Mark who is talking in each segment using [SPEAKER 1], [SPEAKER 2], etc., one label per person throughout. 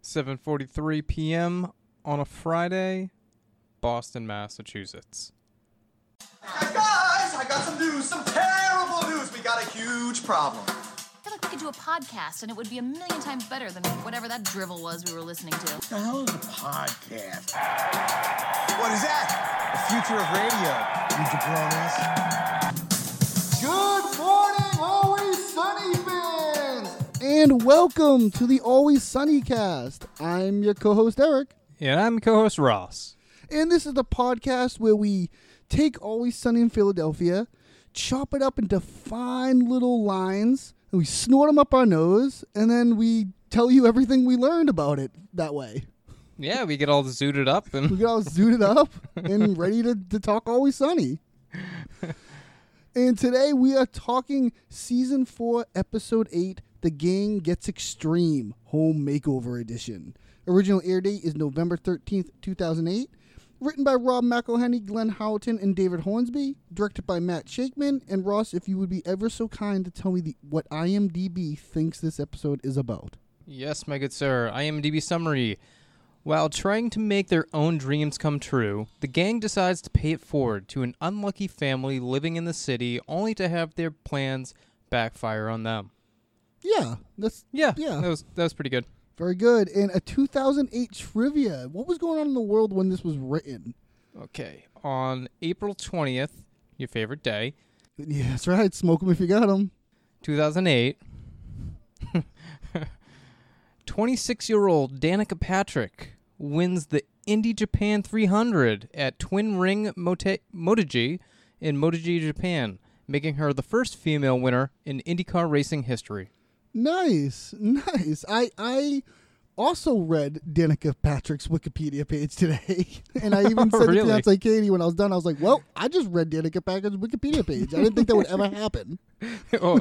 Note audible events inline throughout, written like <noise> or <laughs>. [SPEAKER 1] 7:43 p.m. on a Friday, Boston, Massachusetts.
[SPEAKER 2] Guys, I got some news, some terrible news. We got a huge problem.
[SPEAKER 3] I feel like we could do a podcast and it would be a million times better than whatever that drivel was we were listening to.
[SPEAKER 4] the hell is a podcast?
[SPEAKER 2] What is that? The future of radio.
[SPEAKER 4] You jabronis.
[SPEAKER 2] Good morning, always sunny fans.
[SPEAKER 5] And welcome to the Always Sunny cast. I'm your co host, Eric.
[SPEAKER 1] And I'm co-host Ross.
[SPEAKER 5] And this is the podcast where we take Always Sunny in Philadelphia, chop it up into fine little lines, and we snort them up our nose, and then we tell you everything we learned about it that way.
[SPEAKER 1] Yeah, we get all zooted up <laughs>
[SPEAKER 5] We
[SPEAKER 1] and
[SPEAKER 5] get all zooted up and ready to, to talk Always Sunny. And today we are talking season four, episode eight, The Gang Gets Extreme, Home Makeover Edition. Original air date is November 13th, 2008. Written by Rob McElhenney, Glenn Howerton, and David Hornsby. Directed by Matt Shakeman. And Ross, if you would be ever so kind to tell me the, what IMDb thinks this episode is about.
[SPEAKER 1] Yes, my good sir. IMDb summary. While trying to make their own dreams come true, the gang decides to pay it forward to an unlucky family living in the city only to have their plans backfire on them.
[SPEAKER 5] Yeah, that's
[SPEAKER 1] Yeah,
[SPEAKER 5] yeah.
[SPEAKER 1] That was that was pretty good.
[SPEAKER 5] Very good. And a 2008 trivia. What was going on in the world when this was written?
[SPEAKER 1] Okay. On April 20th, your favorite day,
[SPEAKER 5] Yeah, that's right. Smoke them if you got them.
[SPEAKER 1] <laughs> 2008, 26 year old Danica Patrick wins the Indy Japan 300 at Twin Ring Mote- Motegi in Motegi, Japan, making her the first female winner in IndyCar racing history. <laughs>
[SPEAKER 5] Nice, nice. I I also read Danica Patrick's Wikipedia page today, <laughs> and I even said
[SPEAKER 1] Really?
[SPEAKER 5] to Fiance Katie when I was done, I was like, "Well, I just read Danica Patrick's Wikipedia page. I didn't think that would ever happen.
[SPEAKER 1] oh,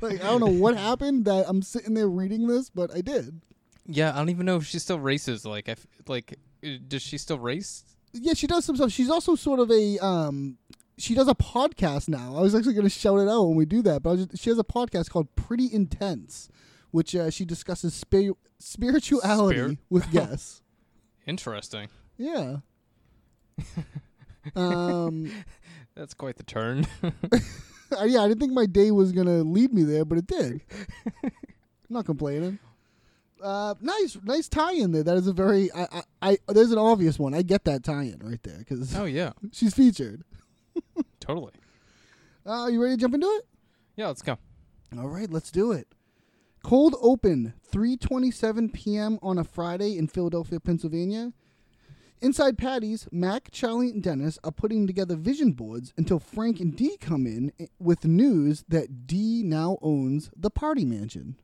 [SPEAKER 5] Like, I don't know what happened that I'm sitting there reading this, but I did.
[SPEAKER 1] <laughs> yeah, I don't even know if she still races. Like, I f- like, uh, does she still race?
[SPEAKER 5] yeah, she does some stuff. She's also sort of a um, she does a podcast now. I was actually going to shout it out when we do that, but I was just, she has a podcast called Pretty Intense, which uh, she discusses spir- spirituality
[SPEAKER 1] Spirit?
[SPEAKER 5] with guests.
[SPEAKER 1] Interesting.
[SPEAKER 5] yeah. um. <laughs>
[SPEAKER 1] That's quite the turn. <laughs>
[SPEAKER 5] I- yeah, I didn't think my day was gonna lead me there, but it did. I'm not complaining. Uh, nice, nice tie-in there. That is a very, I, I, I there's an obvious one. I get that tie-in right there because
[SPEAKER 1] oh, yeah,
[SPEAKER 5] <laughs> she's featured.
[SPEAKER 1] totally.
[SPEAKER 5] Uh, you ready to jump into it?
[SPEAKER 1] Yeah, let's go.
[SPEAKER 5] All right, let's do it. Cold open, 3:27 p.m. on a Friday in Philadelphia, Pennsylvania. Inside Patty's, Mac, Charlie, and Dennis are putting together vision boards until Frank and Dee come in i- with news that Dee now owns the party mansion.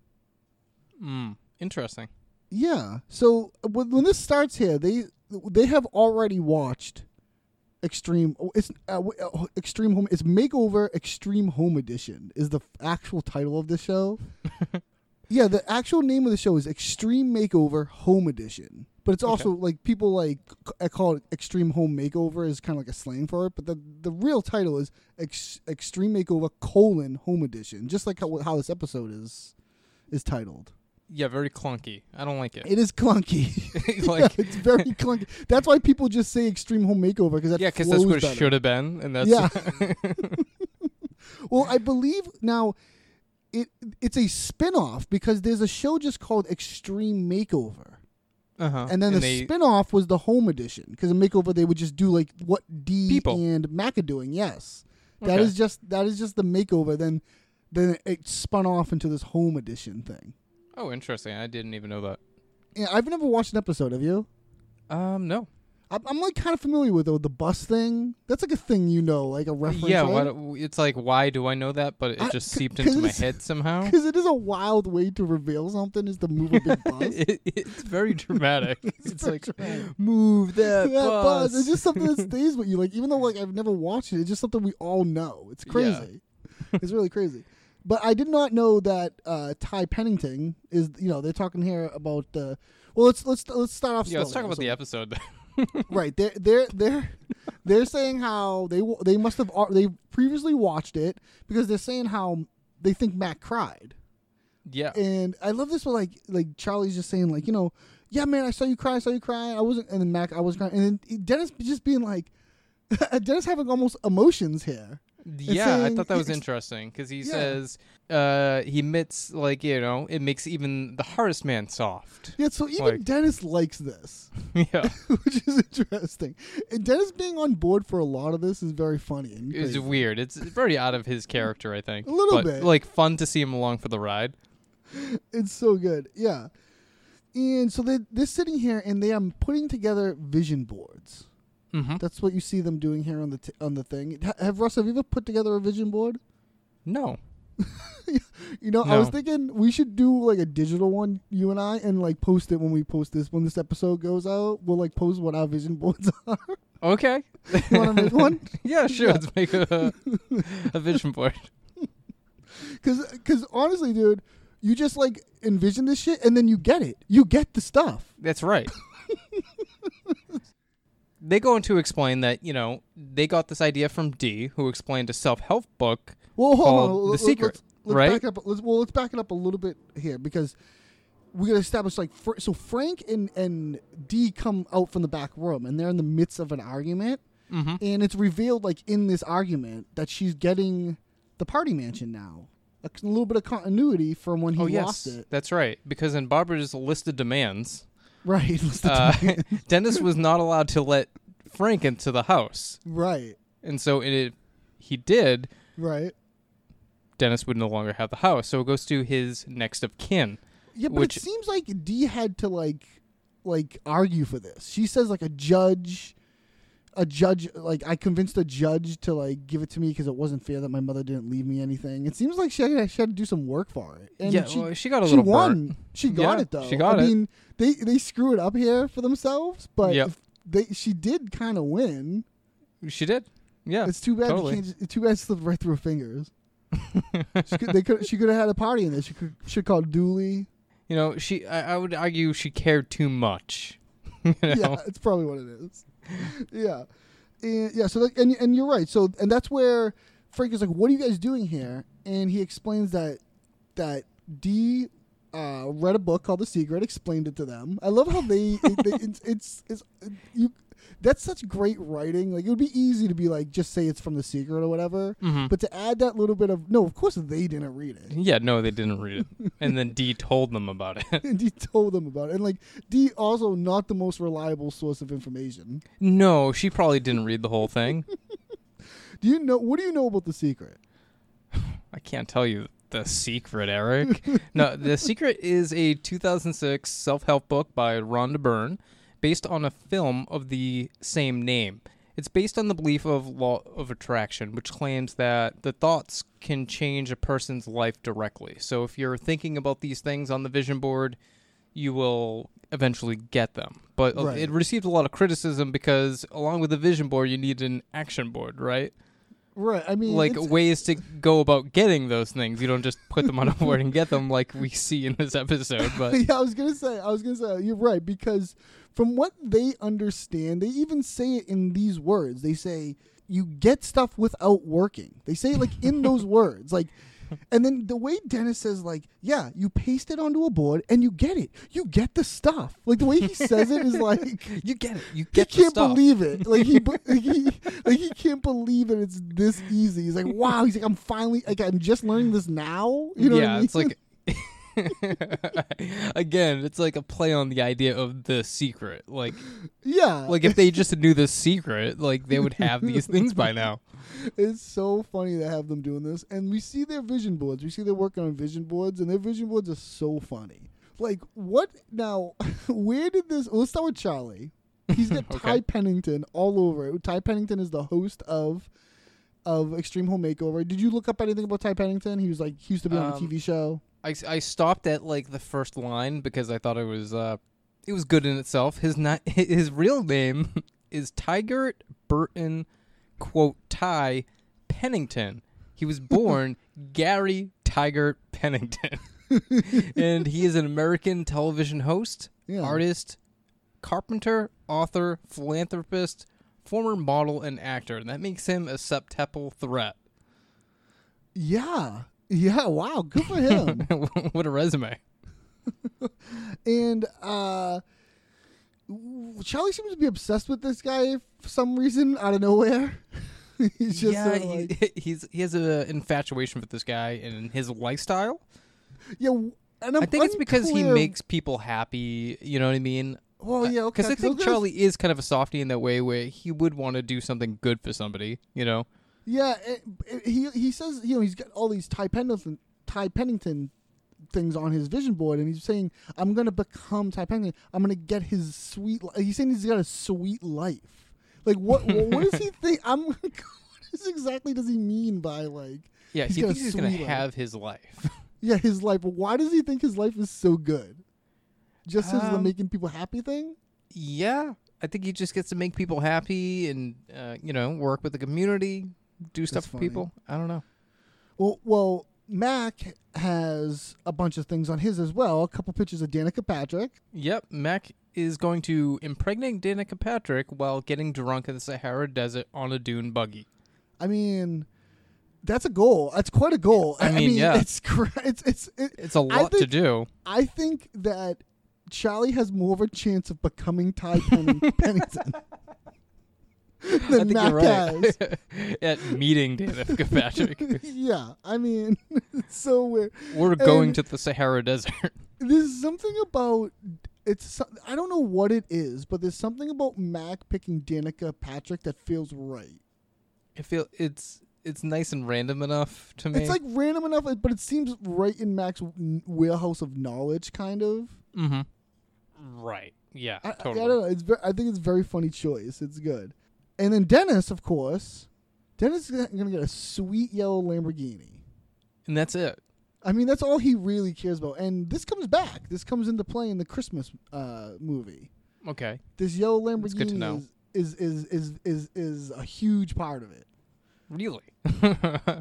[SPEAKER 1] Mm, interesting.
[SPEAKER 5] Yeah. So uh, when, when this starts here, they they have already watched Extreme. oh, It's uh, w- uh, Extreme Home. It's Makeover Extreme Home Edition is the f- actual title of the show. yeah, the actual name of the show is Extreme Makeover Home Edition. But it's also like people like c- I call it Extreme Home Makeover is kind of like a slang for it. But the the real title is Ex- Extreme Makeover colon Home Edition, just like how, how this episode is is titled.
[SPEAKER 1] Yeah, very clunky. I don't like it.
[SPEAKER 5] It is clunky.
[SPEAKER 1] <laughs>
[SPEAKER 5] <laughs>
[SPEAKER 1] Like-
[SPEAKER 5] Yeah, it's very clunky. That's why people just say extreme home makeover because that
[SPEAKER 1] yeah,
[SPEAKER 5] because
[SPEAKER 1] because that's what it should have been, and that's
[SPEAKER 5] Yeah. well, I believe now it it's a spin-off because there's a show just called Extreme Makeover.
[SPEAKER 1] <laughs> uh-huh.
[SPEAKER 5] And then the
[SPEAKER 1] they-
[SPEAKER 5] spin-off was the home edition because in makeover they would just do like what D
[SPEAKER 1] People.
[SPEAKER 5] and Mac are doing. Yes. That
[SPEAKER 1] Okay.
[SPEAKER 5] is just that is just the makeover then then it spun off into this home edition thing.
[SPEAKER 1] Oh, interesting. I didn't even know that.
[SPEAKER 5] Yeah, I've never watched an episode, have you?
[SPEAKER 1] Um, no.
[SPEAKER 5] I'm, I'm like kind of familiar with though the bus thing. That's like a thing you know, like a reference.
[SPEAKER 1] yeah,
[SPEAKER 5] right?
[SPEAKER 1] why do- it's like why do I know that? But it
[SPEAKER 5] I-
[SPEAKER 1] just
[SPEAKER 5] c-
[SPEAKER 1] seeped into my
[SPEAKER 5] 'cause-
[SPEAKER 1] head somehow.
[SPEAKER 5] <laughs> Because it is a wild way to reveal something is to move a big
[SPEAKER 1] <laughs>
[SPEAKER 5] bus.
[SPEAKER 1] It, it's
[SPEAKER 5] <laughs>
[SPEAKER 1] very dramatic. it's
[SPEAKER 5] very
[SPEAKER 1] like
[SPEAKER 5] dramatic.
[SPEAKER 1] move that,
[SPEAKER 5] That bus.
[SPEAKER 1] bus.
[SPEAKER 5] It's just something
[SPEAKER 1] <laughs>
[SPEAKER 5] that stays with you. Like even though like I've never watched it, it's just something we all know. It's crazy. it's really crazy. But I did not know that uh, Ty Pennington is. You know, they're talking here about. Uh, well, let's let's let's start off.
[SPEAKER 1] yeah, let's talk
[SPEAKER 5] slowly.
[SPEAKER 1] about
[SPEAKER 5] So-
[SPEAKER 1] the episode. then. <laughs>
[SPEAKER 5] Right. They're they're they're they're saying how they wa- they must have al- they previously watched it because they're saying how they think Mac cried,
[SPEAKER 1] Yeah.
[SPEAKER 5] And I love this. Where like like Charlie's just saying like you know, yeah man, I saw you cry, I saw you crying. I wasn't, and then Mac, I was crying, and then Dennis just being like, <laughs> Dennis having almost emotions here. and
[SPEAKER 1] yeah, I
[SPEAKER 5] saying-
[SPEAKER 1] thought that was
[SPEAKER 5] ex-
[SPEAKER 1] interesting because he
[SPEAKER 5] Yeah.
[SPEAKER 1] says uh, he admits, like you know, it makes even the hardest man soft. <laughs>
[SPEAKER 5] Yeah, so even
[SPEAKER 1] Like-
[SPEAKER 5] Dennis likes this, <laughs>
[SPEAKER 1] yeah,
[SPEAKER 5] which is interesting. And Dennis being on board for a lot of this is very funny. And
[SPEAKER 1] it's
[SPEAKER 5] crazy.
[SPEAKER 1] weird. It's very out of his character, I think. A
[SPEAKER 5] little
[SPEAKER 1] but,
[SPEAKER 5] bit.
[SPEAKER 1] like fun to see him along for the ride.
[SPEAKER 5] It's so good. Yeah. And so they, they're sitting here and they are putting together vision boards.
[SPEAKER 1] Mhm.
[SPEAKER 5] That's what you see them doing here on the t- on the thing. Ha- have Russ? Have you ever put together a vision board?
[SPEAKER 1] No,
[SPEAKER 5] You know, I was
[SPEAKER 1] No.
[SPEAKER 5] thinking we should do like a digital one, you and I, and like post it when we post this when this episode goes out. We'll like post what our vision boards <laughs> are.
[SPEAKER 1] okay. <laughs>
[SPEAKER 5] you want to make one?
[SPEAKER 1] yeah, sure. Let's make a,
[SPEAKER 5] <laughs>
[SPEAKER 1] a vision board.
[SPEAKER 5] Because because honestly, dude, you just like envision this shit and then you get it. You get the stuff.
[SPEAKER 1] That's
[SPEAKER 5] <laughs>
[SPEAKER 1] right. they go on to explain that you know they got this idea from D, who explained a self-help book
[SPEAKER 5] Well, hold
[SPEAKER 1] called
[SPEAKER 5] on.
[SPEAKER 1] The
[SPEAKER 5] Let- let-
[SPEAKER 1] Secret,
[SPEAKER 5] Let's, let's
[SPEAKER 1] right?
[SPEAKER 5] Back it up. Let's, well, let's back it up a little bit here because we got to establish like fr- so. Frank and and D come out from the back room and they're in the midst of an argument,
[SPEAKER 1] Mm-hmm.
[SPEAKER 5] and it's revealed like in this argument that she's getting the party mansion now. A c- little bit of continuity from when he
[SPEAKER 1] Oh yes,
[SPEAKER 5] lost it, <laughs>
[SPEAKER 1] that's right. Because in Barbara's list of demands,
[SPEAKER 5] right? Let's
[SPEAKER 1] uh, <laughs>
[SPEAKER 5] determine-
[SPEAKER 1] Dennis was not allowed to let Frank into the house,
[SPEAKER 5] <laughs> right,
[SPEAKER 1] and so it, he did.
[SPEAKER 5] right.
[SPEAKER 1] Dennis would no longer have the house, so it goes to his next of kin.
[SPEAKER 5] Yeah, but
[SPEAKER 1] which-
[SPEAKER 5] it seems like D had to like like argue for this. She says like a judge a judge like I convinced a judge to like give it to me because it wasn't fair that my mother didn't leave me anything. It seems like she had, she had to do some work for it. And
[SPEAKER 1] Yeah,
[SPEAKER 5] she,
[SPEAKER 1] well, she got a
[SPEAKER 5] she
[SPEAKER 1] little
[SPEAKER 5] won.
[SPEAKER 1] burnt.
[SPEAKER 5] She got
[SPEAKER 1] Yeah,
[SPEAKER 5] it though.
[SPEAKER 1] she got
[SPEAKER 5] I
[SPEAKER 1] it.
[SPEAKER 5] mean, they they screw it up here for themselves, but
[SPEAKER 1] Yep.
[SPEAKER 5] if they she did kind of win.
[SPEAKER 1] She did. Yeah,
[SPEAKER 5] It's too bad. you
[SPEAKER 1] Totally.
[SPEAKER 5] can't, it's too bad it slipped right through her fingers. she could, they could, she could have had a party in there. She could should call Dooley.
[SPEAKER 1] You know, she. I, I would argue she cared too much. you know?
[SPEAKER 5] <laughs> yeah, it's probably what it is. yeah, and, yeah. So like, and and you're right. So and that's where Frank is like, "What are you guys doing here?" And he explains that that D uh, read a book called The Secret, explained it to them. I love how they, they it's, it's it's you. That's such great writing. Like it would be easy to be like just say it's from The Secret or whatever, but to add that little bit of no, of course they didn't read it.
[SPEAKER 1] Yeah, no, they didn't read it. And then D told them about it. <laughs>
[SPEAKER 5] <laughs> And D told them about it. And like D also not the most reliable source of information.
[SPEAKER 1] No, she probably didn't read the whole thing.
[SPEAKER 5] Do you know what do you know about the secret?
[SPEAKER 1] I can't tell you the secret, Eric. no, the secret is a 2006 self-help book by Rhonda Byrne, based on a film of the same name. It's based on the belief of law of attraction, which claims that the thoughts can change a person's life directly. So if you're thinking about these things on the vision board, you will eventually get them. But uh,
[SPEAKER 5] Right.
[SPEAKER 1] it received a lot of criticism because along with the vision board, you need an action board, right?
[SPEAKER 5] Right. I mean,
[SPEAKER 1] like
[SPEAKER 5] it's-
[SPEAKER 1] ways to go about getting those things. You don't just put them on a board and get them like we see in this episode.
[SPEAKER 5] <laughs>
[SPEAKER 1] But
[SPEAKER 5] <laughs> yeah, I was gonna say, I was gonna say, you're right because from what they understand, they even say it in these words. They say you get stuff without working. They say it like
[SPEAKER 1] <laughs>
[SPEAKER 5] in those words, like. And then the way Dennis says, like, yeah, you paste it onto a board and you get it. You get the stuff. Like the way he says it is like
[SPEAKER 1] <laughs> you get it. You get.
[SPEAKER 5] he
[SPEAKER 1] the
[SPEAKER 5] can't
[SPEAKER 1] stuff.
[SPEAKER 5] believe it. Like
[SPEAKER 1] <laughs>
[SPEAKER 5] he, like he, like he can't believe that it's this easy. He's like, wow. He's like, I'm finally, like, I'm just learning this now. You know? what I
[SPEAKER 1] yeah,
[SPEAKER 5] mean?
[SPEAKER 1] it's like. <laughs> Again, it's like a play on the idea of the secret. Like,
[SPEAKER 5] <laughs> yeah,
[SPEAKER 1] like if they just knew the secret, like they would have these things by now.
[SPEAKER 5] it's so funny to have them doing this. And we see their vision boards. We see they're working on vision boards, and their vision boards are so funny. Like, what now? <laughs> Where did this? Let's start with Charlie.
[SPEAKER 1] <laughs>
[SPEAKER 5] He's got Ty Pennington all over it. Ty Pennington is the host of of Extreme Home Makeover. Did you look up anything about Ty Pennington? He was like he used to be on a
[SPEAKER 1] Um,
[SPEAKER 5] TV show.
[SPEAKER 1] I, I stopped at like the first line because I thought it was uh it was good in itself. His not <laughs> his real name <laughs> is Tigert Burton quote Ty Pennington. He was born Gary Tigert Pennington. and he is an American television host,
[SPEAKER 5] Yeah.
[SPEAKER 1] artist, carpenter, author, philanthropist, former model and actor. And that makes him a septuple threat.
[SPEAKER 5] Yeah. Yeah, wow, good for
[SPEAKER 1] <laughs>
[SPEAKER 5] him.
[SPEAKER 1] <laughs> what a resume.
[SPEAKER 5] and uh w- Charlie seems to be obsessed with this guy for some reason out of nowhere. <laughs> He's just
[SPEAKER 1] yeah,
[SPEAKER 5] sorta
[SPEAKER 1] he,
[SPEAKER 5] like,
[SPEAKER 1] <laughs> he's he has an infatuation with this guy and his lifestyle.
[SPEAKER 5] yeah, w- and I'm
[SPEAKER 1] I think it's because he
[SPEAKER 5] unclear-
[SPEAKER 1] makes people happy. You know what I mean?
[SPEAKER 5] Well, yeah, okay.
[SPEAKER 1] Because I think
[SPEAKER 5] there's-
[SPEAKER 1] Charlie is kind of a softy in that way, where he would want to do something good for somebody. You know?
[SPEAKER 5] Yeah, it, it- he he says you know he's got all these Ty Pendleton Ty Pennington things on his vision board, and he's saying I'm gonna become Ty Pennington. I'm gonna get his sweet. Li-. He's saying he's got a sweet life. Like what? what,
[SPEAKER 1] <laughs>
[SPEAKER 5] what does he think? I'm. <laughs> what is exactly does he mean by like?
[SPEAKER 1] Yeah,
[SPEAKER 5] he's
[SPEAKER 1] he
[SPEAKER 5] got a
[SPEAKER 1] thinks he's gonna
[SPEAKER 5] sweet life.
[SPEAKER 1] have his life. <laughs>
[SPEAKER 5] Yeah, his life. Why does he think his life is so good? Just because of the
[SPEAKER 1] Um,
[SPEAKER 5] making people happy thing.
[SPEAKER 1] yeah, I think he just gets to make people happy and uh, you know work with the community, do stuff
[SPEAKER 5] That's
[SPEAKER 1] for
[SPEAKER 5] funny.
[SPEAKER 1] people. I don't know.
[SPEAKER 5] Well, well, Mac has a bunch of things on his as well. A couple pictures of Danica Patrick.
[SPEAKER 1] Yep, Mac is going to impregnate Danica Patrick while getting drunk in the Sahara Desert on a dune buggy.
[SPEAKER 5] I mean, that's a goal. That's quite a goal.
[SPEAKER 1] I mean, yeah.
[SPEAKER 5] it's <laughs> cra- it's it's it,
[SPEAKER 1] It's a
[SPEAKER 5] I
[SPEAKER 1] lot to
[SPEAKER 5] think-
[SPEAKER 1] do.
[SPEAKER 5] I think that Charlie has more of a chance of becoming Ty
[SPEAKER 1] <laughs>
[SPEAKER 5] Penning- Pennington
[SPEAKER 1] I
[SPEAKER 5] than
[SPEAKER 1] think
[SPEAKER 5] Mac
[SPEAKER 1] you're
[SPEAKER 5] has.
[SPEAKER 1] <laughs> right. At meeting
[SPEAKER 5] <laughs>
[SPEAKER 1] Danica Patrick,
[SPEAKER 5] yeah, I mean, <laughs> it's so weird.
[SPEAKER 1] we're going
[SPEAKER 5] And-
[SPEAKER 1] to the Sahara Desert.
[SPEAKER 5] There's something about it's. so- I don't know what it is, but there's something about Mac picking Danica Patrick that feels right.
[SPEAKER 1] I feel it's it's nice and random enough to me.
[SPEAKER 5] It's like random enough, but it seems right in Mac's w- wheelhouse of knowledge, kind of.
[SPEAKER 1] right. Yeah,
[SPEAKER 5] Mm-hmm. I, I-
[SPEAKER 1] totally.
[SPEAKER 5] I don't know. It's ver- I think it's a very funny choice. It's good. And then Dennis, of course, Dennis is gonna get a sweet yellow Lamborghini.
[SPEAKER 1] and that's it.
[SPEAKER 5] I mean, that's all he really cares about. And this comes back. This comes into play in the Christmas uh, movie.
[SPEAKER 1] Okay.
[SPEAKER 5] This yellow
[SPEAKER 1] It's good to
[SPEAKER 5] Lamborghini
[SPEAKER 1] know.
[SPEAKER 5] is, is, is is is is a huge part of it.
[SPEAKER 1] Really?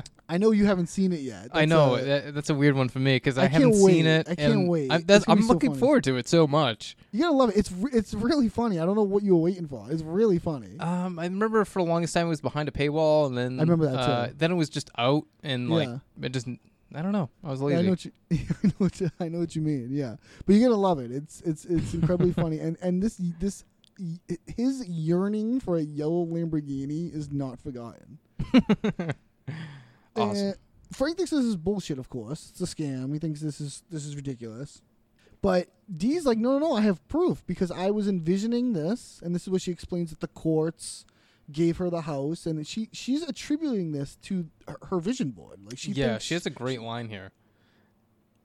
[SPEAKER 1] <laughs>
[SPEAKER 5] I know you haven't seen it yet. uh,
[SPEAKER 1] I
[SPEAKER 5] That's
[SPEAKER 1] know
[SPEAKER 5] a-
[SPEAKER 1] that, that's a weird one for me because I,
[SPEAKER 5] I can't
[SPEAKER 1] haven't seen
[SPEAKER 5] wait.
[SPEAKER 1] it.
[SPEAKER 5] I can't
[SPEAKER 1] and
[SPEAKER 5] wait.
[SPEAKER 1] I'm, that's,
[SPEAKER 5] It's gonna
[SPEAKER 1] I'm
[SPEAKER 5] be so
[SPEAKER 1] looking
[SPEAKER 5] funny.
[SPEAKER 1] forward to it so much.
[SPEAKER 5] you're gonna love it. It's re- it's really funny. I don't know what you were waiting for. It's really funny.
[SPEAKER 1] Um, I remember for the longest time it was behind a paywall, and then
[SPEAKER 5] I remember that,
[SPEAKER 1] uh,
[SPEAKER 5] too.
[SPEAKER 1] Then it was just out, and like
[SPEAKER 5] Yeah.
[SPEAKER 1] it just I don't know. I was
[SPEAKER 5] Yeah,
[SPEAKER 1] lazy.
[SPEAKER 5] I know what you, <laughs> I know what you, I know what you mean. Yeah, but you're gonna love it. It's it's
[SPEAKER 1] <laughs>
[SPEAKER 5] it's incredibly funny. And and this this his yearning for a yellow Lamborghini is not forgotten.
[SPEAKER 1] <laughs> Awesome.
[SPEAKER 5] Uh, Frank thinks this is bullshit. Of course, it's a scam. He thinks this is this is ridiculous. But Dee's like, no, no, no. I have proof because I was envisioning this, and this is what she explains that the courts gave her the house, and she she's attributing this to her, her vision board. Like she
[SPEAKER 1] yeah,
[SPEAKER 5] thinks
[SPEAKER 1] she has a great line here.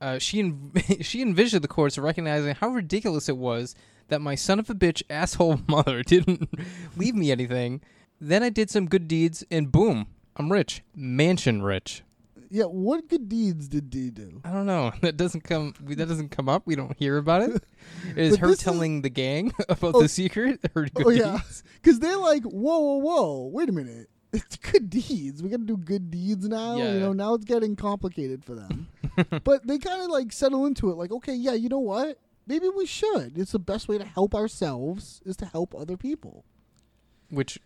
[SPEAKER 1] Uh, she en- <laughs> she envisioned the courts recognizing how ridiculous it was that my son of a bitch asshole <laughs> mother didn't leave me anything. Then I did some good deeds, and boom, I'm rich, mansion rich.
[SPEAKER 5] Yeah, what good deeds did Dee do?
[SPEAKER 1] I don't know. <laughs> That doesn't come. we- That doesn't come up. We don't hear about
[SPEAKER 5] <laughs>
[SPEAKER 1] it. It is
[SPEAKER 5] But
[SPEAKER 1] her
[SPEAKER 5] this is-
[SPEAKER 1] telling the gang <laughs> about
[SPEAKER 5] Oh.
[SPEAKER 1] the secret. <laughs> Her good
[SPEAKER 5] <laughs> oh yeah,
[SPEAKER 1] deeds.
[SPEAKER 5] because they're like, whoa, whoa, whoa, wait a minute, <laughs> it's good deeds. We got to do good deeds now.
[SPEAKER 1] Yeah.
[SPEAKER 5] You know, now it's getting complicated
[SPEAKER 1] <laughs>
[SPEAKER 5] for them. but they kind of like settle into it. Like, okay, yeah, you know what? Maybe we should. It's the best way to help ourselves is to help other people.
[SPEAKER 1] Which,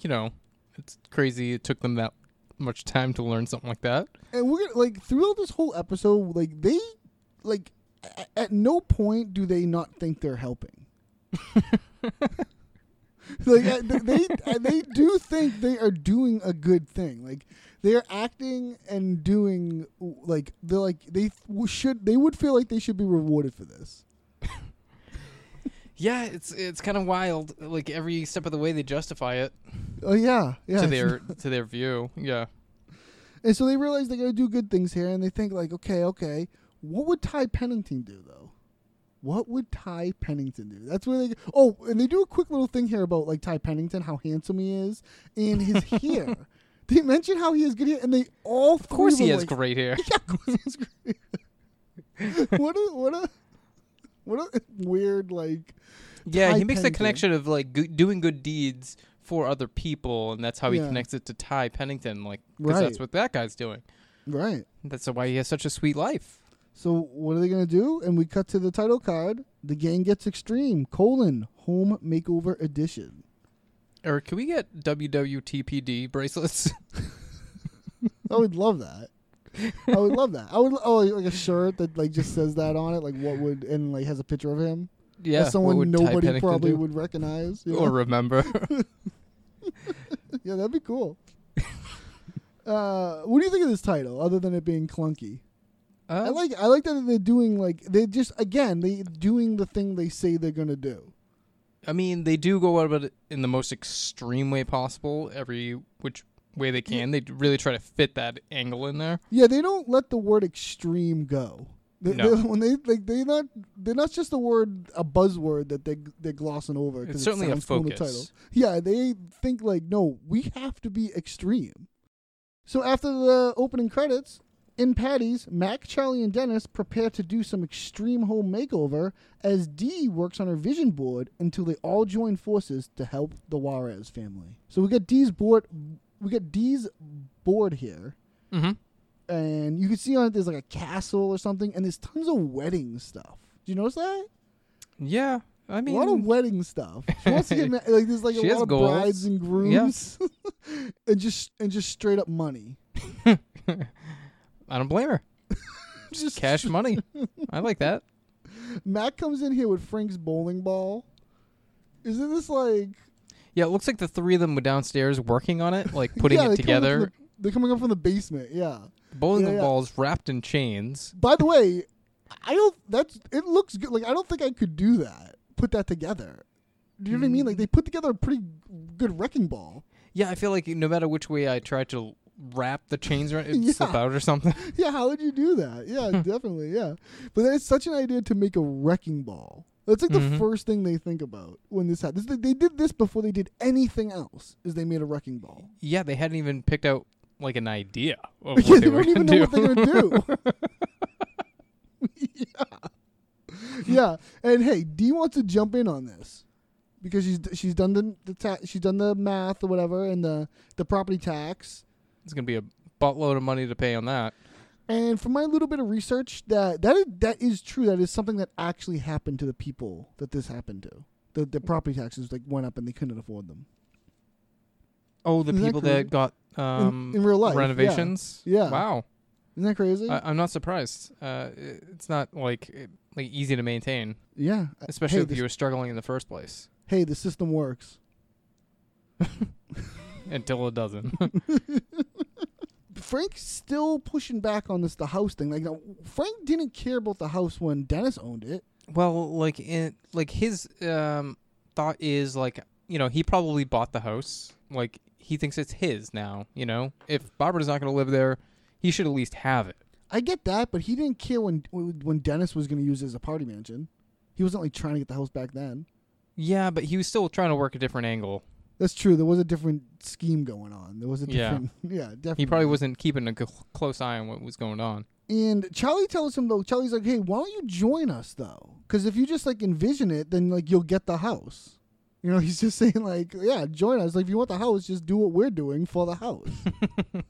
[SPEAKER 1] you know, it's crazy. It took them that much time to learn something like that.
[SPEAKER 5] And we're gonna, like throughout this whole episode, like they, like, a- at no point do they not think they're helping. like uh, th- they uh, they do think they are doing a good thing. Like they are acting and doing like they're like they w- should they would feel like they should be rewarded for this.
[SPEAKER 1] Yeah, it's it's kind of wild. Like every step of the way, they justify it
[SPEAKER 5] Oh yeah, yeah.
[SPEAKER 1] to their to their view. Yeah,
[SPEAKER 5] and so they realize they got to do good things here, and they think like, okay, okay, what would Ty Pennington do though? What would Ty Pennington do? That's where they oh, and they do a quick little thing here about like Ty Pennington, how handsome he is,
[SPEAKER 1] <laughs>
[SPEAKER 5] and his hair. They mention how he has good hair, and they all
[SPEAKER 1] of course he has great
[SPEAKER 5] <laughs>
[SPEAKER 1] hair.
[SPEAKER 5] what a what a what a weird like
[SPEAKER 1] <laughs> Yeah,
[SPEAKER 5] Ty
[SPEAKER 1] he makes that
[SPEAKER 5] Pennington.
[SPEAKER 1] connection of like go- doing good deeds for other people, and that's how he
[SPEAKER 5] Yeah.
[SPEAKER 1] connects it to Ty Pennington. Like, 'cause that's
[SPEAKER 5] Right.
[SPEAKER 1] what that guy's doing.
[SPEAKER 5] right.
[SPEAKER 1] That's why he has such a sweet life.
[SPEAKER 5] So what are they gonna do? And we cut to the title card. The gang gets extreme colon home makeover edition.
[SPEAKER 1] Eric, can we get WWTPD bracelets? <laughs>
[SPEAKER 5] I would love that. I would love that. I would oh like a shirt that like just says that on it. Like what would and like has a picture of him.
[SPEAKER 1] Yeah,
[SPEAKER 5] That's
[SPEAKER 1] what
[SPEAKER 5] someone
[SPEAKER 1] would Ty
[SPEAKER 5] nobody
[SPEAKER 1] Pennington
[SPEAKER 5] probably
[SPEAKER 1] do?
[SPEAKER 5] would recognize. you know?
[SPEAKER 1] or remember. <laughs>
[SPEAKER 5] <laughs> yeah, that'd be cool. uh, what do you think of this title, other than it being clunky? <laughs> I
[SPEAKER 1] Uh,
[SPEAKER 5] like I like that they're doing like they're just again they doing the thing they say they're gonna do.
[SPEAKER 1] I mean, they do go about it in the most extreme way possible, every which way they can. They really try to fit that angle in there.
[SPEAKER 5] Yeah, they don't let the word extreme go. They,
[SPEAKER 1] No.
[SPEAKER 5] they- when they like they not they're not just a word a buzzword that they they're glossing over. 'cause
[SPEAKER 1] It's
[SPEAKER 5] it
[SPEAKER 1] certainly a
[SPEAKER 5] sounds cool in the
[SPEAKER 1] focus.
[SPEAKER 5] title. Yeah, they think like no, we have to be extreme. So after the opening credits, in Patty's, Mac, Charlie, and Dennis prepare to do some extreme home makeover as Dee works on her vision board until they all join forces to help the Juarez family. So we got Dee's board, we got Dee's board here
[SPEAKER 1] Mm-hmm.
[SPEAKER 5] and you can see on it there's like a castle or something, and there's tons of wedding stuff. Do you notice that?
[SPEAKER 1] Yeah, I mean,
[SPEAKER 5] a lot of wedding stuff. She wants to get ma- like there's like
[SPEAKER 1] She
[SPEAKER 5] a
[SPEAKER 1] has
[SPEAKER 5] lot of
[SPEAKER 1] goals.
[SPEAKER 5] brides and grooms, <laughs> and just and just straight up money. <laughs>
[SPEAKER 1] I don't blame her.
[SPEAKER 5] Just <laughs>
[SPEAKER 1] Cash money. I like that.
[SPEAKER 5] Matt comes in here with Frank's bowling ball. Isn't this like
[SPEAKER 1] Yeah, it looks like the three of them were downstairs working on it,
[SPEAKER 5] <laughs>
[SPEAKER 1] like putting
[SPEAKER 5] Yeah,
[SPEAKER 1] it
[SPEAKER 5] they come up from
[SPEAKER 1] together.
[SPEAKER 5] the- they're coming up from the basement. Yeah.
[SPEAKER 1] Bowling
[SPEAKER 5] yeah, yeah.
[SPEAKER 1] balls wrapped in chains.
[SPEAKER 5] By the way, I don't. That's it looks good. Like I don't think I could do that. Put that together. Do you know what I mean? Like they put together a pretty good wrecking ball.
[SPEAKER 1] Yeah, I feel like no matter which way I try to wrap the chains around,
[SPEAKER 5] <laughs>
[SPEAKER 1] it'd
[SPEAKER 5] Yeah.
[SPEAKER 1] slip out or something.
[SPEAKER 5] <laughs> yeah, how would you do that? Yeah,
[SPEAKER 1] Hmm.
[SPEAKER 5] definitely. Yeah. But that's such an idea to make a wrecking ball. That's like
[SPEAKER 1] Mm-hmm.
[SPEAKER 5] the first thing they think about when this happens. They, they did this before they did anything else, is they made a wrecking ball.
[SPEAKER 1] Yeah, they hadn't even picked out like an idea of what
[SPEAKER 5] <laughs> Yeah,
[SPEAKER 1] they,
[SPEAKER 5] they
[SPEAKER 1] were
[SPEAKER 5] don't even
[SPEAKER 1] going
[SPEAKER 5] know
[SPEAKER 1] to <laughs>
[SPEAKER 5] what they're
[SPEAKER 1] do.
[SPEAKER 5] going <laughs> to do. yeah. Yeah. And hey, Dee wants to jump in on this because she's she's done the, the ta- she's done the math or whatever and the, the property tax.
[SPEAKER 1] It's going to be a buttload of money to pay on that.
[SPEAKER 5] And from my little bit of research, that that is, that is true. That is something that actually happened to the people that this happened to. The the property taxes like went up and they couldn't afford them.
[SPEAKER 1] Oh, the
[SPEAKER 5] Isn't that
[SPEAKER 1] people that
[SPEAKER 5] crazy?
[SPEAKER 1] got um,
[SPEAKER 5] in real life, yeah.
[SPEAKER 1] renovations.
[SPEAKER 5] Yeah.
[SPEAKER 1] Wow,
[SPEAKER 5] Isn't that crazy?
[SPEAKER 1] I, I'm not surprised. Uh, it- it's not like it, like easy to maintain,
[SPEAKER 5] yeah.
[SPEAKER 1] especially
[SPEAKER 5] hey,
[SPEAKER 1] if
[SPEAKER 5] the,
[SPEAKER 1] you were struggling in the first place.
[SPEAKER 5] hey, the system works.
[SPEAKER 1] Until it doesn't. <laughs>
[SPEAKER 5] Frank's still pushing back on this the house thing. Like now, Frank didn't care about the house when Dennis owned it.
[SPEAKER 1] Well, like in like his um thought is like you know he probably bought the house like he thinks it's his now you know if Barbara's not going to live there he should at least have it.
[SPEAKER 5] I get that, but he didn't care when when Dennis was going to use it as a party mansion. He wasn't like trying to get the house back then.
[SPEAKER 1] Yeah, but he was still trying to work a different angle.
[SPEAKER 5] That's true. There was a different scheme going on. There was a
[SPEAKER 1] Yeah.
[SPEAKER 5] different, <laughs> yeah, definitely.
[SPEAKER 1] He probably wasn't keeping a cl- close eye on what was going <laughs> on.
[SPEAKER 5] And Charlie tells him though, Charlie's like, "Hey, why don't you join us though? Because if you just like envision it, then like you'll get the house." You know, <laughs> he's just saying like, "Yeah, join us. Like, if you want the house, just do what we're doing for the house."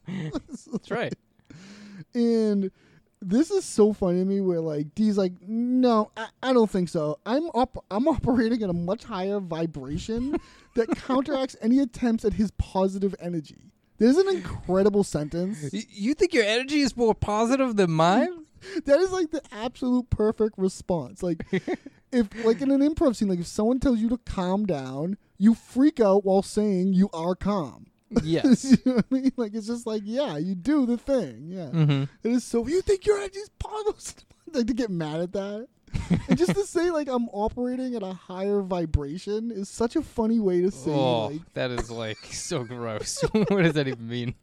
[SPEAKER 1] <laughs> That's right.
[SPEAKER 5] and this is so funny to me, where like Dee's like, "No, I, I don't think so. I'm op- I'm operating at a much higher vibration that
[SPEAKER 1] <laughs>
[SPEAKER 5] counteracts any attempts at his positive energy." There's an
[SPEAKER 1] <laughs>
[SPEAKER 5] incredible sentence.
[SPEAKER 1] Y- You think your energy is more positive than mine?
[SPEAKER 5] that is like the absolute perfect response. Like if like in an improv scene, like if someone tells you to calm down, you freak out while saying you are calm.
[SPEAKER 1] <laughs>
[SPEAKER 5] <laughs>
[SPEAKER 1] Yes. <laughs>
[SPEAKER 5] you know what I mean? Like it's just like, yeah, you do the thing. Yeah. It is so you think you're at these <laughs> puddles like to get mad at that. and just to say like I'm operating at a higher vibration is such a funny way to say
[SPEAKER 1] Oh,
[SPEAKER 5] like
[SPEAKER 1] that is like so gross. <laughs> what does that even mean?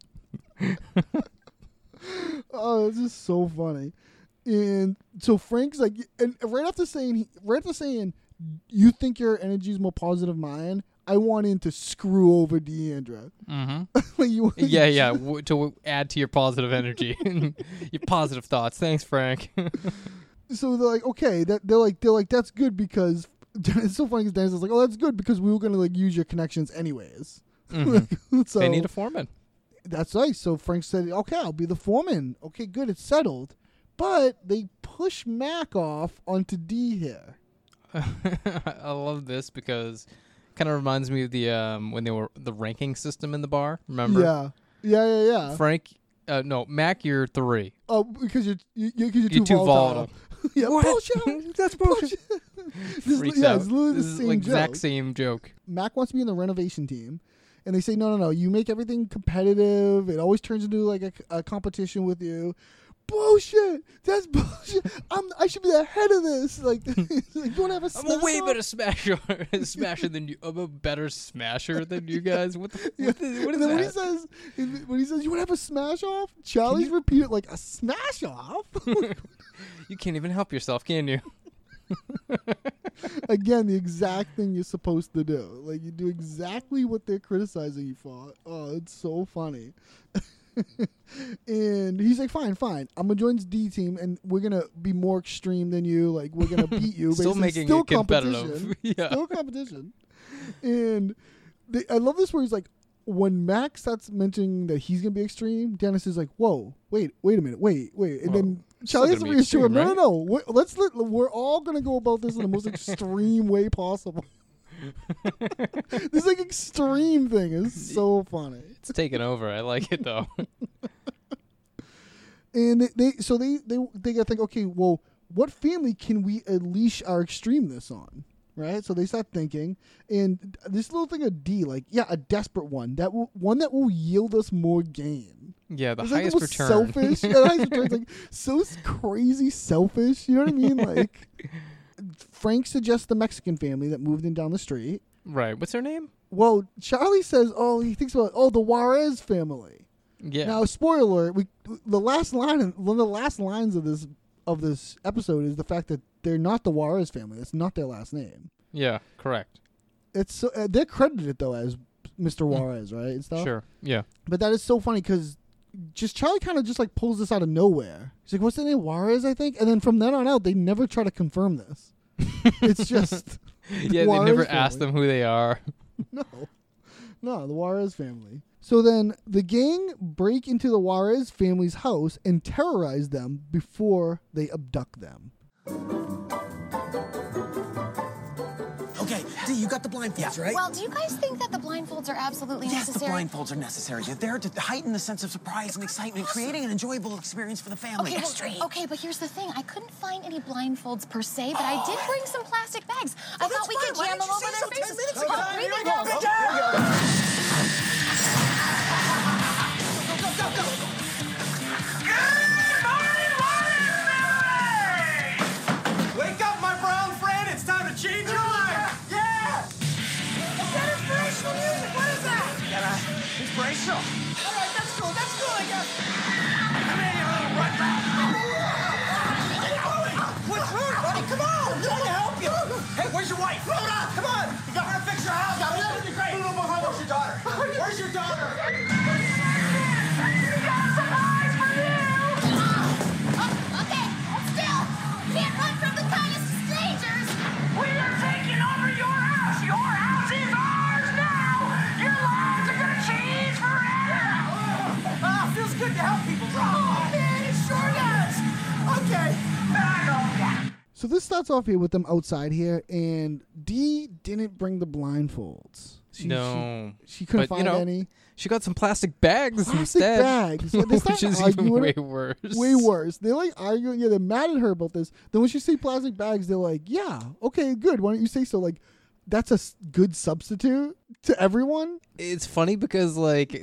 [SPEAKER 5] Oh, this is so funny. And so Frank's like, and right after saying, right after saying, you think your energy is more positive than mine. I want in to screw over Deandra.
[SPEAKER 1] <laughs>
[SPEAKER 5] Mm-hmm. <laughs> like you,
[SPEAKER 1] Yeah, yeah. W- to add to your positive energy, <laughs> your positive thoughts. Thanks, Frank.
[SPEAKER 5] So they're like, okay, that they're like, they're like, that's good because <laughs> it's so funny because Dennis is like, oh, that's good because we were gonna like use your connections anyways. <laughs>
[SPEAKER 1] <laughs>
[SPEAKER 5] so
[SPEAKER 1] Mm-hmm. they need a foreman.
[SPEAKER 5] that's right. So Frank said, okay, I'll be the foreman. Okay, good, it's settled. But they push Mac off onto D here.
[SPEAKER 1] <laughs> I love this because it kind of reminds me of the um, when they were the ranking system in the bar. Remember?
[SPEAKER 5] Yeah, yeah, yeah, yeah.
[SPEAKER 1] Frank Uh, no, Mac, you're three.
[SPEAKER 5] Oh, because you're you, you, 'cause you're too,
[SPEAKER 1] You're too
[SPEAKER 5] volatile.
[SPEAKER 1] volatile.
[SPEAKER 5] <laughs> yeah,
[SPEAKER 1] What? <laughs>
[SPEAKER 5] bullshit.
[SPEAKER 1] That's bullshit.
[SPEAKER 5] <laughs> This is-
[SPEAKER 1] Freaks
[SPEAKER 5] yeah,
[SPEAKER 1] out.
[SPEAKER 5] it's literally
[SPEAKER 1] this
[SPEAKER 5] the
[SPEAKER 1] is
[SPEAKER 5] same
[SPEAKER 1] like exact
[SPEAKER 5] joke.
[SPEAKER 1] same joke.
[SPEAKER 5] Mac wants to be in the renovation team, and they say, no, no, no, you make everything competitive. It always turns into like a, a competition with you. Bullshit. That's bullshit. I'm I should be the head of this. Like, <laughs> like you want to
[SPEAKER 1] I'm
[SPEAKER 5] have a
[SPEAKER 1] a
[SPEAKER 5] snack
[SPEAKER 1] way
[SPEAKER 5] on?
[SPEAKER 1] better smasher, <laughs> smasher than you. I'm a better smasher than you guys. What
[SPEAKER 5] <laughs>
[SPEAKER 1] the? What, is, what is
[SPEAKER 5] And then
[SPEAKER 1] that?
[SPEAKER 5] when he says, when he says, you want to have a smash off? Charlie's repeated like a smash off.
[SPEAKER 1] you can't even help yourself, can you?
[SPEAKER 5] Again, the exact thing you're supposed to do. Like you do exactly what they're criticizing you for. Oh, it's so funny. <laughs> and he's like, fine, fine. I'm gonna join this D team, and we're gonna be more extreme than you. Like we're gonna beat
[SPEAKER 1] <laughs>
[SPEAKER 5] you.
[SPEAKER 1] Still
[SPEAKER 5] basically.
[SPEAKER 1] making
[SPEAKER 5] still
[SPEAKER 1] it competitive.
[SPEAKER 5] competition.
[SPEAKER 1] <laughs> Yeah.
[SPEAKER 5] Still competition. And they, I love this where he's like, when Max starts mentioning that he's gonna be extreme, Dennis is like, whoa, wait, wait a minute, wait, wait, and
[SPEAKER 1] Well,
[SPEAKER 5] then
[SPEAKER 1] it's still
[SPEAKER 5] Charlie has to
[SPEAKER 1] gonna be
[SPEAKER 5] reassure him,
[SPEAKER 1] extreme,
[SPEAKER 5] no, no, no. We're, let's let, we're all gonna go about this in the most extreme
[SPEAKER 1] <laughs>
[SPEAKER 5] way possible. <laughs> this like extreme thing is so funny.
[SPEAKER 1] It's taken over. I like it though. <laughs>
[SPEAKER 5] And they, they so they they they gotta think, okay, well, what family can we unleash our extremeness on? Right, so they start thinking, and this little thing of D, like yeah, a desperate one that will, one that will yield us more gain.
[SPEAKER 1] yeah, the
[SPEAKER 5] It's like the
[SPEAKER 1] highest
[SPEAKER 5] most
[SPEAKER 1] return.
[SPEAKER 5] Selfish. yeah, the highest return's like so s- crazy selfish. You know what I
[SPEAKER 1] <laughs>
[SPEAKER 5] mean? Like Frank suggests the Mexican family that moved in down the street.
[SPEAKER 1] <laughs> right. What's her name?
[SPEAKER 5] Well, Charlie says, oh, he thinks about oh the Juarez family.
[SPEAKER 1] Yeah.
[SPEAKER 5] Now, spoiler: we the last line, of- one of the last lines of this of this episode is the fact that they're not the Juarez family. That's not their last name.
[SPEAKER 1] yeah. Correct.
[SPEAKER 5] It's so, uh, they're credited though as Mr. Juarez, right? And stuff.
[SPEAKER 1] Mm. Sure.
[SPEAKER 5] <laughs>
[SPEAKER 1] Yeah.
[SPEAKER 5] But that is so funny because just Charlie kind of just like pulls this out of nowhere. He's like, "What's the name Juarez?" I think, and then from then on out, they never try to
[SPEAKER 1] <laughs>
[SPEAKER 5] confirm this. it's just
[SPEAKER 1] Yeah. They
[SPEAKER 5] Juarez
[SPEAKER 1] never ask
[SPEAKER 5] family.
[SPEAKER 1] them who they are.
[SPEAKER 5] <laughs> no, no, the Juarez family. So then the gang break into the Juarez family's house and terrorize them before they abduct them.
[SPEAKER 6] Okay, D, you got the blindfolds, right?
[SPEAKER 3] Well, do you guys think that the blindfolds are absolutely
[SPEAKER 6] yes,
[SPEAKER 3] necessary?
[SPEAKER 6] the blindfolds are necessary. They're there to heighten the sense of surprise and excitement, creating an enjoyable experience for the family.
[SPEAKER 3] Okay, well, okay, but here's the thing. I couldn't find any blindfolds per se, but I did bring some plastic bags. I thought we could
[SPEAKER 6] Oh. fine.
[SPEAKER 3] jam
[SPEAKER 6] Why didn't
[SPEAKER 3] them
[SPEAKER 6] you
[SPEAKER 3] over their
[SPEAKER 6] say so
[SPEAKER 3] faces.
[SPEAKER 6] 10 minutes
[SPEAKER 3] Oh,
[SPEAKER 6] ago?
[SPEAKER 3] breathing
[SPEAKER 6] Here we go.
[SPEAKER 3] holes.
[SPEAKER 2] Wake up, my brown friend. It's time to change your life. Yeah. Is that inspirational music? What is that? Yeah, inspirational. All right, that's cool. That's cool, I guess. Come here, you little rutback. What are you doing? What's wrong, buddy? Come on. I'm trying to help you. Hey, where's your wife? Rhoda, come on. You got her to fix your house. It's gonna be great. Where's your daughter? Where's your daughter?
[SPEAKER 7] Oh, okay, hold still. Can't run from the kindest of strangers. We are taking over your house. Your house is ours now. Your lives are gonna change forever.
[SPEAKER 2] Ah, feels good to help people.
[SPEAKER 7] Oh, man, it sure does. Okay. Back on that.
[SPEAKER 5] So this starts off here with them outside here, and Dee didn't bring the blindfolds. She,
[SPEAKER 1] No.
[SPEAKER 5] she, she couldn't
[SPEAKER 1] But, you
[SPEAKER 5] find
[SPEAKER 1] know,
[SPEAKER 5] any.
[SPEAKER 1] She got some plastic bags
[SPEAKER 5] Plastic
[SPEAKER 1] instead,
[SPEAKER 5] bags.
[SPEAKER 1] <laughs>
[SPEAKER 5] They
[SPEAKER 1] which
[SPEAKER 5] started
[SPEAKER 1] is even
[SPEAKER 5] arguing-
[SPEAKER 1] way worse.
[SPEAKER 5] Way worse. They're like arguing. Yeah, they're mad at her about this. Then when she say plastic bags, they're like, "Yeah, okay, good. Why don't you say so?" Like, that's a s- good substitute to everyone.
[SPEAKER 1] It's funny because like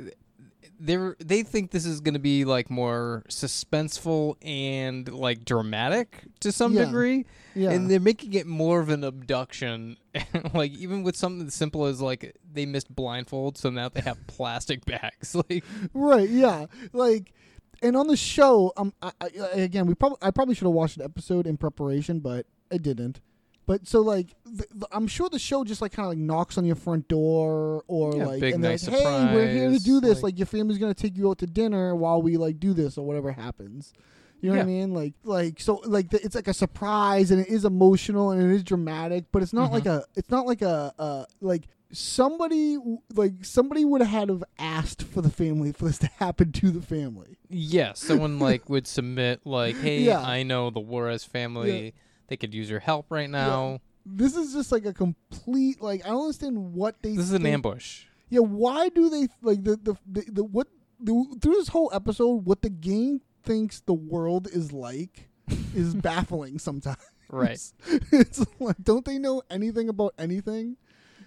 [SPEAKER 1] they're they think this is going to be like more suspenseful and like dramatic to some
[SPEAKER 5] Yeah.
[SPEAKER 1] degree,
[SPEAKER 5] Yeah.
[SPEAKER 1] and they're making it more of an abduction. <laughs> like even with something as simple as like they missed blindfolds, so now they have
[SPEAKER 5] <laughs>
[SPEAKER 1] plastic bags. <laughs> Like
[SPEAKER 5] Right? Yeah. Like, and on the show, um, I, I, again, we probably I probably should have watched an episode in preparation, but I didn't. But so like, th- th- I'm sure the show just like kind of like knocks on your front door or
[SPEAKER 1] Yeah,
[SPEAKER 5] like,
[SPEAKER 1] big,
[SPEAKER 5] and they're
[SPEAKER 1] nice
[SPEAKER 5] like, hey, we're here to
[SPEAKER 1] surprise,"
[SPEAKER 5] do this.
[SPEAKER 1] like-
[SPEAKER 5] Like, your family's gonna take you out to dinner while we like do this or whatever happens. You know what I
[SPEAKER 1] Yeah.
[SPEAKER 5] mean? Like, like so, like the, it's like a surprise, and it is emotional, and it is dramatic, but it's not
[SPEAKER 1] Mm-hmm.
[SPEAKER 5] like a, it's not like a, uh, like somebody, w- like somebody would have asked for the family for this to happen to the family.
[SPEAKER 1] yes, someone
[SPEAKER 5] <laughs>
[SPEAKER 1] like would submit like, hey,
[SPEAKER 5] Yeah.
[SPEAKER 1] I know the Juarez family. They could use your help right now.
[SPEAKER 5] This is just like a complete, like I don't understand what they.
[SPEAKER 1] This is an
[SPEAKER 5] think-
[SPEAKER 1] ambush.
[SPEAKER 5] Yeah, why do they like the the the, the what? through this whole episode, what the game thinks the world is like
[SPEAKER 1] <laughs>
[SPEAKER 5] is baffling sometimes.
[SPEAKER 1] Right.
[SPEAKER 5] <laughs> it's like, don't they know anything about anything?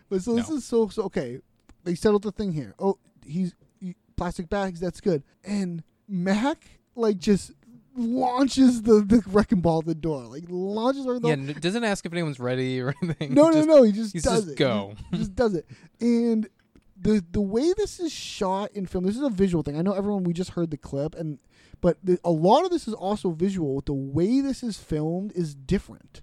[SPEAKER 5] But so this
[SPEAKER 1] No.
[SPEAKER 5] is so so okay. They settled the thing here. Oh, he's he, plastic bags. That's good. And Mac like just launches the, the wrecking ball at the door. Like launches her.
[SPEAKER 1] Yeah, n- doesn't ask if anyone's ready or <laughs> anything.
[SPEAKER 5] No,
[SPEAKER 1] Just-
[SPEAKER 5] no, no. He just
[SPEAKER 1] he's
[SPEAKER 5] does
[SPEAKER 1] just
[SPEAKER 5] it.
[SPEAKER 1] go.
[SPEAKER 5] He just does it. And the the way this is shot in film, this is a visual thing. I know everyone. We just heard the clip, and but the, a lot of this is also visual. The way this is filmed is different.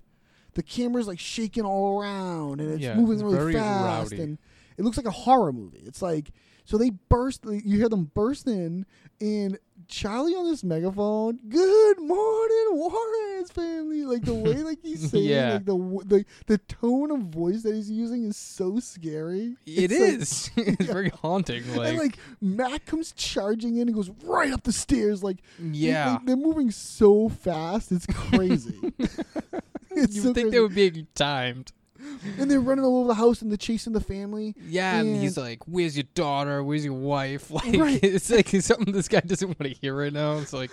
[SPEAKER 5] The camera's like shaking all around, and it's
[SPEAKER 1] Yeah,
[SPEAKER 5] moving
[SPEAKER 1] it's
[SPEAKER 5] really
[SPEAKER 1] very
[SPEAKER 5] fast,
[SPEAKER 1] rowdy.
[SPEAKER 5] and it looks like a horror movie. It's like so they burst. You hear them burst in, and Charlie on this megaphone. Good morning, Warren's family. Like the way like
[SPEAKER 1] <laughs>
[SPEAKER 5] he's saying,
[SPEAKER 1] Yeah.
[SPEAKER 5] like the w- the the tone of voice that he's using is so scary.
[SPEAKER 1] It
[SPEAKER 5] It's, like-
[SPEAKER 1] is. <laughs> it's very haunting. Like,
[SPEAKER 5] and like Mac comes charging in and goes right up the stairs. Like they- they-
[SPEAKER 1] Yeah.
[SPEAKER 5] they're moving so fast. It's crazy.
[SPEAKER 1] <laughs>
[SPEAKER 5] <laughs> it's
[SPEAKER 1] you
[SPEAKER 5] so
[SPEAKER 1] would think
[SPEAKER 5] crazy.
[SPEAKER 1] they would be timed.
[SPEAKER 5] and they're running all over the house and they're chasing the family.
[SPEAKER 1] Yeah, and, he's
[SPEAKER 5] And-
[SPEAKER 1] like, "Where's your daughter? Where's your wife?" <laughs> Like,
[SPEAKER 5] Right.
[SPEAKER 1] it's like something this guy doesn't want to hear right now. It's <laughs> like,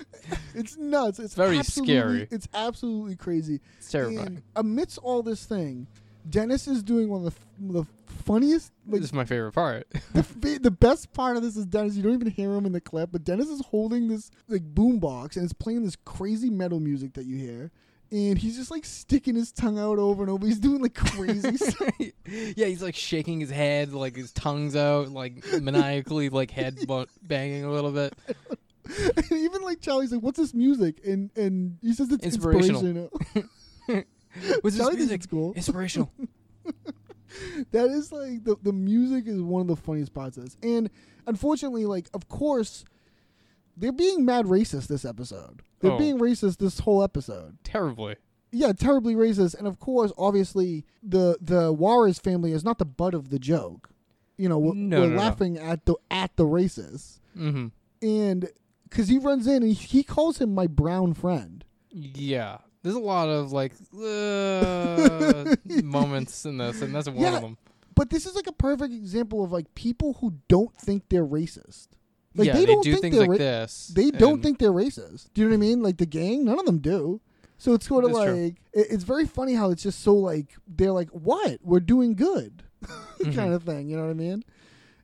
[SPEAKER 5] It's nuts. It's
[SPEAKER 1] Very
[SPEAKER 5] absolutely-
[SPEAKER 1] scary.
[SPEAKER 5] It's absolutely crazy.
[SPEAKER 1] It's terrifying.
[SPEAKER 5] And amidst all this thing, Dennis is doing one of the, f- the funniest. Like,
[SPEAKER 1] this is my favorite part. <laughs>
[SPEAKER 5] the, f- the best part of this is Dennis. You don't even hear him in the clip, but Dennis is holding this like boombox and it's playing this crazy metal music that you hear. And he's just like sticking his tongue out over and over. He's doing
[SPEAKER 1] <laughs>
[SPEAKER 5] like crazy stuff. <laughs>
[SPEAKER 1] yeah, he's like shaking his head, like his tongue's out, like maniacally, like head bu- banging a little <laughs> bit.
[SPEAKER 5] And even like Charlie's like, "What's this music?" And and he says it's
[SPEAKER 1] Inspirational.
[SPEAKER 5] inspirational.
[SPEAKER 1] Which is
[SPEAKER 5] Charlie thinks
[SPEAKER 1] music
[SPEAKER 5] it's cool.
[SPEAKER 1] inspirational.
[SPEAKER 5] that is like the the music is one of the funniest parts of this. And unfortunately, like of course, they're being mad racist this episode. They're
[SPEAKER 1] Oh.
[SPEAKER 5] being racist this whole episode.
[SPEAKER 1] <laughs> Terribly.
[SPEAKER 5] Yeah, terribly racist. And of course, obviously, the the Juarez family is not the butt of the joke. You know, we're,
[SPEAKER 1] No,
[SPEAKER 5] we're
[SPEAKER 1] no, no.
[SPEAKER 5] laughing at the at the racists,
[SPEAKER 1] Mm-hmm.
[SPEAKER 5] and because he runs in and he calls him my brown friend.
[SPEAKER 1] Yeah. There's a lot of like <laughs> uh, moments in this, and that's one
[SPEAKER 5] Yeah.
[SPEAKER 1] of them.
[SPEAKER 5] But this is like a perfect example of like people who don't think they're racist. Like
[SPEAKER 1] yeah,
[SPEAKER 5] they don't
[SPEAKER 1] do
[SPEAKER 5] think
[SPEAKER 1] things
[SPEAKER 5] they're
[SPEAKER 1] like
[SPEAKER 5] ra-
[SPEAKER 1] this.
[SPEAKER 5] They don't
[SPEAKER 1] and-
[SPEAKER 5] think they're racist. Do you know what I mean? Like the gang, none of them do. So it's sort of
[SPEAKER 1] That's
[SPEAKER 5] like
[SPEAKER 1] true.
[SPEAKER 5] it, it's very funny how it's just so like they're like, "What? We're doing good," <laughs>
[SPEAKER 1] Mm-hmm.
[SPEAKER 5] kind of thing. You know what I mean?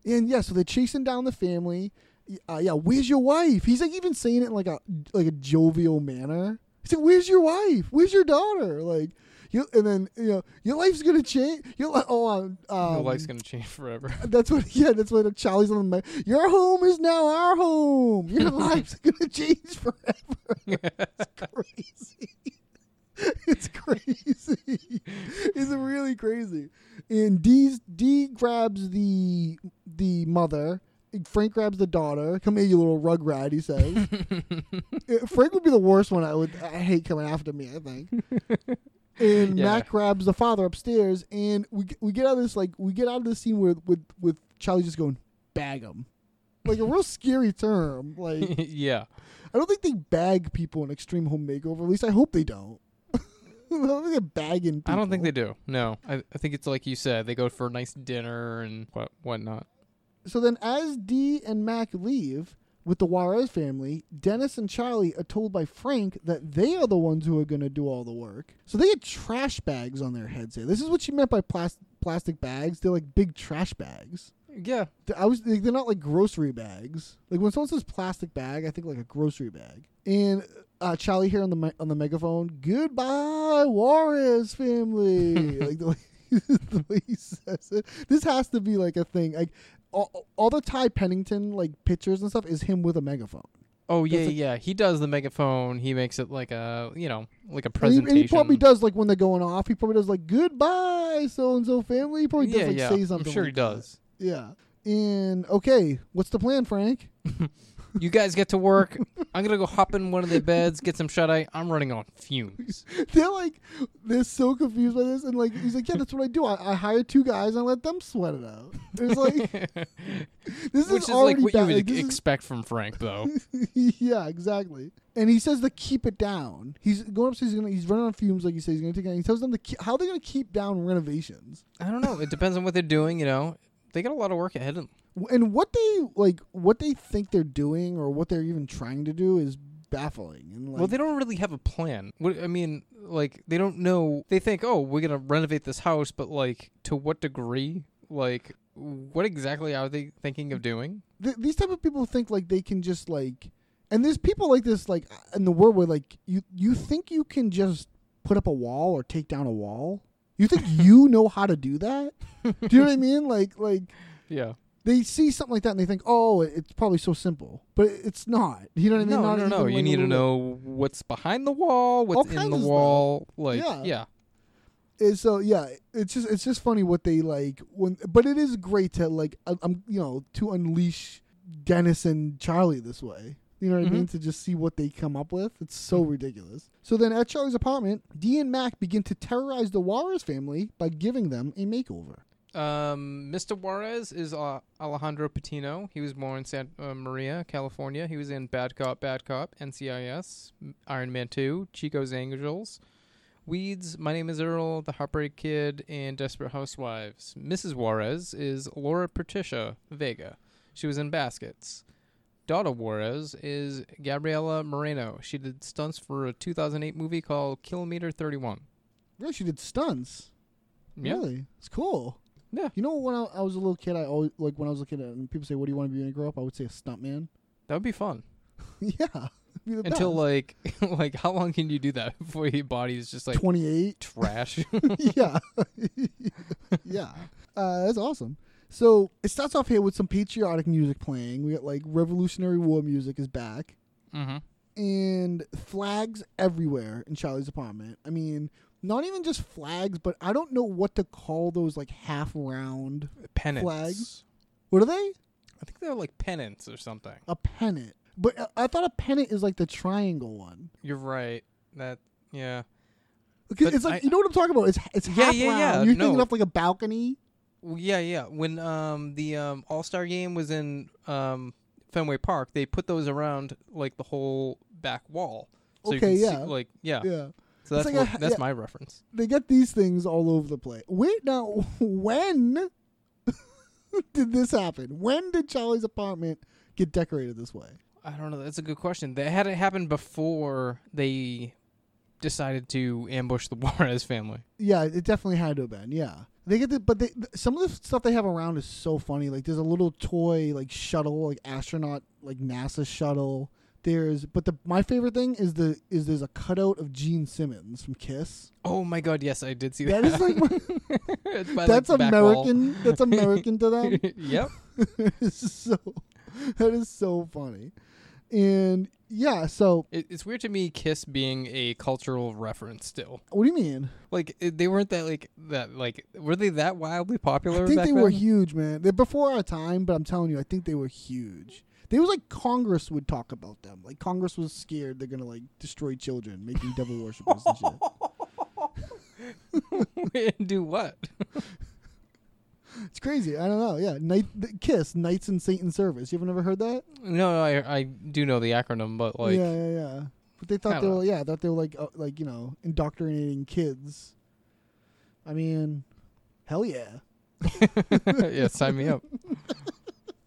[SPEAKER 5] And yeah, so they're chasing down the family. Y- Uh, yeah, where's your wife? He's like even saying it in like a like a jovial manner. He's like, "Where's your wife? Where's your daughter?" Like. You, and then you know your life's gonna change. Your li- oh, um,
[SPEAKER 1] your
[SPEAKER 5] um,
[SPEAKER 1] life's gonna change <laughs> forever.
[SPEAKER 5] <laughs> that's what. Yeah, that's what Charlie's on the. mic. Your home is now our home. Your life's gonna change forever. it's crazy. <laughs> It's crazy. It's really crazy. And D's, D grabs the the mother. Frank grabs the daughter. Come here, you little rugrat. He says. Uh, Frank would be the worst one. I would. I hate coming after me. I think. And
[SPEAKER 1] Yeah.
[SPEAKER 5] Mac grabs the father upstairs, and we g- we get out of this like we get out of this scene with with with Charlie just going bag him, like a real scary term. Like
[SPEAKER 1] yeah.
[SPEAKER 5] I don't think they bag people in Extreme Home Makeover. At least I hope they don't. <laughs> I don't think they're bagging. People.
[SPEAKER 1] I don't think they do. No, I, I think it's like you said. They go for a nice dinner and what whatnot.
[SPEAKER 5] So then, as Dee and Mac leave with the Juarez family, Dennis and Charlie are told by Frank that they are the ones who are going to do all the work. So they had trash bags on their heads here. This is what she meant by plas- plastic bags. They're like big trash bags.
[SPEAKER 1] Yeah,
[SPEAKER 5] Th- I was like, they're not like grocery bags. Like when someone says plastic bag, I think like a grocery bag. And uh, Charlie here on the mi- on the megaphone, goodbye
[SPEAKER 1] <laughs>
[SPEAKER 5] Juarez family. like the way, <laughs> the way he says it, this has to be like a thing. Like all, all the Ty Pennington like pictures and stuff is him with a megaphone.
[SPEAKER 1] Oh yeah,
[SPEAKER 5] like-
[SPEAKER 1] yeah. He does the megaphone. He makes it like a you know like a
[SPEAKER 5] And he,
[SPEAKER 1] presentation.
[SPEAKER 5] and he probably does like when they're going off. He probably does like goodbye so and so family. He probably does
[SPEAKER 1] yeah,
[SPEAKER 5] like
[SPEAKER 1] yeah.
[SPEAKER 5] say something.
[SPEAKER 1] I'm sure
[SPEAKER 5] like
[SPEAKER 1] he does.
[SPEAKER 5] that. Yeah. And okay, what's the plan, Frank?
[SPEAKER 1] You guys get to
[SPEAKER 5] <laughs>
[SPEAKER 1] work. I'm gonna go hop in one of their beds, get some shut eye. I'm running on fumes.
[SPEAKER 5] <laughs> they're like they're so confused by this and like he's like yeah that's what i do i, I hire two guys and I let them sweat it out
[SPEAKER 1] <laughs>
[SPEAKER 5] it's like this
[SPEAKER 1] Which
[SPEAKER 5] is
[SPEAKER 1] is
[SPEAKER 5] already
[SPEAKER 1] like what
[SPEAKER 5] bad.
[SPEAKER 1] you
[SPEAKER 5] Like,
[SPEAKER 1] would
[SPEAKER 5] this is-
[SPEAKER 1] expect from Frank,
[SPEAKER 5] <laughs>
[SPEAKER 1] though.
[SPEAKER 5] yeah exactly and he says to keep it down he's going upstairs he's, gonna, he's running on fumes like you say he's gonna take it he tells them to keep, how they're gonna keep down renovations
[SPEAKER 1] I don't know. It depends on what they're doing. You know, they got a lot of work ahead of them.
[SPEAKER 5] and what they like, what they think they're doing or what they're even trying to do is baffling. And like,
[SPEAKER 1] Well, they don't really have a plan. What, I mean, like they don't know. They think, oh, we're gonna renovate this house, but like to what degree? Like, what exactly are they thinking of doing?
[SPEAKER 5] th- these type of people think like they can just like and there's people like this like in the world where like you you think you can just put up a wall or take down a wall you
[SPEAKER 1] <laughs>
[SPEAKER 5] think you know how to do that do you know what i mean like like
[SPEAKER 1] Yeah.
[SPEAKER 5] they see something like that and they think oh it's probably so simple but it's not you know what i mean
[SPEAKER 1] No,
[SPEAKER 5] Not
[SPEAKER 1] no, no.
[SPEAKER 5] even,
[SPEAKER 1] You
[SPEAKER 5] like, a
[SPEAKER 1] need to
[SPEAKER 5] little
[SPEAKER 1] know
[SPEAKER 5] bit.
[SPEAKER 1] what's behind the wall,
[SPEAKER 5] All
[SPEAKER 1] what's in
[SPEAKER 5] kinds
[SPEAKER 1] the
[SPEAKER 5] of stuff.
[SPEAKER 1] wall. Like,
[SPEAKER 5] Yeah.
[SPEAKER 1] yeah.
[SPEAKER 5] And so yeah, it's just it's just funny what they like when, but it is great to like I, I'm you know to unleash Dennis and Charlie this way. You
[SPEAKER 1] Mm-hmm.
[SPEAKER 5] know what I mean? To just see what they come up with. It's so ridiculous. So then at Charlie's apartment, Dee and Mac begin to terrorize the Juarez family by giving them a makeover.
[SPEAKER 1] Um, Mr. Juarez is uh, Alejandro Patino. He was born in Santa uh, Maria, California. He was in Bad Cop, Bad Cop, NCIS, M- Iron Man 2, Chico's Angels, Weeds, My Name is Earl, The Heartbreak Kid, and Desperate Housewives. Mrs. Juarez is Laura Patricia Vega. She was in Baskets. Daughter Juarez is Gabriela Moreno. She did stunts for a 2008 movie called Kilometer 31.
[SPEAKER 5] Really, she did stunts.
[SPEAKER 1] Yeah.
[SPEAKER 5] Really, it's cool.
[SPEAKER 1] Yeah.
[SPEAKER 5] You know, when I, I was a little kid, I always like when I was looking at and people say, "What do you want to be when you grow up?" I would say a stuntman. <laughs>
[SPEAKER 1] That would be fun.
[SPEAKER 5] yeah, it'd be the
[SPEAKER 1] until uh,
[SPEAKER 5] best.
[SPEAKER 1] like <laughs> like how long can you do that <laughs> before your body is just like
[SPEAKER 5] 28.
[SPEAKER 1] <laughs>
[SPEAKER 5] <laughs>
[SPEAKER 1] trash
[SPEAKER 5] yeah. yeah. Uh, that's awesome. So it starts off here with some patriotic music playing. We got like Revolutionary War music is back.
[SPEAKER 1] Mhm.
[SPEAKER 5] And flags everywhere in Charlie's apartment. I mean, not even just flags, but I don't know what to call those like half round.
[SPEAKER 1] pennants
[SPEAKER 5] Flags? What are they?
[SPEAKER 1] i think they're like pennants or something
[SPEAKER 5] A pennant. But uh, I- I thought a pennant is like the triangle one.
[SPEAKER 1] you're right that yeah
[SPEAKER 5] Okay,
[SPEAKER 1] But
[SPEAKER 5] It's like
[SPEAKER 1] I-
[SPEAKER 5] you know what I'm talking about. It's it's
[SPEAKER 1] Yeah,
[SPEAKER 5] half
[SPEAKER 1] yeah,
[SPEAKER 5] round.
[SPEAKER 1] yeah,
[SPEAKER 5] You're
[SPEAKER 1] no.
[SPEAKER 5] thinking of like a balcony.
[SPEAKER 1] Well, yeah yeah when um the um all-star game was in um fenway park they put those around like the whole back wall so you
[SPEAKER 5] Okay,
[SPEAKER 1] can
[SPEAKER 5] yeah.
[SPEAKER 1] see, like yeah,
[SPEAKER 5] Yeah.
[SPEAKER 1] so
[SPEAKER 5] It's
[SPEAKER 1] that's
[SPEAKER 5] like
[SPEAKER 1] what,
[SPEAKER 5] a-
[SPEAKER 1] that's
[SPEAKER 5] yeah.
[SPEAKER 1] my reference
[SPEAKER 5] they get these things all over the place. Wait now, <laughs> when <laughs> did this happen? When did Charlie's apartment get decorated this way?
[SPEAKER 1] i don't know that's a good question that had it happened before they decided to ambush the <laughs> juarez family
[SPEAKER 5] Yeah, it definitely had to have been. Yeah, they get the but they th- some of the stuff they have around is so funny. Like there's a little toy like shuttle, like astronaut, like NASA shuttle. There's but the my favorite thing is the is there's a cutout of Gene Simmons from
[SPEAKER 1] <laughs>
[SPEAKER 5] Kiss.
[SPEAKER 1] Oh my god, yes, I did see that.
[SPEAKER 5] That is like my,
[SPEAKER 1] It's by, like,
[SPEAKER 5] <laughs> that's
[SPEAKER 1] the back wall.
[SPEAKER 5] American. That's American to them.
[SPEAKER 1] <laughs> yep.
[SPEAKER 5] <laughs> It's so that is so funny. And yeah, so
[SPEAKER 1] It, it's weird to me Kiss being a cultural reference still.
[SPEAKER 5] what do you mean?
[SPEAKER 1] Like it, they weren't that like that like were they that wildly popular
[SPEAKER 5] I think
[SPEAKER 1] back <laughs>
[SPEAKER 5] they were
[SPEAKER 1] then?
[SPEAKER 5] huge, man. They're before our time, but I'm telling you, I think they were huge. They was like Congress would talk about them. Like Congress was scared they're gonna like destroy children, making
[SPEAKER 1] <laughs>
[SPEAKER 5] devil worshippers and shit.
[SPEAKER 1] Do
[SPEAKER 5] <laughs>
[SPEAKER 1] what?
[SPEAKER 5] It's crazy. I don't know. Yeah, night the kiss knights in Satan service. You ever never heard that?
[SPEAKER 1] no, no, I I do know the acronym, but like
[SPEAKER 5] yeah, yeah, yeah. But they
[SPEAKER 1] I
[SPEAKER 5] thought they
[SPEAKER 1] don't
[SPEAKER 5] were yeah, I thought they were like uh, like you know indoctrinating kids. I mean, hell yeah.
[SPEAKER 1] <laughs> yeah. sign
[SPEAKER 5] <laughs>
[SPEAKER 1] me up.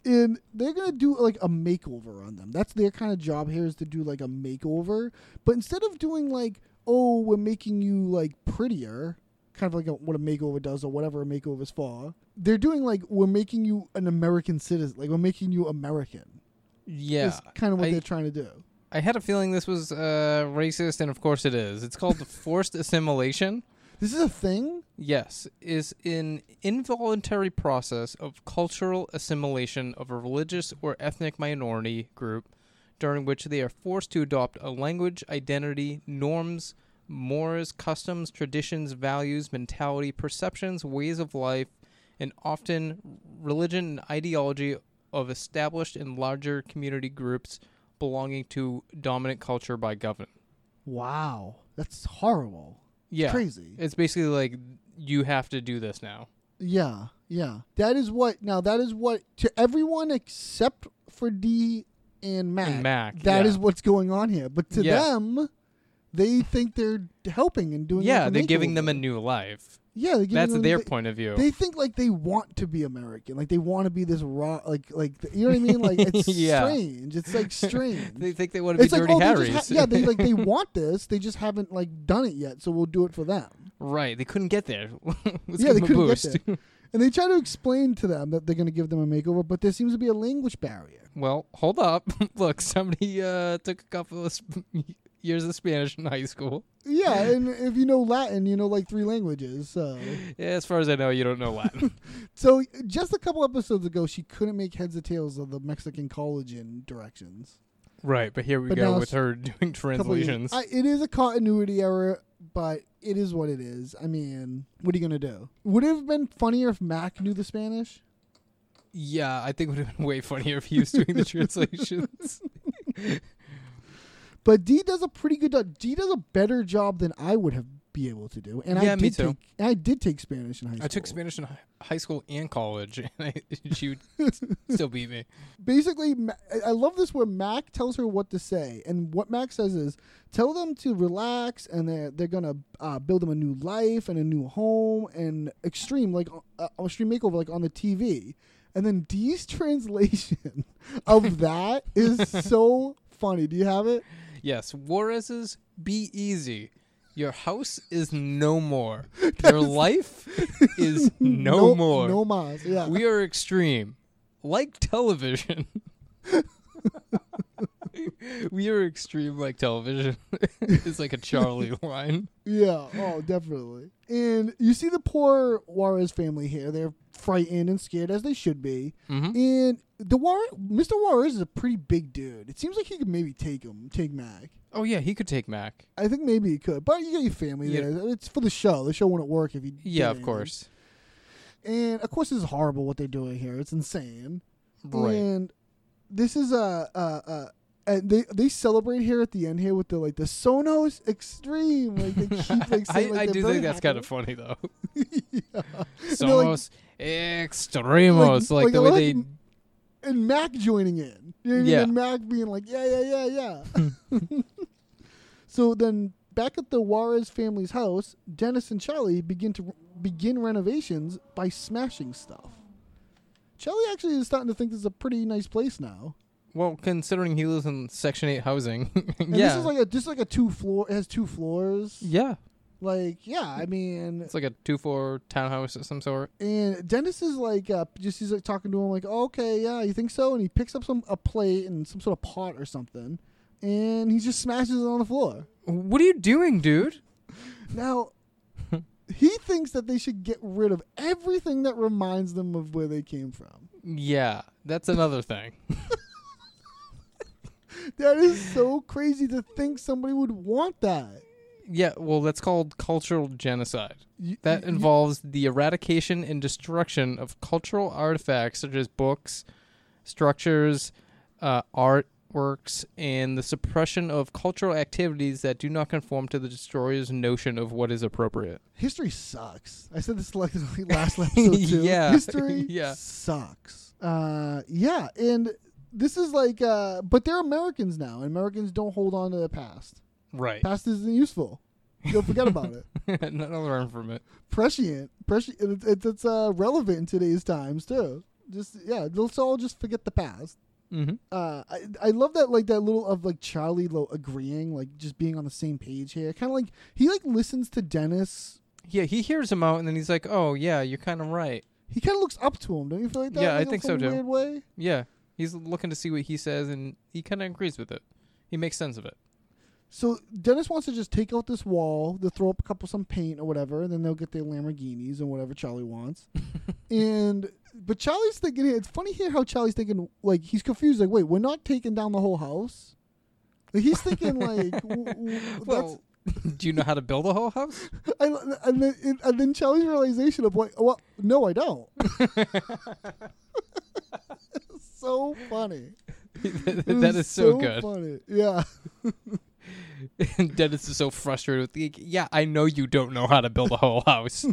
[SPEAKER 5] and they're gonna do like a makeover on them. That's their kind of job here is to do like a makeover, but instead of doing like oh we're making you like prettier, kind of like a, what a makeover does or whatever a makeover is for, they're doing like we're making you an American citizen, like we're making you American.
[SPEAKER 1] Yeah.
[SPEAKER 5] Is kind of what
[SPEAKER 1] I,
[SPEAKER 5] they're trying to do.
[SPEAKER 1] I had a feeling this was uh racist and of course it is. It's
[SPEAKER 5] <laughs>
[SPEAKER 1] called forced assimilation.
[SPEAKER 5] This is a thing.
[SPEAKER 1] Yes, is an involuntary process of cultural assimilation of a religious or ethnic minority group during which they are forced to adopt a language, identity, norms, mores, customs, traditions, values, mentality, perceptions, ways of life, and often religion and ideology of established and larger community groups belonging to dominant culture by government.
[SPEAKER 5] Wow, that's horrible.
[SPEAKER 1] Yeah.
[SPEAKER 5] crazy.
[SPEAKER 1] It's basically like you have to do this now.
[SPEAKER 5] Yeah, yeah. That is what now that is what to everyone except for D and Mac.
[SPEAKER 1] And Mac,
[SPEAKER 5] that
[SPEAKER 1] yeah.
[SPEAKER 5] is what's going on here. But to
[SPEAKER 1] Yeah.
[SPEAKER 5] them, They think they're helping and doing.
[SPEAKER 1] yeah,
[SPEAKER 5] like, a
[SPEAKER 1] they're giving
[SPEAKER 5] makeover.
[SPEAKER 1] them a new life.
[SPEAKER 5] Yeah, they're giving
[SPEAKER 1] That's
[SPEAKER 5] them-
[SPEAKER 1] their
[SPEAKER 5] they-
[SPEAKER 1] point of view.
[SPEAKER 5] They think like they want to be American, like they want to be this raw, like like you know what I mean. Like
[SPEAKER 1] <laughs>
[SPEAKER 5] it's
[SPEAKER 1] Yeah.
[SPEAKER 5] strange. It's like strange.
[SPEAKER 1] <laughs> They think they want to be
[SPEAKER 5] it's like
[SPEAKER 1] dirty
[SPEAKER 5] oh, they
[SPEAKER 1] Harrys.
[SPEAKER 5] just ha- yeah, they like they want this. They just haven't like done it yet, so we'll do it for them.
[SPEAKER 1] <laughs> right. They couldn't get there. <laughs> Let's
[SPEAKER 5] yeah,
[SPEAKER 1] give
[SPEAKER 5] they
[SPEAKER 1] them a
[SPEAKER 5] couldn't
[SPEAKER 1] boost. <laughs>
[SPEAKER 5] get there. And they try to explain to them that they're going to give them a makeover, but there seems to be a language barrier.
[SPEAKER 1] Well, hold up. <laughs> Look, somebody uh, took a couple of sp- <laughs> years of Spanish in high school.
[SPEAKER 5] Yeah, and if you know Latin, you know like three languages. So,
[SPEAKER 1] Yeah, as far as I know, you don't know
[SPEAKER 5] <laughs>
[SPEAKER 1] Latin. <laughs>
[SPEAKER 5] so just a couple episodes ago, she couldn't make heads or tails of the Mexican collagen directions.
[SPEAKER 1] right, but here we
[SPEAKER 5] But
[SPEAKER 1] go
[SPEAKER 5] now
[SPEAKER 1] with
[SPEAKER 5] it's-
[SPEAKER 1] her <laughs> doing
[SPEAKER 5] couple years.
[SPEAKER 1] translations.
[SPEAKER 5] I, it is a continuity error, but it is what it is. I mean, what are you gonna do? Would it have been funnier if Mac knew the Spanish?
[SPEAKER 1] yeah, I think it would have been way funnier if he was doing
[SPEAKER 5] <laughs>
[SPEAKER 1] the translations.
[SPEAKER 5] But D does a pretty good. do- D does a better job than I would have be able to do. And I
[SPEAKER 1] Yeah,
[SPEAKER 5] did
[SPEAKER 1] me too.
[SPEAKER 5] Take, and I did take Spanish in high school.
[SPEAKER 1] I took Spanish in hi- high school and college, <laughs> and I, she would
[SPEAKER 5] <laughs>
[SPEAKER 1] still beat me.
[SPEAKER 5] Basically, Ma- I- I love this where Mac tells her what to say, and what Mac says is, "Tell them to relax, and they're they're gonna uh, build them a new life and a new home and extreme like uh, extreme makeover like on the TV." And then Dee's <laughs> translation of that is so funny. Do you have it?
[SPEAKER 1] Yes, Juarez's be easy. Your house is no
[SPEAKER 5] <laughs>
[SPEAKER 1] more. Your life is no, more.
[SPEAKER 5] No mas. Yeah.
[SPEAKER 1] we are extreme, like television. <laughs> we are extreme like television. <laughs> it's like a
[SPEAKER 5] <laughs>
[SPEAKER 1] Charlie line.
[SPEAKER 5] Yeah, oh, definitely. And you see the poor Juarez family here. They're frightened and scared as they should be.
[SPEAKER 1] Mm-hmm.
[SPEAKER 5] And the War- Mr. Juarez is a pretty big dude. It seems like he could maybe take him, take Mac.
[SPEAKER 1] Oh yeah, he could take Mac.
[SPEAKER 5] I think maybe he could, but you got your family
[SPEAKER 1] Yeah.
[SPEAKER 5] there. It's for the show. The show wouldn't work if he. did
[SPEAKER 1] Yeah, of
[SPEAKER 5] anything.
[SPEAKER 1] course.
[SPEAKER 5] And of course, it's horrible what they're doing here. It's insane.
[SPEAKER 1] Right.
[SPEAKER 5] And this is a. a, a and they they celebrate here at the end here with the like the Sonos Extreme like they keep like saying
[SPEAKER 1] <laughs> I,
[SPEAKER 5] like,
[SPEAKER 1] I
[SPEAKER 5] they're
[SPEAKER 1] do
[SPEAKER 5] very
[SPEAKER 1] think that's
[SPEAKER 5] happy.
[SPEAKER 1] kind of funny
[SPEAKER 5] <laughs>
[SPEAKER 1] though.
[SPEAKER 5] they're like-
[SPEAKER 1] Somos extremos, like,
[SPEAKER 5] like,
[SPEAKER 1] the
[SPEAKER 5] I
[SPEAKER 1] way
[SPEAKER 5] like
[SPEAKER 1] they.
[SPEAKER 5] m- and Mac joining in. You know what I mean?
[SPEAKER 1] Yeah.
[SPEAKER 5] And Mac being like, yeah, yeah, yeah, yeah.
[SPEAKER 1] <laughs>
[SPEAKER 5] <laughs> so then back at the Juarez family's house, Dennis and Charlie begin to begin renovations by smashing stuff. Charlie actually is starting to think this is a pretty nice place now.
[SPEAKER 1] Well, considering he lives in Section Eight housing, <laughs>
[SPEAKER 5] And
[SPEAKER 1] yeah,
[SPEAKER 5] this is like a just like a two floor it has two floors.
[SPEAKER 1] yeah,
[SPEAKER 5] Like, yeah, I mean
[SPEAKER 1] it's like a two-four townhouse of some sort.
[SPEAKER 5] and Dennis is like uh, just he's like talking to him like oh, okay yeah you think so and he picks up some a plate and some sort of pot or something and he just smashes it on the floor
[SPEAKER 1] What are you doing, dude?
[SPEAKER 5] now he thinks that they should get rid of everything that reminds them of where they came from
[SPEAKER 1] Yeah, that's another thing.
[SPEAKER 5] that is so crazy to think somebody would want that
[SPEAKER 1] Yeah, well, that's called cultural genocide.
[SPEAKER 5] Y-
[SPEAKER 1] That
[SPEAKER 5] y-
[SPEAKER 1] involves the eradication and destruction of cultural artifacts such as books, structures, uh, artworks, and the suppression of cultural activities that do not conform to the destroyer's notion of what is appropriate.
[SPEAKER 5] history sucks. I said this like <laughs>
[SPEAKER 1] <laughs>
[SPEAKER 5] last episode too.
[SPEAKER 1] Yeah,
[SPEAKER 5] history
[SPEAKER 1] <laughs> yeah.
[SPEAKER 5] sucks. Uh, yeah, and this is like, uh, but they're Americans now, and Americans don't hold on to the past.
[SPEAKER 1] <laughs> Right.
[SPEAKER 5] Past isn't useful. You'll forget about
[SPEAKER 1] <laughs>
[SPEAKER 5] it.
[SPEAKER 1] Another learn from it.
[SPEAKER 5] Prescient, prescient. It's, it's, it's uh, relevant in today's times too. Just yeah, let's all just forget the past.
[SPEAKER 1] Mm-hmm.
[SPEAKER 5] Uh, I, I love that like that little of like Charlie Lowe agreeing, like just being on the same page here. Kind of like he like listens to Dennis.
[SPEAKER 1] Yeah, he hears him out and then he's like, oh, yeah, you're kind of right.
[SPEAKER 5] He kind of looks up to him, don't you feel like that?
[SPEAKER 1] Yeah, I
[SPEAKER 5] in
[SPEAKER 1] think
[SPEAKER 5] some
[SPEAKER 1] so, too.
[SPEAKER 5] Weird way.
[SPEAKER 1] Yeah, he's looking to see what he says and he kind of agrees with it. He makes sense of it.
[SPEAKER 5] So Dennis wants to just take out this wall, they'll throw up a couple some paint or whatever, and then they'll get their Lamborghinis and whatever Charlie wants.
[SPEAKER 1] <laughs>
[SPEAKER 5] and but Charlie's thinking it's funny here how Charlie's thinking like he's confused, like, wait, we're not taking down the whole house. Like, he's thinking like
[SPEAKER 1] <laughs>
[SPEAKER 5] w- w- that's
[SPEAKER 1] Well, <laughs> do you know how to build a whole house? <laughs>
[SPEAKER 5] I, lo- and, then, and- and then Charlie's realization of like, well, no,
[SPEAKER 1] <laughs>
[SPEAKER 5] I don't. <laughs> so funny. It
[SPEAKER 1] that
[SPEAKER 5] was
[SPEAKER 1] is so, good. <laughs>
[SPEAKER 5] Funny. Yeah.
[SPEAKER 1] And Dennis is so frustrated with the. Yeah, I know you don't know how to build a whole
[SPEAKER 5] <laughs>
[SPEAKER 1] house.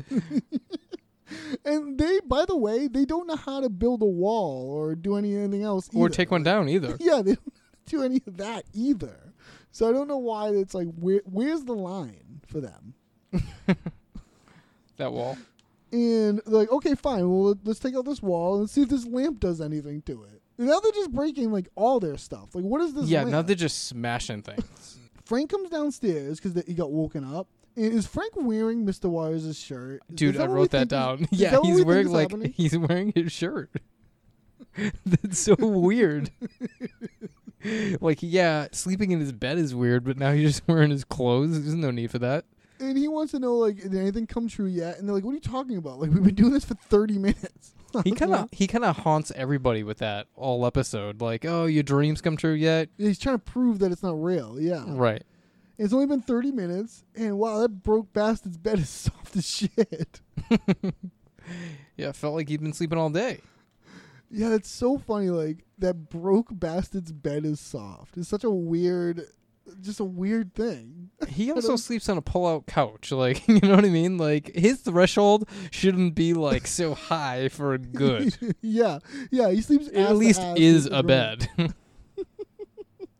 [SPEAKER 5] And they, by the way, they don't know how to build a wall or do anything else.
[SPEAKER 1] or
[SPEAKER 5] either. <laughs>
[SPEAKER 1] take one down either.
[SPEAKER 5] Yeah, they don't do any of that either. So I don't know why it's like where where's the line for them?
[SPEAKER 1] That wall.
[SPEAKER 5] And they're like, okay, fine. Well, let's take out this wall and see if this lamp does anything to it. And now they're just breaking like all their stuff. Like, what is this?
[SPEAKER 1] Yeah,
[SPEAKER 5] lamp?
[SPEAKER 1] now they're just smashing things.
[SPEAKER 5] Frank comes downstairs because he got woken up. And is Frank wearing Mr. Wires' shirt? Is-
[SPEAKER 1] Dude,
[SPEAKER 5] is that
[SPEAKER 1] I
[SPEAKER 5] what we
[SPEAKER 1] wrote that
[SPEAKER 5] think is-
[SPEAKER 1] down. <laughs>
[SPEAKER 5] is
[SPEAKER 1] yeah,
[SPEAKER 5] that what we
[SPEAKER 1] he's
[SPEAKER 5] think
[SPEAKER 1] wearing
[SPEAKER 5] is
[SPEAKER 1] like <laughs>
[SPEAKER 5] happening?
[SPEAKER 1] he's wearing his shirt. <laughs> That's so
[SPEAKER 5] <laughs>
[SPEAKER 1] weird. like, yeah, sleeping in his bed is weird, but now he's just <laughs> wearing his clothes. There's no need for that.
[SPEAKER 5] and he wants to know like did anything come true yet and they're like what are you talking about like we've been doing this for 30 <laughs> minutes
[SPEAKER 1] He kind of he kind of haunts everybody with that all episode. Like, oh, your dreams come true yet?
[SPEAKER 5] he's trying to prove that it's not real yeah
[SPEAKER 1] Right.
[SPEAKER 5] it's only been 30 minutes and wow that broke bastard's bed is <laughs> soft as shit
[SPEAKER 1] Yeah, it felt like he'd been sleeping all day.
[SPEAKER 5] yeah that's so funny like that broke bastard's bed is soft it's such a weird just a weird thing <laughs>
[SPEAKER 1] He also sleeps on a pull-out couch. Like, <laughs> you know what I mean? Like, his threshold shouldn't be like so high for
[SPEAKER 5] <laughs>
[SPEAKER 1] good.
[SPEAKER 5] yeah yeah he sleeps ass
[SPEAKER 1] It
[SPEAKER 5] to
[SPEAKER 1] at least
[SPEAKER 5] ass
[SPEAKER 1] is
[SPEAKER 5] with
[SPEAKER 1] a
[SPEAKER 5] Ron.
[SPEAKER 1] bed. <laughs>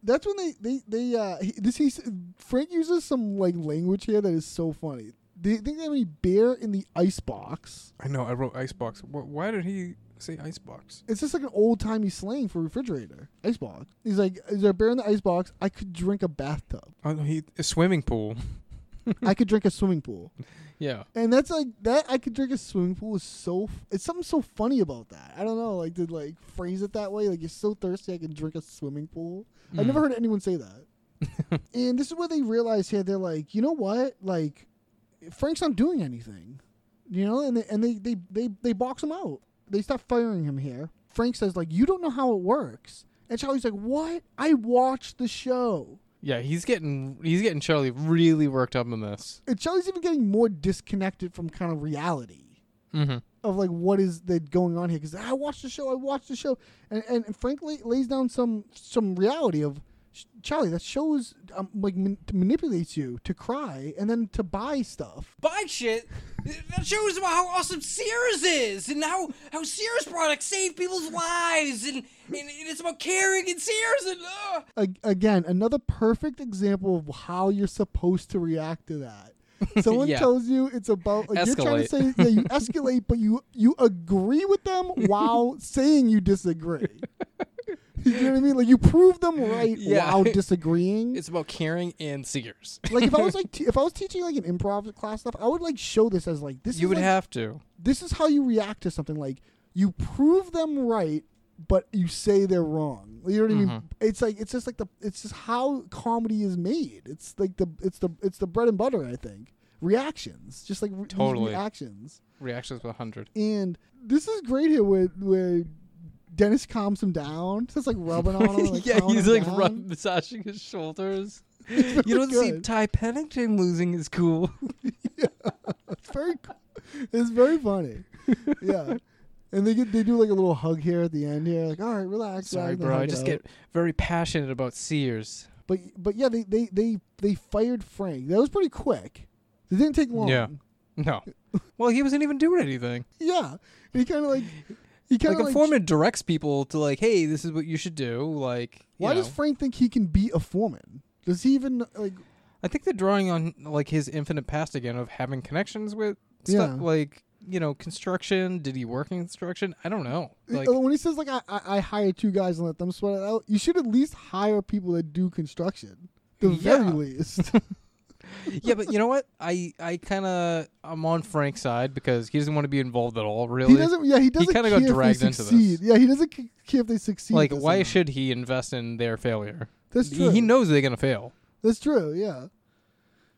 [SPEAKER 5] that's when they they they uh he, this he's Frank uses some like language here that is so funny. They think they have any beer in the ice box.
[SPEAKER 1] I know. I wrote icebox. Wh- Why did he say icebox?
[SPEAKER 5] It's just like an old timey slang for refrigerator ice box. He's like, is there beer in the ice box? I could drink a bathtub.
[SPEAKER 1] Oh, he a swimming pool. <laughs>
[SPEAKER 5] I could drink a swimming pool.
[SPEAKER 1] Yeah,
[SPEAKER 5] And that's like that. I could drink a swimming pool is so. F- it's something so funny about that. I don't know. Like to like phrase it that way. Like you're so thirsty, I can drink a swimming pool. I've never heard anyone say that. and this is where they realize here. They're like, you know what? Like, Frank's not doing anything. You know, and they and they they they, they box him out. They stop firing him here. Frank says like, you don't know how it works. And Charlie's like, what? I watched the show.
[SPEAKER 1] yeah. He's getting he's getting Charlie really worked up in this.
[SPEAKER 5] And Charlie's even getting more disconnected from kind of reality.
[SPEAKER 1] Mm-hmm.
[SPEAKER 5] of like what is that going on here because I watched the show, I watched the show, and and, and frankly lays down some some reality of "Sh- Charlie that show is um, like man- manipulates you to cry and then to buy stuff.
[SPEAKER 8] buy shit <laughs> that shows about how awesome Sears is and how, how Sears products save people's lives and, and, and it's about caring and Sears and uh,
[SPEAKER 5] A- again, another perfect example of how you're supposed to react to
[SPEAKER 8] <laughs>
[SPEAKER 5] that. Someone
[SPEAKER 1] Yeah.
[SPEAKER 5] tells you it's about like you're trying to say
[SPEAKER 1] Escalate.
[SPEAKER 5] yeah you escalate, but you you agree with
[SPEAKER 1] <laughs>
[SPEAKER 5] them while saying you disagree. You know what I mean? Like you prove them right
[SPEAKER 1] Yeah. <laughs>
[SPEAKER 5] while disagreeing.
[SPEAKER 1] It's about caring and <laughs> Sears.
[SPEAKER 5] like if I was like t- if I was teaching like an improv class stuff, I would like show this as like this.
[SPEAKER 1] you
[SPEAKER 5] is,
[SPEAKER 1] would
[SPEAKER 5] like-
[SPEAKER 1] have to.
[SPEAKER 5] this is how you react to something. Like you prove them right, but you say they're wrong. You know what
[SPEAKER 1] Mm-hmm.
[SPEAKER 5] I mean? It's like it's just like the it's just how comedy is made. It's like the it's the it's the bread and butter. I think reactions, just like re- these
[SPEAKER 1] Totally.
[SPEAKER 5] reactions.
[SPEAKER 1] Reactions with hundred.
[SPEAKER 5] And this is great here where where Dennis calms him down. Just like rubbing
[SPEAKER 1] <laughs>
[SPEAKER 5] on him. Oh, Like
[SPEAKER 1] yeah,
[SPEAKER 5] calming
[SPEAKER 1] he's
[SPEAKER 5] him
[SPEAKER 1] like
[SPEAKER 5] down.
[SPEAKER 1] rub- massaging his <laughs> shoulders. you don't see
[SPEAKER 5] good.
[SPEAKER 1] Ty Pennington losing his cool.
[SPEAKER 5] It's very, cool. it's
[SPEAKER 1] <laughs>
[SPEAKER 5] very funny. Yeah, and they get they do like a little hug here at the end here, like all right, relax.
[SPEAKER 1] Sorry,
[SPEAKER 5] relax," and
[SPEAKER 1] bro.
[SPEAKER 5] hug
[SPEAKER 1] I
[SPEAKER 5] it
[SPEAKER 1] just
[SPEAKER 5] out.
[SPEAKER 1] get very passionate about Sears.
[SPEAKER 5] But but yeah, they they they they fired Frank. That was pretty quick. It didn't take long.
[SPEAKER 1] Yeah. <laughs> No. well, he wasn't even doing anything.
[SPEAKER 5] Yeah. He kind of like he
[SPEAKER 1] Like
[SPEAKER 5] kind of
[SPEAKER 1] a
[SPEAKER 5] like.
[SPEAKER 1] foreman directs people to like, hey, this is what you should do. Like, you
[SPEAKER 5] why does
[SPEAKER 1] know.
[SPEAKER 5] Frank think he can be a foreman? Does he even like?
[SPEAKER 1] I think they're drawing on like his infinite past again of having connections with
[SPEAKER 5] Yeah.
[SPEAKER 1] stuff like you know construction. Did he work in construction? I don't know. Like
[SPEAKER 5] Uh, when he says like I, I I hire two guys and let them sweat it out, you should at least hire people that do construction. The very
[SPEAKER 1] Yeah.
[SPEAKER 5] least.
[SPEAKER 1] yeah, but you know what? I I kind of I'm on Frank's side because he doesn't want to be involved at all. Really,
[SPEAKER 5] <laughs> He doesn't. Yeah, he doesn't
[SPEAKER 1] kinda
[SPEAKER 5] care
[SPEAKER 1] got
[SPEAKER 5] if
[SPEAKER 1] dragged
[SPEAKER 5] they
[SPEAKER 1] into this.
[SPEAKER 5] succeed. Yeah, he doesn't c- care if they succeed.
[SPEAKER 1] Like,
[SPEAKER 5] does he
[SPEAKER 1] why
[SPEAKER 5] not?
[SPEAKER 1] should he invest in their failure?
[SPEAKER 5] That's
[SPEAKER 1] He-
[SPEAKER 5] true.
[SPEAKER 1] He knows they're gonna fail.
[SPEAKER 5] That's true. Yeah.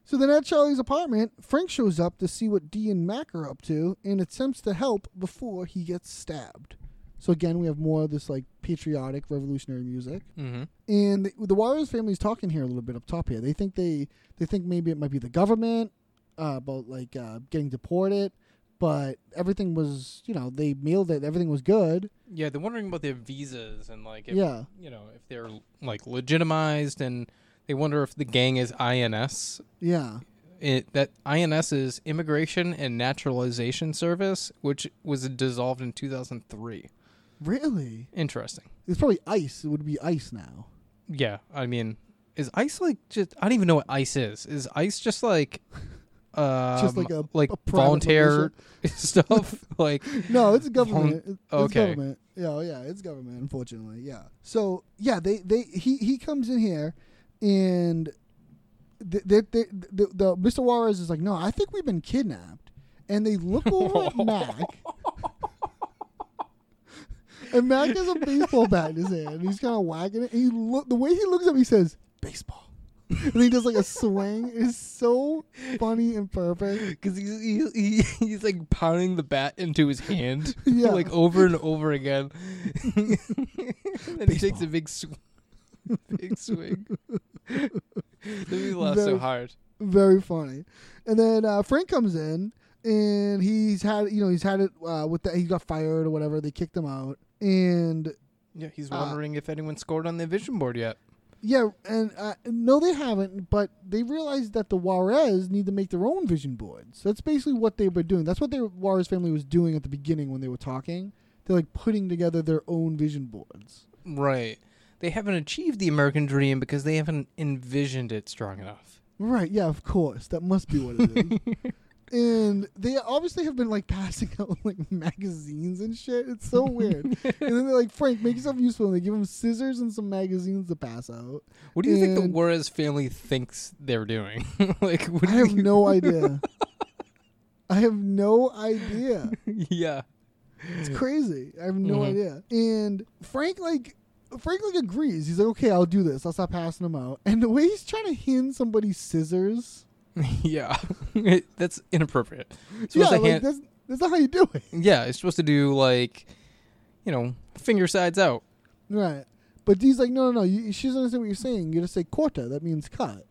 [SPEAKER 5] So then at Charlie's apartment, Frank shows up to see what Dee and Mac are up to and attempts to help before he gets stabbed. So again, we have more of this like patriotic, revolutionary music.
[SPEAKER 1] Mm-hmm.
[SPEAKER 5] And the, the Warriors family's talking here a little bit up top here. They think they they think maybe it might be the government uh, about like uh, getting deported, but everything was you know they mailed it. Everything was good.
[SPEAKER 1] Yeah, they're wondering about their visas and like, if,
[SPEAKER 5] Yeah.
[SPEAKER 1] you know, if they're like legitimized, and they wonder if the gang is INS.
[SPEAKER 5] Yeah.
[SPEAKER 1] It, that INS is Immigration and Naturalization Service, which was dissolved in 2003.
[SPEAKER 5] Really?
[SPEAKER 1] Interesting.
[SPEAKER 5] It's probably ice. It would be ice now.
[SPEAKER 1] Yeah, I mean, Is ice like just? I don't even know what ice is. Is ice just like, uh,
[SPEAKER 5] <laughs> Just like a-
[SPEAKER 1] like
[SPEAKER 5] a private <laughs>
[SPEAKER 1] volunteer stuff? like
[SPEAKER 5] No, it's government.
[SPEAKER 1] Hon-
[SPEAKER 5] It's
[SPEAKER 1] okay.
[SPEAKER 5] government. Yeah, oh, yeah, it's government. Unfortunately, yeah. So yeah, they they he he comes in here, and the the the, the, the Mr. Juarez is like, no, I think we've been kidnapped, and they look over at Mac. <laughs> And Mac has a baseball bat in his hand. And he's kind of wagging it. And he look the way he looks at me he says baseball, <laughs> and he does like a swing. It's so funny and perfect.
[SPEAKER 1] because he's, he's he- he's like pounding the bat into his hand,
[SPEAKER 5] <laughs> Yeah.
[SPEAKER 1] like over and over again. <laughs> and he takes a big, sw- <laughs> big
[SPEAKER 5] <laughs>
[SPEAKER 1] swing. That made me laugh so
[SPEAKER 5] Very-
[SPEAKER 1] hard.
[SPEAKER 5] very funny. And then uh, Frank comes in, and he's had you know he's had it uh, with that he got fired or whatever. They kicked him out, and
[SPEAKER 1] Yeah,
[SPEAKER 5] Uh,
[SPEAKER 1] he's wondering if anyone scored on their vision board yet.
[SPEAKER 5] yeah, and uh, no, they haven't. But they realized that the Juarez need to make their own vision boards. So that's basically what they were doing. That's what the Juarez family was doing at the beginning when they were talking. They're like putting together their own vision boards.
[SPEAKER 1] Right. They haven't achieved the American dream because they haven't envisioned it strong enough.
[SPEAKER 5] Right, yeah, of course. That must be what it
[SPEAKER 1] <laughs>
[SPEAKER 5] is. and they obviously have been like passing <laughs> out like magazines and shit. It's so weird. and then they're like, Frank, make yourself useful. And they give him scissors and some magazines to pass out.
[SPEAKER 1] What do you think the
[SPEAKER 5] And-
[SPEAKER 1] Juarez family thinks they're doing? <laughs> like, what do
[SPEAKER 5] I
[SPEAKER 1] <laughs>
[SPEAKER 5] have
[SPEAKER 1] you-
[SPEAKER 5] no idea. I have no idea.
[SPEAKER 1] yeah, <laughs> Mm-hmm.
[SPEAKER 5] It's crazy. I have no idea. And Frank like Frank like agrees. He's like, okay, I'll do this. I'll stop passing them out. And the way he's trying to hand somebody scissors.
[SPEAKER 1] yeah. <laughs> that's inappropriate. It's supposed
[SPEAKER 5] yeah,
[SPEAKER 1] to
[SPEAKER 5] like
[SPEAKER 1] hand-
[SPEAKER 5] that's that's not how you do it.
[SPEAKER 1] yeah, it's supposed to do like, you know, finger sides out.
[SPEAKER 5] Right. But Dee's like, no, no, no. You, she doesn't understand what you're saying. You just say corta. That means cut.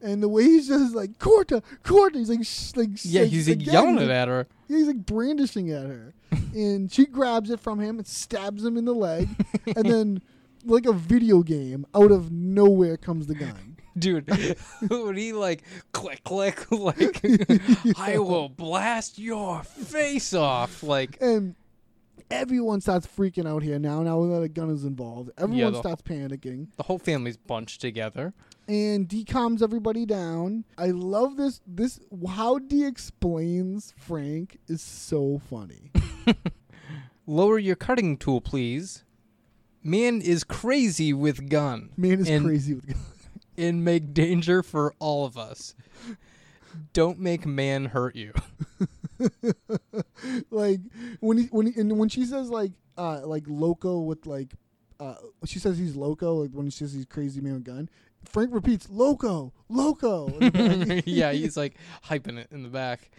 [SPEAKER 5] And the way he's just like corta, corta. He's like, sh- like
[SPEAKER 1] Yeah,
[SPEAKER 5] like,
[SPEAKER 1] he's
[SPEAKER 5] again,
[SPEAKER 1] like yelling
[SPEAKER 5] like-
[SPEAKER 1] it at her.
[SPEAKER 5] Yeah, he's like brandishing at
[SPEAKER 1] <laughs>
[SPEAKER 5] her, and she grabs it from him and stabs him in the leg, and then,
[SPEAKER 1] <laughs>
[SPEAKER 5] like a video game, out of nowhere comes the gun.
[SPEAKER 1] Dude, <laughs> when he like click click <laughs> like
[SPEAKER 5] <laughs>
[SPEAKER 1] I will blast your face off like
[SPEAKER 5] and everyone starts freaking out here now. Now that a gun is involved, everyone
[SPEAKER 1] the-
[SPEAKER 5] starts panicking.
[SPEAKER 1] the whole family's bunched together.
[SPEAKER 5] and D calms everybody down. I love this. This how D explains Frank is so funny. <laughs>
[SPEAKER 1] Lower your cutting tool, please. Man is crazy with gun.
[SPEAKER 5] Man is
[SPEAKER 1] and,
[SPEAKER 5] crazy <laughs> with
[SPEAKER 1] And make danger for all of us. Don't make man hurt you. <laughs>
[SPEAKER 5] like when he when he, and when she says like uh like loco with like uh she says he's loco like when she says he's crazy man with gun. Frank repeats loco loco. <laughs> in the back.
[SPEAKER 1] yeah, he's like hyping it in the back.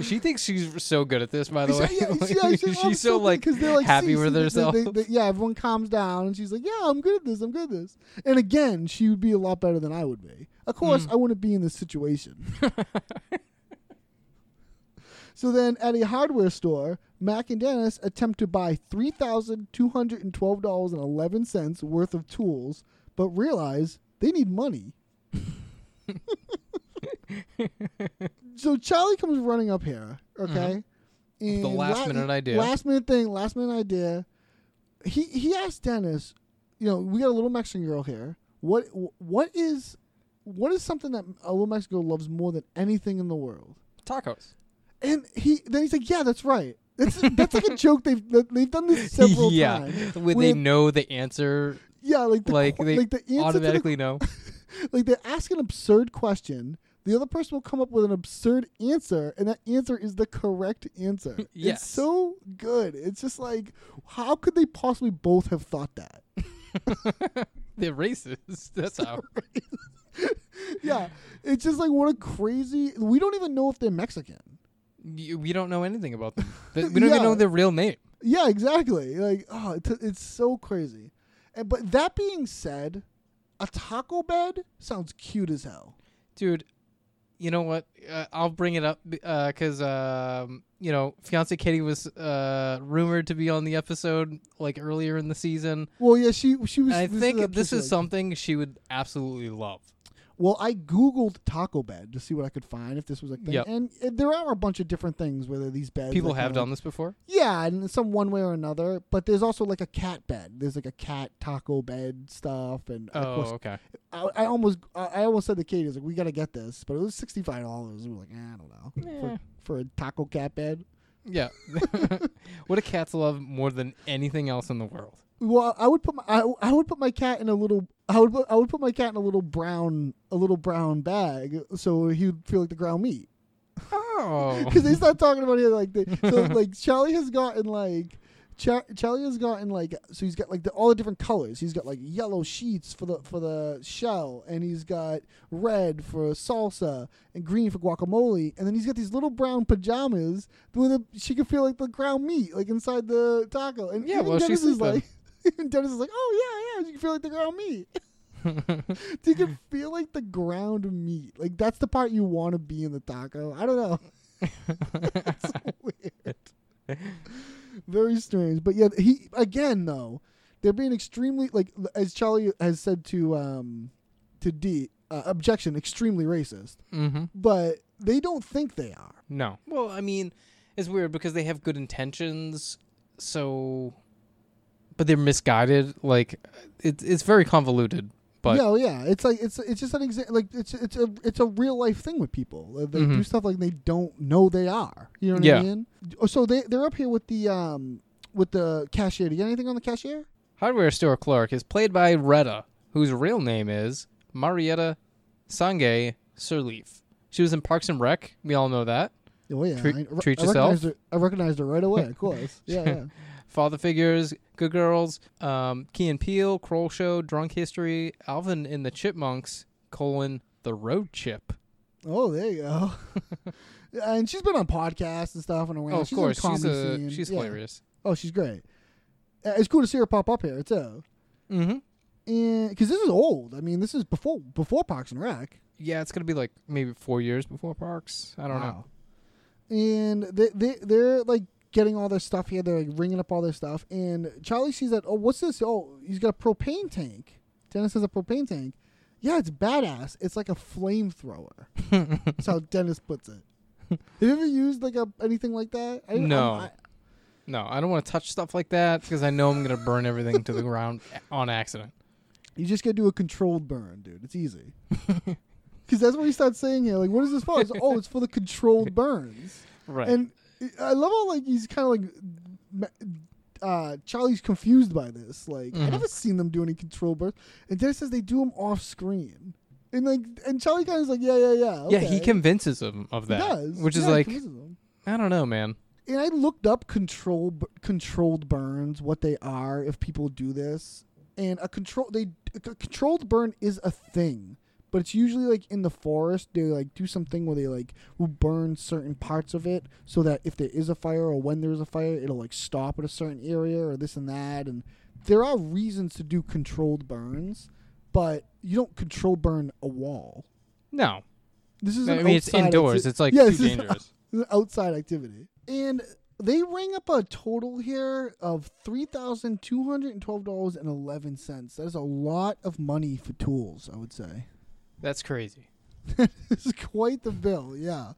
[SPEAKER 1] She thinks she's so good at this, by the way.
[SPEAKER 5] Yeah,
[SPEAKER 1] <laughs> Like,
[SPEAKER 5] yeah, yeah, she's,
[SPEAKER 1] she's so like,
[SPEAKER 5] because they're like
[SPEAKER 1] happy
[SPEAKER 5] see,
[SPEAKER 1] with
[SPEAKER 5] see, they-
[SPEAKER 1] herself.
[SPEAKER 5] they- they- yeah, everyone calms down, and she's like, "Yeah, I'm good at this. I'm good at this." And again, she would be a lot better than I would be. Of
[SPEAKER 1] Mm.
[SPEAKER 5] course, I wouldn't be in this situation. <laughs> so then, at a hardware store, Mac and Dennis attempt to buy three thousand two hundred and twelve dollars and eleven cents worth of tools, but realize they need money. so Charlie comes running up here, okay? And
[SPEAKER 1] Mm-hmm. last minute idea.
[SPEAKER 5] Last minute thing, last minute idea. He he asked Dennis, you know, we got a little Mexican girl here. What what is what is something that a little Mexican girl loves more than anything in the world?
[SPEAKER 1] Tacos.
[SPEAKER 5] And he then he's like, yeah, that's right. That's that's like
[SPEAKER 1] <laughs>
[SPEAKER 5] a joke. They've that- they've done this several
[SPEAKER 1] yeah,
[SPEAKER 5] times.
[SPEAKER 1] when they
[SPEAKER 5] Where-
[SPEAKER 1] know the answer,
[SPEAKER 5] yeah, like the,
[SPEAKER 1] like
[SPEAKER 5] qu-
[SPEAKER 1] they
[SPEAKER 5] like the answer
[SPEAKER 1] automatically
[SPEAKER 5] to
[SPEAKER 1] know. <laughs>
[SPEAKER 5] the, like they ask an absurd question. The other person will come up with an absurd answer, and that answer is the correct
[SPEAKER 1] <laughs>
[SPEAKER 5] answer.
[SPEAKER 1] Yes.
[SPEAKER 5] It's so good. It's just like, how could they possibly both have thought
[SPEAKER 1] <laughs>
[SPEAKER 5] that?
[SPEAKER 1] They're racist. <laughs> That's
[SPEAKER 5] <laughs>
[SPEAKER 1] how.
[SPEAKER 5] yeah, it's just like what a crazy. We don't even know if they're Mexican.
[SPEAKER 1] You, we don't know anything about
[SPEAKER 5] <laughs>
[SPEAKER 1] them. Th- We don't even
[SPEAKER 5] Yeah.
[SPEAKER 1] know their real name.
[SPEAKER 5] Yeah, exactly. Like, oh, it's, it's so crazy. And but that being said, a taco bed sounds cute as hell.
[SPEAKER 1] dude you know what uh, i'll bring it up because um, you know fiance katie was uh, rumored to be on the episode like earlier in the season
[SPEAKER 5] Well, yeah, she she was.
[SPEAKER 1] i
[SPEAKER 5] this
[SPEAKER 1] think
[SPEAKER 5] is
[SPEAKER 1] this is
[SPEAKER 5] episode-
[SPEAKER 1] something she would absolutely love
[SPEAKER 5] Well, I googled taco bed to see what I could find if this was a thing,
[SPEAKER 1] Yep.
[SPEAKER 5] and uh, there are a bunch of different things where there are these beds.
[SPEAKER 1] People
[SPEAKER 5] like, you
[SPEAKER 1] have
[SPEAKER 5] know,
[SPEAKER 1] done this before.
[SPEAKER 5] Yeah, in some one way or another. But there's also like a cat bed. There's like a cat taco bed stuff, and
[SPEAKER 1] Oh,
[SPEAKER 5] of course,
[SPEAKER 1] okay.
[SPEAKER 5] I, I almost I, I almost said to Katie, I was like, "We gotta get this," but it was sixty five dollars. We were like, eh, "I don't know for, for a taco cat bed."
[SPEAKER 1] Yeah. <laughs> what do cats love more than anything else in the world?
[SPEAKER 5] Well, I would put my I, I would put my cat in a little I would put, I would put my cat in a little brown a little brown bag so he would feel like the ground meat <laughs>
[SPEAKER 1] Oh.
[SPEAKER 5] because they start talking about it like the, so like Charlie has gotten like. Cha- Charlie has gotten like so he's got like the, all the different colors. He's got like yellow sheets for the for the shell, and he's got red for salsa and green for guacamole, and then he's got these little brown pajamas where the, she can feel like the ground meat like inside the taco. And
[SPEAKER 1] Yeah,
[SPEAKER 5] even
[SPEAKER 1] well, she's
[SPEAKER 5] Dennis is
[SPEAKER 1] sleeping.
[SPEAKER 5] like, <laughs> and Dennis is like, oh yeah, yeah, you can feel like the ground meat. <laughs>
[SPEAKER 1] <laughs>
[SPEAKER 5] you can feel like the ground meat. Like that's the part you want to be in the taco. I don't know. <laughs> It's so
[SPEAKER 1] <laughs>
[SPEAKER 5] weird. Very strange. But yeah, he again though, they're being extremely like as Charlie has said to um to D uh, objection, extremely racist.
[SPEAKER 1] mm-hmm.
[SPEAKER 5] But they don't think they are.
[SPEAKER 1] No. Well, I mean, it's weird because they have good intentions, so, but they're misguided. Like, it's it's very convoluted. But
[SPEAKER 5] no, yeah, it's like it's it's just an example. Like it's it's a it's a real life thing with people. Uh, They do stuff like they don't know they are. You know what
[SPEAKER 1] Mm-hmm. Yeah.
[SPEAKER 5] I mean? Oh, So they they're up here with the um with the cashier. Do you get anything on the cashier?
[SPEAKER 1] hardware store clerk is played by Retta, whose real name is Marietta Sange Sirleaf. She was in Parks and Rec. We all know that.
[SPEAKER 5] Oh yeah,
[SPEAKER 1] Treat-
[SPEAKER 5] I- I, re-
[SPEAKER 1] treat
[SPEAKER 5] I
[SPEAKER 1] yourself.
[SPEAKER 5] recognized her- I recognized her right away.
[SPEAKER 1] <laughs>
[SPEAKER 5] Of course. yeah, yeah.
[SPEAKER 1] Father Figures, Good Girls, um, Key and Peele, Kroll Show, Drunk History, Alvin and the Chipmunks, colon, The Road Chip.
[SPEAKER 5] Oh, there
[SPEAKER 1] <laughs>
[SPEAKER 5] you go. and she's been on podcasts and stuff and around.
[SPEAKER 1] Oh, of
[SPEAKER 5] she's in
[SPEAKER 1] course. She's,
[SPEAKER 5] comedy
[SPEAKER 1] a,
[SPEAKER 5] scene.
[SPEAKER 1] she's
[SPEAKER 5] Yeah.
[SPEAKER 1] hilarious.
[SPEAKER 5] Oh, she's great. Uh, It's cool to see her pop up here too.
[SPEAKER 1] Mhm.
[SPEAKER 5] And because this is old. I mean, this is before before Parks and Rec.
[SPEAKER 1] Yeah, it's going to be like maybe four years before Parks. I don't know.
[SPEAKER 5] And they they they're like getting all their stuff here. They're like ringing up all their stuff. And Charlie sees that. Oh, what's this? Oh, he's got a propane tank. Dennis has a propane tank. Yeah, it's badass. It's like a flamethrower. That's how Dennis puts it. Have you ever used like a anything like that? I,
[SPEAKER 1] No.
[SPEAKER 5] I,
[SPEAKER 1] No, I don't want to touch stuff like that because I know I'm going to burn everything to the ground <laughs> on accident.
[SPEAKER 5] you just gotta do a controlled burn, dude. It's easy. Because that's what he starts saying here. Like, what is this for? It's, oh, it's for the controlled burns.
[SPEAKER 1] Right.
[SPEAKER 5] And I love how like he's kind of like ma- uh, Charlie's confused by this. Like
[SPEAKER 1] Mm-hmm.
[SPEAKER 5] I never seen them do any control birth. And Dennis says they do them off screen. And like and Charlie kind of like yeah yeah yeah
[SPEAKER 1] Yeah, he
[SPEAKER 5] okay."
[SPEAKER 1] convinces him of
[SPEAKER 5] He
[SPEAKER 1] that.
[SPEAKER 5] does.
[SPEAKER 1] Which is
[SPEAKER 5] Yeah, he
[SPEAKER 1] like,
[SPEAKER 5] convinces them.
[SPEAKER 1] I don't know, man.
[SPEAKER 5] And I looked up control b- controlled burns, what they are, if people do this, and a control they a c- controlled burn is a thing, but it's usually like in the forest. They like do something where they like will burn certain parts of it, so that if there is a fire or when there is a fire, it'll like stop at a certain area or this and that. And there are reasons to do controlled burns, but you don't control burn a wall.
[SPEAKER 1] No.
[SPEAKER 5] This is
[SPEAKER 1] I
[SPEAKER 5] an
[SPEAKER 1] mean, it's
[SPEAKER 5] outside
[SPEAKER 1] indoors.
[SPEAKER 5] acti-
[SPEAKER 1] It's, like, too
[SPEAKER 5] this is-
[SPEAKER 1] dangerous.
[SPEAKER 5] <laughs> this is an outside activity, and they ring up a total here of three thousand two hundred and twelve dollars and eleven cents. That is a lot of money for tools. I would say <laughs>
[SPEAKER 1] That's crazy.
[SPEAKER 5] it's quite the bill.
[SPEAKER 1] <laughs>
[SPEAKER 5] Yeah,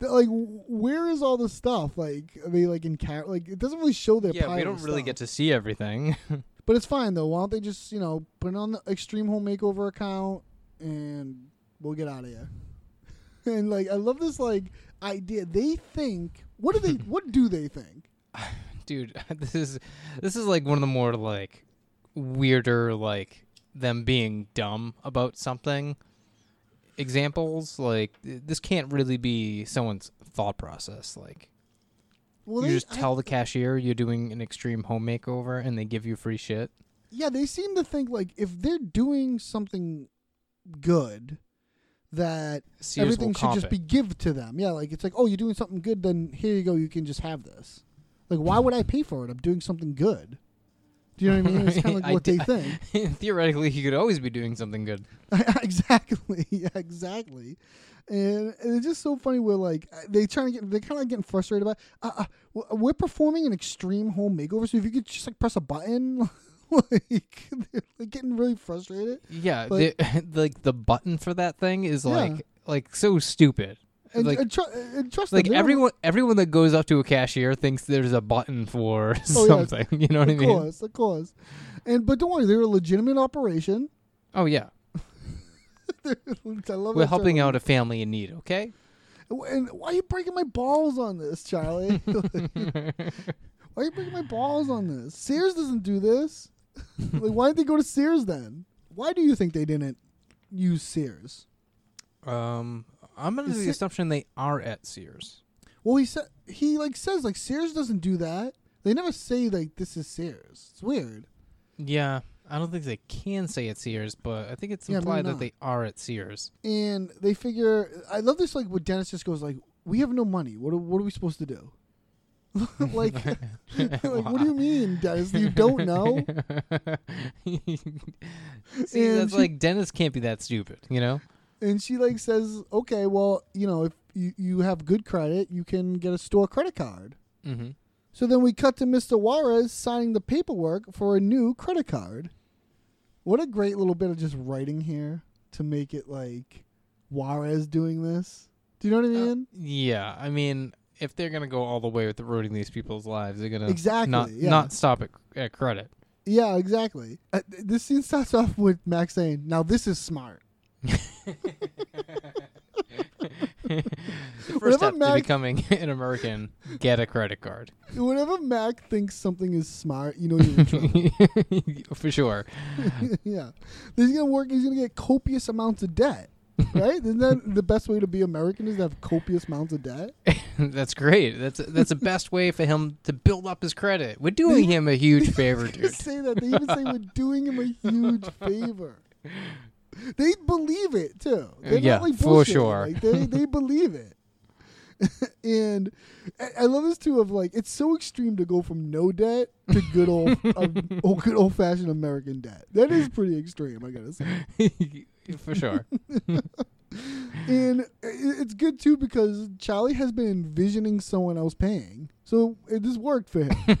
[SPEAKER 5] They're like w- where is all the stuff? Like are they like in car- like it doesn't really show their.
[SPEAKER 1] Yeah,
[SPEAKER 5] pile
[SPEAKER 1] we
[SPEAKER 5] of
[SPEAKER 1] don't really
[SPEAKER 5] stuff.
[SPEAKER 1] get to see everything. <laughs>
[SPEAKER 5] But it's fine though. Why don't they just you know put it on the Extreme Home Makeover account and we'll get out of here. <laughs> And like I love this like idea. They think
[SPEAKER 1] <laughs>
[SPEAKER 5] what do they what do they think?
[SPEAKER 1] dude <laughs> this is this is like one of the more like weirder like them being dumb about something examples like th- this can't really be someone's thought process like
[SPEAKER 5] Well,
[SPEAKER 1] you
[SPEAKER 5] they,
[SPEAKER 1] just
[SPEAKER 5] I-
[SPEAKER 1] tell the cashier you're doing an extreme home makeover and they give you free shit
[SPEAKER 5] yeah, they seem to think like if they're doing something good, that
[SPEAKER 1] Sears will
[SPEAKER 5] everything should
[SPEAKER 1] comp
[SPEAKER 5] just
[SPEAKER 1] it.
[SPEAKER 5] be give to them. Yeah, like it's like oh, you're doing something good, then here you go, you can just have this. Like why would I pay for it? I'm doing something good. Do you know what I mean? It's kind of
[SPEAKER 1] <laughs> I
[SPEAKER 5] like what
[SPEAKER 1] d-
[SPEAKER 5] they
[SPEAKER 1] <laughs>
[SPEAKER 5] think.
[SPEAKER 1] theoretically you could always be doing something good
[SPEAKER 5] <laughs> exactly, <laughs> yeah, exactly. And, and it's just so funny where like uh, they trying to get they're kind of like getting frustrated about uh, uh, w- we're performing an extreme home makeover. So if you could just like press a button, <laughs> like <laughs> they're like, getting really frustrated.
[SPEAKER 1] Yeah,
[SPEAKER 5] But-
[SPEAKER 1] the, <laughs> like the button for that thing is
[SPEAKER 5] Yeah.
[SPEAKER 1] like like so stupid.
[SPEAKER 5] And,
[SPEAKER 1] like
[SPEAKER 5] and, tru- uh, and trust them,
[SPEAKER 1] like
[SPEAKER 5] they don't-
[SPEAKER 1] everyone everyone that goes up to a cashier thinks there's a button for <laughs>
[SPEAKER 5] Oh, yeah.
[SPEAKER 1] something. You know what I
[SPEAKER 5] Of
[SPEAKER 1] mean?
[SPEAKER 5] course, of course. And but don't worry, they're a legitimate operation. <laughs>
[SPEAKER 1] Oh yeah,
[SPEAKER 5] I love
[SPEAKER 1] we're
[SPEAKER 5] that
[SPEAKER 1] helping
[SPEAKER 5] term.
[SPEAKER 1] out a family in need. Okay.
[SPEAKER 5] And why are you breaking my balls on this, Charlie? <laughs> why are you breaking my balls on this? Sears doesn't do this. <laughs> like, why did they go to Sears then? Why do you think they didn't use Sears?
[SPEAKER 1] Um, I'm under
[SPEAKER 5] Is
[SPEAKER 1] the
[SPEAKER 5] it-
[SPEAKER 1] assumption they are at Sears.
[SPEAKER 5] Well, he said he like says like Sears doesn't do that. They never say like this is Sears. It's weird.
[SPEAKER 1] Yeah, I don't think they can say it's Sears, but I think it's
[SPEAKER 5] Yeah, maybe
[SPEAKER 1] implied
[SPEAKER 5] not.
[SPEAKER 1] that they are at Sears.
[SPEAKER 5] And they figure I love this like what Dennis just goes like we have no money. What are, what are we supposed to do? <laughs> like, <laughs> like what do you mean, Dennis? You don't know?
[SPEAKER 1] <laughs> See,
[SPEAKER 5] And
[SPEAKER 1] that's
[SPEAKER 5] she-
[SPEAKER 1] like Dennis can't be that stupid, you know?
[SPEAKER 5] and she like says, "Okay, well, you know, if you, you have good credit, you can get a store credit card."
[SPEAKER 1] Mhm.
[SPEAKER 5] So then we cut to Mr. Juarez signing the paperwork for a new credit card. What a great little bit of just writing here to make it like Juarez doing this. Do you know what I mean?
[SPEAKER 1] Yeah, I mean, if they're gonna go all the way with ruining these people's lives, they're gonna
[SPEAKER 5] Exactly,
[SPEAKER 1] not
[SPEAKER 5] yeah.
[SPEAKER 1] not stop at, at credit.
[SPEAKER 5] yeah, exactly. Uh, th- this scene starts off with Max saying, "Now this is smart." <laughs>
[SPEAKER 1] The first step
[SPEAKER 5] Whatever Mac-
[SPEAKER 1] to becoming <laughs> an American, get a credit card <laughs>
[SPEAKER 5] Whenever Mac thinks something is smart, you know you're in trouble.
[SPEAKER 1] for sure. <laughs>
[SPEAKER 5] yeah. He's gonna work he's gonna get copious amounts
[SPEAKER 1] <laughs>
[SPEAKER 5] of debt. Right? Isn't that the best way to be American is to have copious amounts
[SPEAKER 1] <laughs>
[SPEAKER 5] of debt?
[SPEAKER 1] that's great. That's that's the best way for him to build up his credit. We're doing him a huge favor,
[SPEAKER 5] They
[SPEAKER 1] <laughs> dude.
[SPEAKER 5] say that. They even say we're doing him a huge favor. They believe it too. They're
[SPEAKER 1] Yeah,
[SPEAKER 5] not like
[SPEAKER 1] for
[SPEAKER 5] bullshitting.
[SPEAKER 1] sure.
[SPEAKER 5] Like, they
[SPEAKER 1] <laughs>
[SPEAKER 5] they believe it. <laughs> and I- I love this too of like it's so extreme to go from no debt to
[SPEAKER 1] <laughs>
[SPEAKER 5] good old um, oh, good old fashioned American debt. That is pretty extreme, I gotta say.
[SPEAKER 1] for sure.
[SPEAKER 5] And i- it's good too because Charlie has been envisioning someone else paying, so it just worked
[SPEAKER 1] <laughs>
[SPEAKER 5] for him.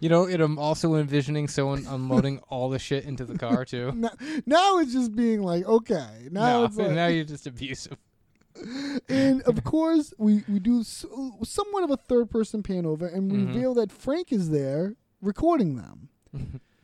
[SPEAKER 1] You know, and I'm also envisioning someone unloading all the shit into the car <laughs> too.
[SPEAKER 5] now, now it's just being like, okay, now
[SPEAKER 1] No,
[SPEAKER 5] it's like,
[SPEAKER 1] <laughs> now you're just abusive.
[SPEAKER 5] and of course we we do so, somewhat of a third person pan over and
[SPEAKER 1] Mm-hmm.
[SPEAKER 5] reveal that Frank is there recording them.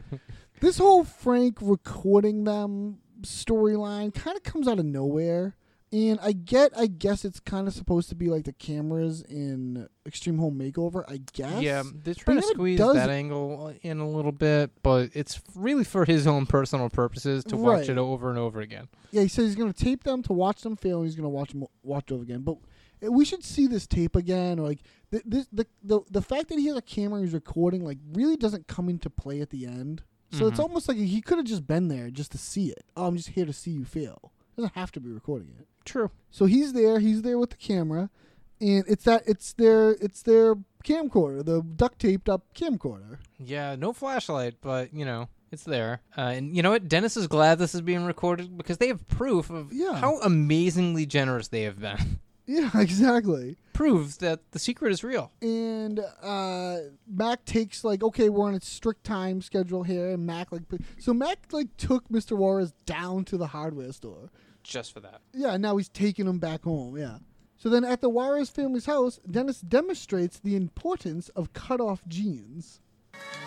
[SPEAKER 1] <laughs>
[SPEAKER 5] this whole Frank recording them storyline kind of comes out of nowhere. And I get, I guess it's kind of supposed to be like the cameras in Extreme Home Makeover. I guess.
[SPEAKER 1] Yeah, they're
[SPEAKER 5] But
[SPEAKER 1] trying
[SPEAKER 5] it
[SPEAKER 1] to
[SPEAKER 5] never
[SPEAKER 1] squeeze
[SPEAKER 5] does
[SPEAKER 1] that angle in a little bit, but it's really for his own personal purposes to watch
[SPEAKER 5] Right.
[SPEAKER 1] it over and over again.
[SPEAKER 5] Yeah, he says he's going to tape them to watch them fail, and he's going to watch them watch over again. But uh, we should see this tape again, or like th- this, the the the fact that he has a camera he's recording like really doesn't come into play at the end. So it's almost like he could have just been there just to see it. Oh, I'm just here to see you fail. Doesn't have to be recording it.
[SPEAKER 1] True.
[SPEAKER 5] So he's there. He's there with the camera, and it's that it's their it's their camcorder, the duct taped up camcorder. <laughs>
[SPEAKER 1] Yeah, no flashlight, but you know it's there. Uh, and you know what? Dennis is glad this is being recorded because they have proof of
[SPEAKER 5] Yeah.
[SPEAKER 1] how amazingly generous they have been. <laughs>
[SPEAKER 5] Yeah, exactly.
[SPEAKER 1] Proves that the secret is real.
[SPEAKER 5] and uh, Mac takes like okay, we're on a strict time schedule here, and Mac like p- so Mac like took Mr. Juarez down to the hardware store.
[SPEAKER 1] just for that.
[SPEAKER 5] Yeah, now he's taking him back home. Yeah. So then at the Juarez family's house, Dennis demonstrates the importance of cutoff jeans.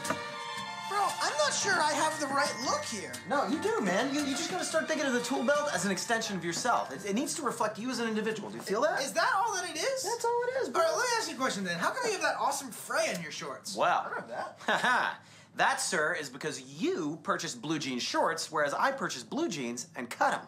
[SPEAKER 2] Bro, I'm not sure I have the right look here.
[SPEAKER 6] No, you do, man. You, you just gotta start thinking of the tool belt as an extension of yourself. It, it needs to reflect you as an individual. Do you feel that?
[SPEAKER 2] Is that all that it is?
[SPEAKER 6] That's all it is,
[SPEAKER 2] All
[SPEAKER 6] bro.
[SPEAKER 2] right, let me ask you a question then. How come you have that awesome fray on your shorts?
[SPEAKER 6] Well, <laughs>
[SPEAKER 2] I don't have that.
[SPEAKER 6] Haha. that, sir, is because you purchased blue jean shorts, whereas I purchased blue jeans and cut them.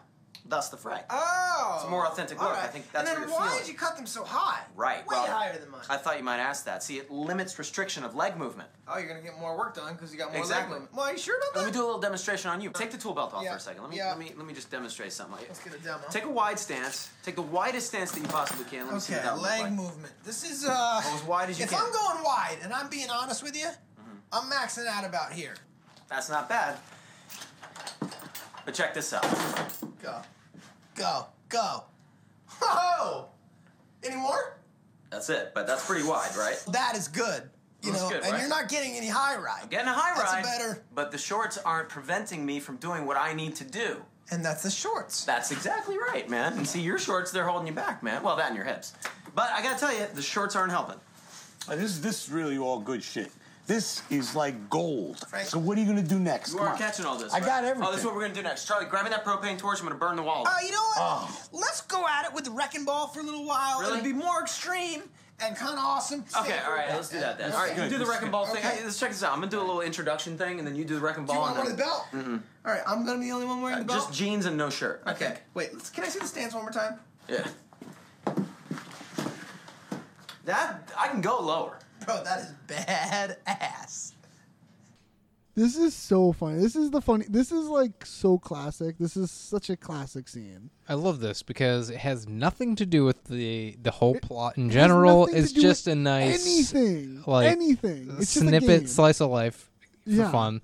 [SPEAKER 6] Thus the fray.
[SPEAKER 2] Oh.
[SPEAKER 6] It's a more authentic
[SPEAKER 2] All
[SPEAKER 6] look. I
[SPEAKER 2] right.
[SPEAKER 6] think that's
[SPEAKER 2] And
[SPEAKER 6] what
[SPEAKER 2] then
[SPEAKER 6] you're
[SPEAKER 2] why
[SPEAKER 6] feeling.
[SPEAKER 2] did you cut them so high?
[SPEAKER 6] right.
[SPEAKER 2] Way
[SPEAKER 6] well,
[SPEAKER 2] higher than mine.
[SPEAKER 6] I thought you might ask that. See, it limits restriction of leg movement.
[SPEAKER 2] oh, you're gonna get more work done because you got more
[SPEAKER 6] Exactly.
[SPEAKER 2] leg movement. Well, are you sure about that?
[SPEAKER 6] Let me do a little demonstration on you. Take the tool belt off
[SPEAKER 2] Yeah.
[SPEAKER 6] for a second. Let me
[SPEAKER 2] Yeah.
[SPEAKER 6] let me let me just demonstrate something.
[SPEAKER 2] Let's get a demo.
[SPEAKER 6] Take a wide stance. Take the widest stance that you possibly can. Let me see what
[SPEAKER 2] Okay,
[SPEAKER 6] that would look
[SPEAKER 2] leg
[SPEAKER 6] like.
[SPEAKER 2] movement. This is uh.
[SPEAKER 6] Go as wide as you
[SPEAKER 2] if
[SPEAKER 6] can. Mm-hmm.
[SPEAKER 2] I'm going wide and I'm being honest with you, I'm maxing out about here.
[SPEAKER 6] That's not bad. But check this out.
[SPEAKER 2] Go, go, go. <laughs> Ho! Any more?
[SPEAKER 6] That's it. But that's pretty wide, right?
[SPEAKER 2] That is good.
[SPEAKER 9] You
[SPEAKER 6] Looks
[SPEAKER 9] know,
[SPEAKER 6] good,
[SPEAKER 9] and
[SPEAKER 6] right?
[SPEAKER 9] you're not getting any high ride.
[SPEAKER 6] Getting a high
[SPEAKER 9] That's a
[SPEAKER 6] ride.
[SPEAKER 9] better-
[SPEAKER 6] But the shorts aren't preventing me from doing what I need to do.
[SPEAKER 9] and that's the shorts.
[SPEAKER 6] That's exactly right, man. And see, your shorts, they're holding you back, man. Well, that and your hips. But I gotta tell you, the shorts aren't helping.
[SPEAKER 4] Uh, This, this is really all good shit. This is like gold.
[SPEAKER 9] Frank.
[SPEAKER 4] So what are you gonna do next?
[SPEAKER 6] You
[SPEAKER 4] Come
[SPEAKER 6] are
[SPEAKER 4] on.
[SPEAKER 6] catching all this.
[SPEAKER 4] I
[SPEAKER 6] right?
[SPEAKER 4] got everything.
[SPEAKER 6] Oh, this is what we're gonna do next. Charlie, grab me that propane torch. I'm gonna burn the wall.
[SPEAKER 9] Uh, you know what?
[SPEAKER 4] Oh.
[SPEAKER 9] Let's go at it with the wrecking ball for a little while.
[SPEAKER 6] Really?
[SPEAKER 9] It'll be more extreme and kind of awesome.
[SPEAKER 6] Okay, all right, let's do that then. All right, you
[SPEAKER 4] good.
[SPEAKER 6] do the
[SPEAKER 4] This is
[SPEAKER 6] wrecking
[SPEAKER 4] good.
[SPEAKER 6] ball thing.
[SPEAKER 9] Okay.
[SPEAKER 6] Hey, let's check this out. I'm gonna do a little introduction thing, and then you do the wrecking
[SPEAKER 9] Do you
[SPEAKER 6] ball.
[SPEAKER 9] want
[SPEAKER 6] and
[SPEAKER 9] one
[SPEAKER 6] then- Mm-hmm. Uh,
[SPEAKER 9] with a belt? Mm-mm. All right, I'm gonna be the only one wearing the belt.
[SPEAKER 6] Just jeans and no shirt. I
[SPEAKER 9] okay.
[SPEAKER 6] think.
[SPEAKER 9] Wait, let's, can I see the stance one more time?
[SPEAKER 6] Yeah. That I can go lower.
[SPEAKER 9] Bro, that is bad ass.
[SPEAKER 5] This is so funny. This is the funny. This is like so classic. This is such a classic scene.
[SPEAKER 1] I love this because it has nothing to do with the the whole plot in
[SPEAKER 5] It has
[SPEAKER 1] general.
[SPEAKER 5] nothing to
[SPEAKER 1] It's
[SPEAKER 5] do with
[SPEAKER 1] just a nice
[SPEAKER 5] anything,
[SPEAKER 1] like
[SPEAKER 5] anything. It's just a
[SPEAKER 1] snippet
[SPEAKER 5] game.
[SPEAKER 1] slice of life for
[SPEAKER 5] Yeah.
[SPEAKER 1] fun.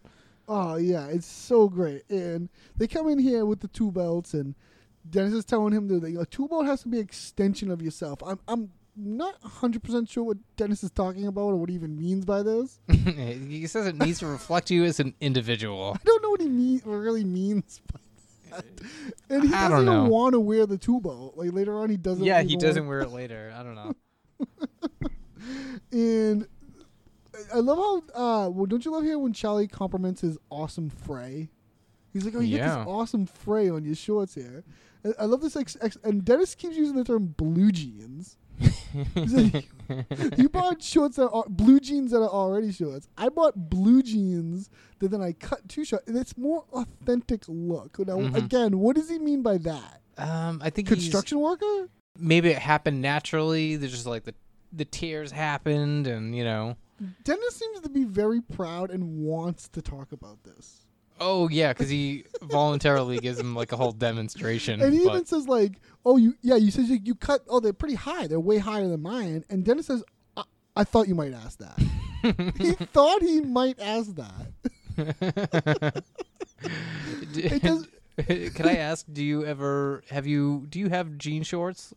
[SPEAKER 5] Oh yeah, it's so great. And they come in here with the two belts, and Dennis is telling him that a two belt has to be an extension of yourself. I'm I'm not 100 percent sure what Dennis is talking about or what he even means by this. <laughs> I
[SPEAKER 1] he says it needs to reflect you as an individual.
[SPEAKER 5] don't know what he mean what really means. By that.
[SPEAKER 1] <laughs>
[SPEAKER 5] And he
[SPEAKER 1] I
[SPEAKER 5] doesn't
[SPEAKER 1] don't know.
[SPEAKER 5] want to wear the two belt. Like later on, he doesn't.
[SPEAKER 1] Yeah, he
[SPEAKER 5] even
[SPEAKER 1] doesn't
[SPEAKER 5] wanna-
[SPEAKER 1] wear it later. I don't know.
[SPEAKER 5] And I- I love how uh well don't you love here when Charlie compliments his awesome fray? He's like, Oh, you get
[SPEAKER 1] Yeah.
[SPEAKER 5] this awesome fray on your shorts here. I- I love this ex- ex- and Dennis keeps using the term blue jeans. He's like, you bought shorts that are blue jeans that are already shorts. I bought blue jeans that then I cut two short and it's more authentic look. Now again, what does he mean by that?
[SPEAKER 1] Um, I think he's-
[SPEAKER 5] Construction worker?
[SPEAKER 1] maybe it happened naturally. There's just like the the tears happened, and you know.
[SPEAKER 5] Dennis seems to be very proud and wants to talk about this.
[SPEAKER 1] Oh yeah, because
[SPEAKER 5] <laughs>
[SPEAKER 1] he voluntarily gives him like a whole demonstration.
[SPEAKER 5] And he
[SPEAKER 1] Mm, but-
[SPEAKER 5] even says like, "Oh, you yeah, you said you, you cut. Oh, they're pretty high. They're way higher than mine." And Dennis says, "I, I thought you might ask that." he thought he might ask that. it does-
[SPEAKER 1] <laughs> Can I ask? Do you ever have you? Do you have jean shorts?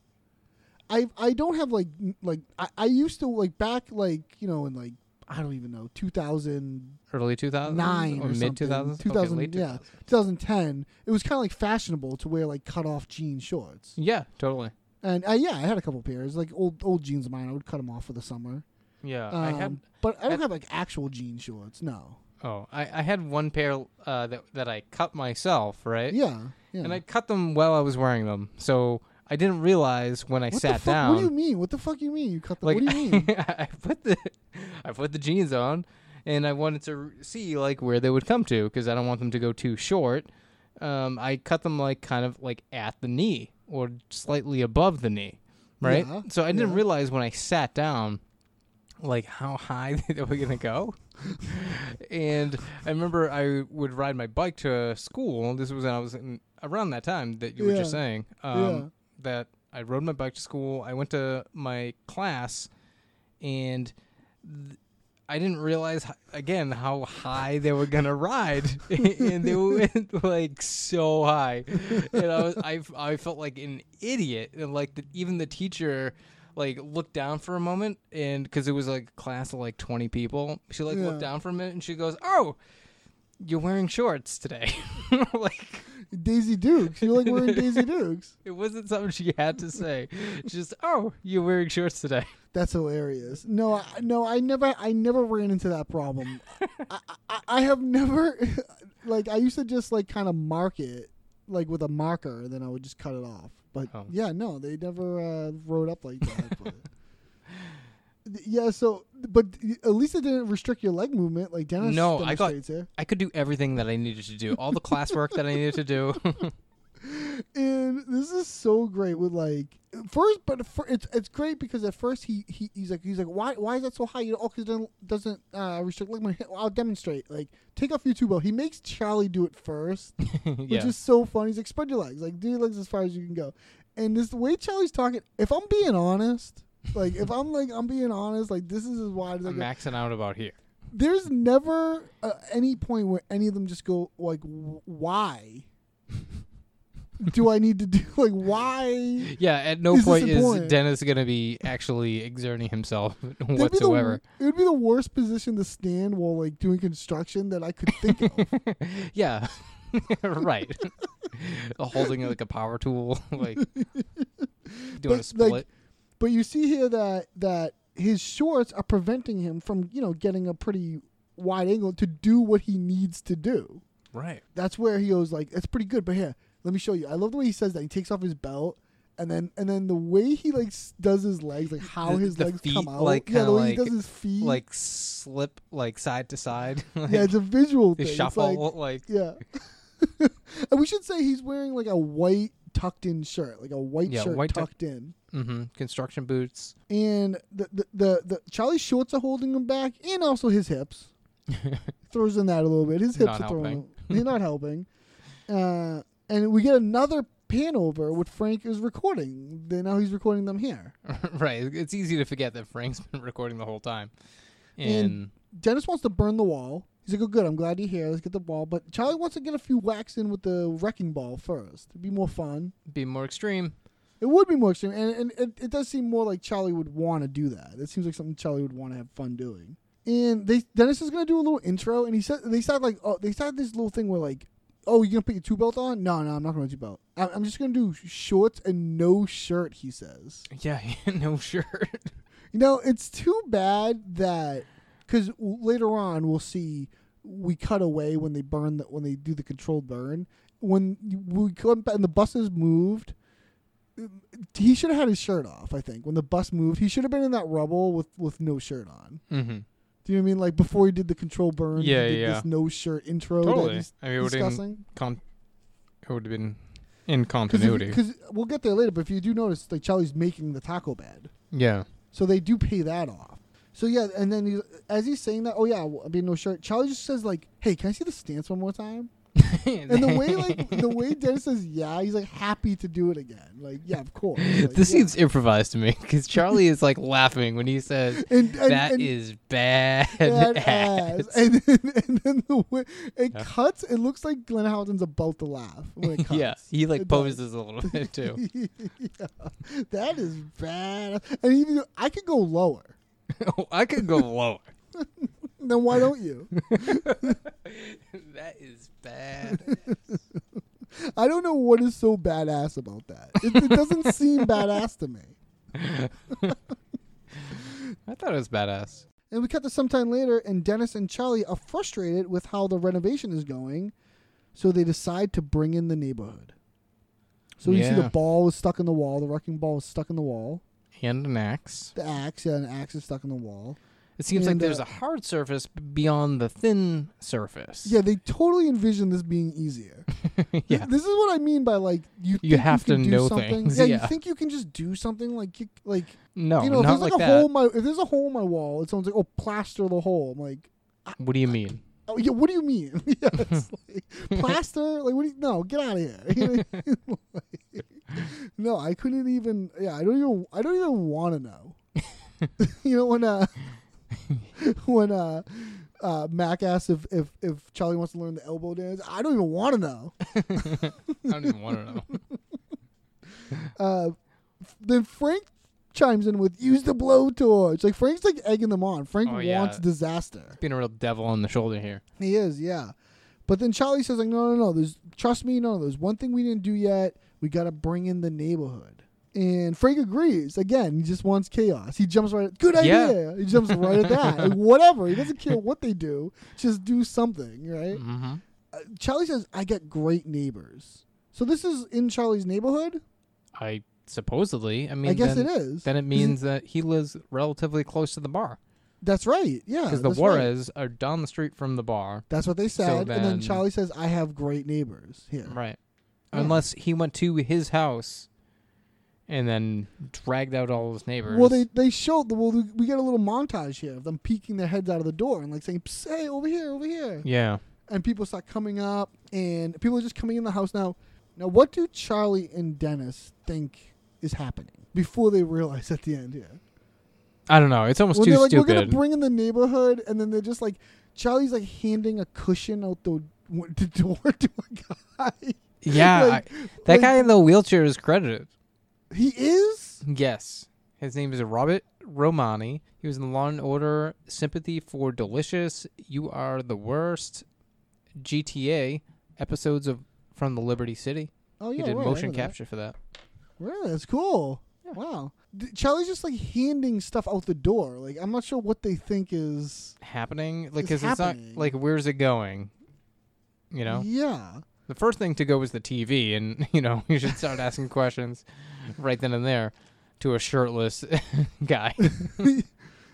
[SPEAKER 5] I I don't have like n- like I, I used to like back like you know in like I don't even know two thousand
[SPEAKER 1] Early two thousand
[SPEAKER 5] nine or,
[SPEAKER 1] or mid two thousand,
[SPEAKER 5] two thousand yeah two thousand ten. It was kind of like fashionable to wear like cut off jean shorts.
[SPEAKER 1] yeah, totally.
[SPEAKER 5] And uh, yeah, I had a couple pairs like old old jeans of mine. I would cut them off for the summer.
[SPEAKER 1] Yeah,
[SPEAKER 5] Um,
[SPEAKER 1] I had.
[SPEAKER 5] but I don't
[SPEAKER 1] I-
[SPEAKER 5] have like actual jean shorts. No.
[SPEAKER 1] Oh, I, I had one pair uh, that that I cut myself, right?
[SPEAKER 5] Yeah. yeah.
[SPEAKER 1] and I cut them while I was wearing them, so I didn't realize when I
[SPEAKER 5] What the
[SPEAKER 1] sat
[SPEAKER 5] fuck-
[SPEAKER 1] down.
[SPEAKER 5] What do you mean? What the fuck you mean? You cut the.
[SPEAKER 1] Like
[SPEAKER 5] what do you mean?
[SPEAKER 1] <laughs> I put the I put the jeans on, and I wanted to see like where they would come to because I don't want them to go too short. Um, I cut them like kind of like at the knee or slightly above the knee, right?
[SPEAKER 5] Yeah,
[SPEAKER 1] so I didn't realize when I sat down, like how high <laughs> they were gonna go. and I remember I would ride my bike to school. This was when I was in, around that time that you were just
[SPEAKER 5] Yeah.
[SPEAKER 1] saying um,
[SPEAKER 5] Yeah.
[SPEAKER 1] that I rode my bike to school. I went to my class, and th- I didn't realize h- again how high they were gonna ride, <laughs> and they went like so high, and I was I, f- I felt like an idiot, and like the, even the teacher. Like looked down for a moment, and because it was like a class of like twenty people, she like
[SPEAKER 5] Yeah.
[SPEAKER 1] looked down for a minute, and she goes, "Oh, you're wearing shorts today." <laughs> like
[SPEAKER 5] Daisy Dukes. You're like wearing Daisy Dukes.
[SPEAKER 1] it wasn't something she had to say. Just, oh, you're wearing shorts
[SPEAKER 5] <laughs>
[SPEAKER 1] today.
[SPEAKER 5] That's hilarious. No, I, no, I never, I never ran into that problem. I, I, I have never, <laughs> like, I used to just like kind of mark it, like with a marker, and then I would just cut it off. But
[SPEAKER 1] Oh.
[SPEAKER 5] yeah, no, they never uh, wrote up like that. but. <laughs> Yeah, so but at least it didn't restrict your leg movement like Dennis.
[SPEAKER 1] No, I got.
[SPEAKER 5] demonstrates here.
[SPEAKER 1] I could do everything that I needed to do. All the classwork that I needed to do. <laughs>
[SPEAKER 5] and this is so great with like first but fir- it's it's great because at first he, he he's like he's like why why is that so high you know oh because doesn't doesn't uh restrict like my i'll demonstrate like take off your two belt he makes charlie do it first which
[SPEAKER 1] yeah.
[SPEAKER 5] is <laughs> so funny he's like spread your legs like do your legs as far as you can go and this the way charlie's talking if i'm being honest like if i'm like i'm being honest like this is as wide as i
[SPEAKER 1] I'm
[SPEAKER 5] go
[SPEAKER 1] maxing out about here.
[SPEAKER 5] there's never uh, any point where any of them just go like "Wh- why do I need to do? Like, why?
[SPEAKER 1] Yeah, at no
[SPEAKER 5] Is this
[SPEAKER 1] point is
[SPEAKER 5] important?
[SPEAKER 1] Dennis going to be actually exerting himself <laughs>
[SPEAKER 5] That'd be the-
[SPEAKER 1] whatsoever.
[SPEAKER 5] it would be the worst position to stand while like doing construction that I could think of.
[SPEAKER 1] Yeah. <laughs> right. <laughs> Holding like a power tool, <laughs>
[SPEAKER 5] <laughs>
[SPEAKER 1] like doing a
[SPEAKER 5] But,
[SPEAKER 1] split.
[SPEAKER 5] like, but you see here that that his shorts are preventing him from you know getting a pretty wide angle to do what he needs to do.
[SPEAKER 1] right.
[SPEAKER 5] That's where he goes like, "That's pretty good." But here, let me show you. I love the way he says that. He takes off his belt. And then, and then the way he like s- does his legs, like how
[SPEAKER 1] The-
[SPEAKER 5] his
[SPEAKER 1] the
[SPEAKER 5] legs
[SPEAKER 1] feet,
[SPEAKER 5] come out,
[SPEAKER 1] like,
[SPEAKER 5] yeah, the
[SPEAKER 1] kinda
[SPEAKER 5] way he
[SPEAKER 1] like-
[SPEAKER 5] does his feet,
[SPEAKER 1] Like slip like side to side. <laughs> like,
[SPEAKER 5] <laughs> yeah, it's a visual
[SPEAKER 1] they
[SPEAKER 5] thing. It's
[SPEAKER 1] shuffle
[SPEAKER 5] like-
[SPEAKER 1] like,
[SPEAKER 5] Yeah. <laughs> and we should say he's wearing like a white tucked in shirt, like a white
[SPEAKER 1] Yeah,
[SPEAKER 5] shirt
[SPEAKER 1] white tuck-
[SPEAKER 5] tucked in.
[SPEAKER 1] mhm, construction boots. <laughs>
[SPEAKER 5] And the the, the the Charlie's shorts are holding him back and also
[SPEAKER 1] <laughs>
[SPEAKER 5] his hips. Throws in that a little bit. His hips
[SPEAKER 1] Not
[SPEAKER 5] are throwing <laughs>
[SPEAKER 1] helping.
[SPEAKER 5] him. They're not helping. Uh, and we get another pan over what Frank is recording. Then now he's recording them here.
[SPEAKER 1] right. It's easy to forget that Frank's <laughs> been recording the whole time.
[SPEAKER 5] And,
[SPEAKER 1] And
[SPEAKER 5] Dennis wants to burn the wall. He's like, oh, good, I'm glad you're here. Let's get the ball. But Charlie wants to get a few whacks in with the wrecking ball first. It'd be more fun.
[SPEAKER 1] be more extreme.
[SPEAKER 5] It would be more extreme, and, and it, it does seem more like Charlie would want to do that. It seems like something Charlie would want to have fun doing. And they Dennis is gonna do a little intro, and he said they start like oh they start this little thing where like oh you gonna put your two belt on? No, no, I'm not gonna do belt. I'm, I'm just gonna do shorts and no shirt. He says.
[SPEAKER 1] Yeah, <laughs> no shirt.
[SPEAKER 5] You know, it's too bad that because later on we'll see we cut away when they burn the, when they do the controlled burn when we come back and the bus is moved. uh, He should have had his shirt off. I think when the bus moved, he should have been in that rubble with with no shirt on.
[SPEAKER 1] mm-hmm.
[SPEAKER 5] Do you know what I mean? Like before he did the control burn, he
[SPEAKER 1] Yeah,
[SPEAKER 5] did
[SPEAKER 1] yeah.
[SPEAKER 5] this no shirt intro. That
[SPEAKER 1] Totally.
[SPEAKER 5] he's
[SPEAKER 1] I mean, it would have
[SPEAKER 5] discussing.
[SPEAKER 1] been, com- it would have been in
[SPEAKER 5] Because
[SPEAKER 1] continuity.
[SPEAKER 5] we'll get there later, but if you do notice, like Charlie's making the taco bed.
[SPEAKER 1] yeah.
[SPEAKER 5] So they do pay that off. So yeah, and then he, as he's saying that, oh yeah, well, I mean no shirt. Charlie just says like, "Hey, can I see the stance one more time?" And the way like the way Dennis says yeah, he's like happy to do it again. Like yeah,
[SPEAKER 1] <laughs>
[SPEAKER 5] of course. Like,
[SPEAKER 1] <laughs> This
[SPEAKER 5] yeah.
[SPEAKER 1] seems improvised to me because Charlie is like laughing when he says that
[SPEAKER 5] <laughs> And-
[SPEAKER 1] is
[SPEAKER 5] and- and-
[SPEAKER 1] bad, <laughs>
[SPEAKER 5] Bad
[SPEAKER 1] ass.
[SPEAKER 5] ass. And then, <laughs> and then the way it cuts, it looks like Glenn Howerton's about to laugh when it
[SPEAKER 1] <laughs>
[SPEAKER 5] cuts.
[SPEAKER 1] yeah, he like
[SPEAKER 5] It does.
[SPEAKER 1] poses a little bit too.
[SPEAKER 5] <laughs> yeah, that is bad. And even I could go lower.
[SPEAKER 1] <laughs> oh, I could go lower.
[SPEAKER 5] Then
[SPEAKER 1] <laughs>
[SPEAKER 5] why don't you?
[SPEAKER 1] that is
[SPEAKER 5] <laughs>
[SPEAKER 1] bad.
[SPEAKER 5] I don't know what is so badass about that. It, it doesn't seem badass to me.
[SPEAKER 1] I thought it was badass.
[SPEAKER 5] And we cut to sometime later, and Dennis and Charlie are frustrated with how the renovation is going, so they decide to bring in the neighborhood. So you see
[SPEAKER 1] Yeah.
[SPEAKER 5] the ball is stuck in the wall, the wrecking ball is stuck in the wall,
[SPEAKER 1] And an axe.
[SPEAKER 5] the axe, yeah, an axe is stuck in the wall.
[SPEAKER 1] It seems like
[SPEAKER 5] And,
[SPEAKER 1] there's
[SPEAKER 5] uh,
[SPEAKER 1] a hard surface beyond the thin surface.
[SPEAKER 5] Yeah, they totally envision this being
[SPEAKER 1] <laughs>
[SPEAKER 5] easier. Th-
[SPEAKER 1] yeah.
[SPEAKER 5] This is what I mean by like you. think
[SPEAKER 1] have
[SPEAKER 5] can
[SPEAKER 1] to
[SPEAKER 5] do
[SPEAKER 1] know
[SPEAKER 5] something.
[SPEAKER 1] things,
[SPEAKER 5] Yeah,
[SPEAKER 1] yeah.
[SPEAKER 5] you think you can just do something like you, like
[SPEAKER 1] No,
[SPEAKER 5] you know if
[SPEAKER 1] not
[SPEAKER 5] there's
[SPEAKER 1] like,
[SPEAKER 5] like, a
[SPEAKER 1] that.
[SPEAKER 5] hole in my if there's a hole in my wall, it sounds like oh plaster the hole. I'm like
[SPEAKER 1] what do you mean?
[SPEAKER 5] Oh yeah, what do you mean? <laughs> yeah,
[SPEAKER 1] <laughs>
[SPEAKER 5] it's like, plaster? Like what? Do you, no, get out of here. <laughs> You know what I mean? Like, no, I couldn't even. Yeah, I don't even. I don't even want to
[SPEAKER 1] <laughs>
[SPEAKER 5] know. you know when uh <laughs> when uh, uh Mac asks if if if Charlie wants to learn the elbow dance, I don't even want to know.
[SPEAKER 1] I don't even want to know.
[SPEAKER 5] Then Frank chimes in with "Use the blowtorch." Like Frank's like egging them on. Frank
[SPEAKER 1] Oh,
[SPEAKER 5] wants
[SPEAKER 1] yeah.
[SPEAKER 5] disaster.
[SPEAKER 1] <laughs> Being a real devil on the shoulder here.
[SPEAKER 5] He is, yeah. But then Charlie says, like, no, no, no. There's trust me, no, there's one thing we didn't do yet. We gotta bring in the neighborhood. And Frank agrees. Again, he just wants chaos. He jumps right at good
[SPEAKER 1] Yeah.
[SPEAKER 5] idea. He jumps right at
[SPEAKER 1] <laughs>
[SPEAKER 5] that. Like, whatever. He doesn't care what they do. Just do something, right?
[SPEAKER 1] Mm-hmm.
[SPEAKER 5] Uh, Charlie says, I got great neighbors. So this is in Charlie's neighborhood?
[SPEAKER 1] I supposedly. I mean,
[SPEAKER 5] guess
[SPEAKER 1] then,
[SPEAKER 5] it is.
[SPEAKER 1] Then it
[SPEAKER 5] Is it-
[SPEAKER 1] means that he lives relatively close to the bar
[SPEAKER 5] That's right. Yeah.
[SPEAKER 1] because the
[SPEAKER 5] Ah, that's right.
[SPEAKER 1] Juarez are down the street from the bar.
[SPEAKER 5] That's what they said. and
[SPEAKER 1] then-
[SPEAKER 5] then Charlie says, I have great neighbors here.
[SPEAKER 1] Right. Unless he went to his house and then dragged out all his neighbors.
[SPEAKER 5] Well, they they showed the well. We get a little montage here of them peeking their heads out of the door and like saying, "Psst, "Hey, over here, over here!"
[SPEAKER 1] Yeah.
[SPEAKER 5] And people start coming up, and people are just coming in the house now. Now, what do Charlie and Dennis think is happening before they realize at the end here?
[SPEAKER 1] I don't know. It's almost
[SPEAKER 5] Well,
[SPEAKER 1] too
[SPEAKER 5] they're like, "We're gonna
[SPEAKER 1] stupid.
[SPEAKER 5] bring in the neighborhood," and then they're just <laughs> like, Charlie's like handing a cushion out the, the door to a guy.
[SPEAKER 1] Yeah,
[SPEAKER 5] Like-
[SPEAKER 1] I- that guy in the wheelchair is credited.
[SPEAKER 5] He is.
[SPEAKER 1] Yes, his name is Robert Romani. He was in Law and Order, Sympathy for Delicious, You Are the Worst, GTA episodes of from the Liberty City.
[SPEAKER 5] Oh
[SPEAKER 1] He
[SPEAKER 5] yeah,
[SPEAKER 1] did
[SPEAKER 5] right, I
[SPEAKER 1] motion
[SPEAKER 5] know that.
[SPEAKER 1] capture for that.
[SPEAKER 5] Really, that's cool. Wow, D- Charlie's just like handing stuff out the door. Like I'm not sure what they think is.
[SPEAKER 1] Happening, like,
[SPEAKER 5] It's
[SPEAKER 1] because it's not
[SPEAKER 5] happening.
[SPEAKER 1] like where's it going? You know,
[SPEAKER 5] Yeah.
[SPEAKER 1] the first thing to go is the TV, and <laughs> you know you should start asking <laughs> questions right then and there to a shirtless <laughs>
[SPEAKER 5] <laughs>
[SPEAKER 1] guy.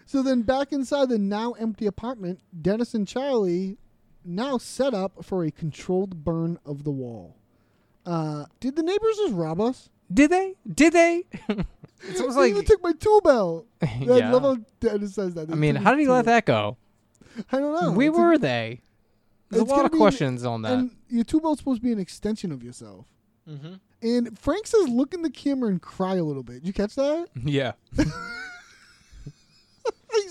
[SPEAKER 5] So then back inside the now empty apartment, Dennis and Charlie now set up for a controlled burn of the wall. Uh, did the neighbors just rob us?
[SPEAKER 1] Did they? Did they? <laughs> it's almost
[SPEAKER 5] They
[SPEAKER 1] like
[SPEAKER 5] even took my
[SPEAKER 1] <laughs>
[SPEAKER 5] tool belt. I
[SPEAKER 1] Yeah.
[SPEAKER 5] love how Dennis says that.
[SPEAKER 1] I mean, how did he let that go?
[SPEAKER 5] I don't know.
[SPEAKER 1] Where
[SPEAKER 5] It's a-
[SPEAKER 1] were they? There's a
[SPEAKER 5] it's
[SPEAKER 1] lot
[SPEAKER 5] gonna
[SPEAKER 1] of
[SPEAKER 5] be an-
[SPEAKER 1] questions on that.
[SPEAKER 5] And your tool belt's supposed to be an extension of yourself. And Frank says, "Look in the camera and cry a little bit." Did you catch that?
[SPEAKER 1] <laughs> yeah.
[SPEAKER 5] <laughs> He's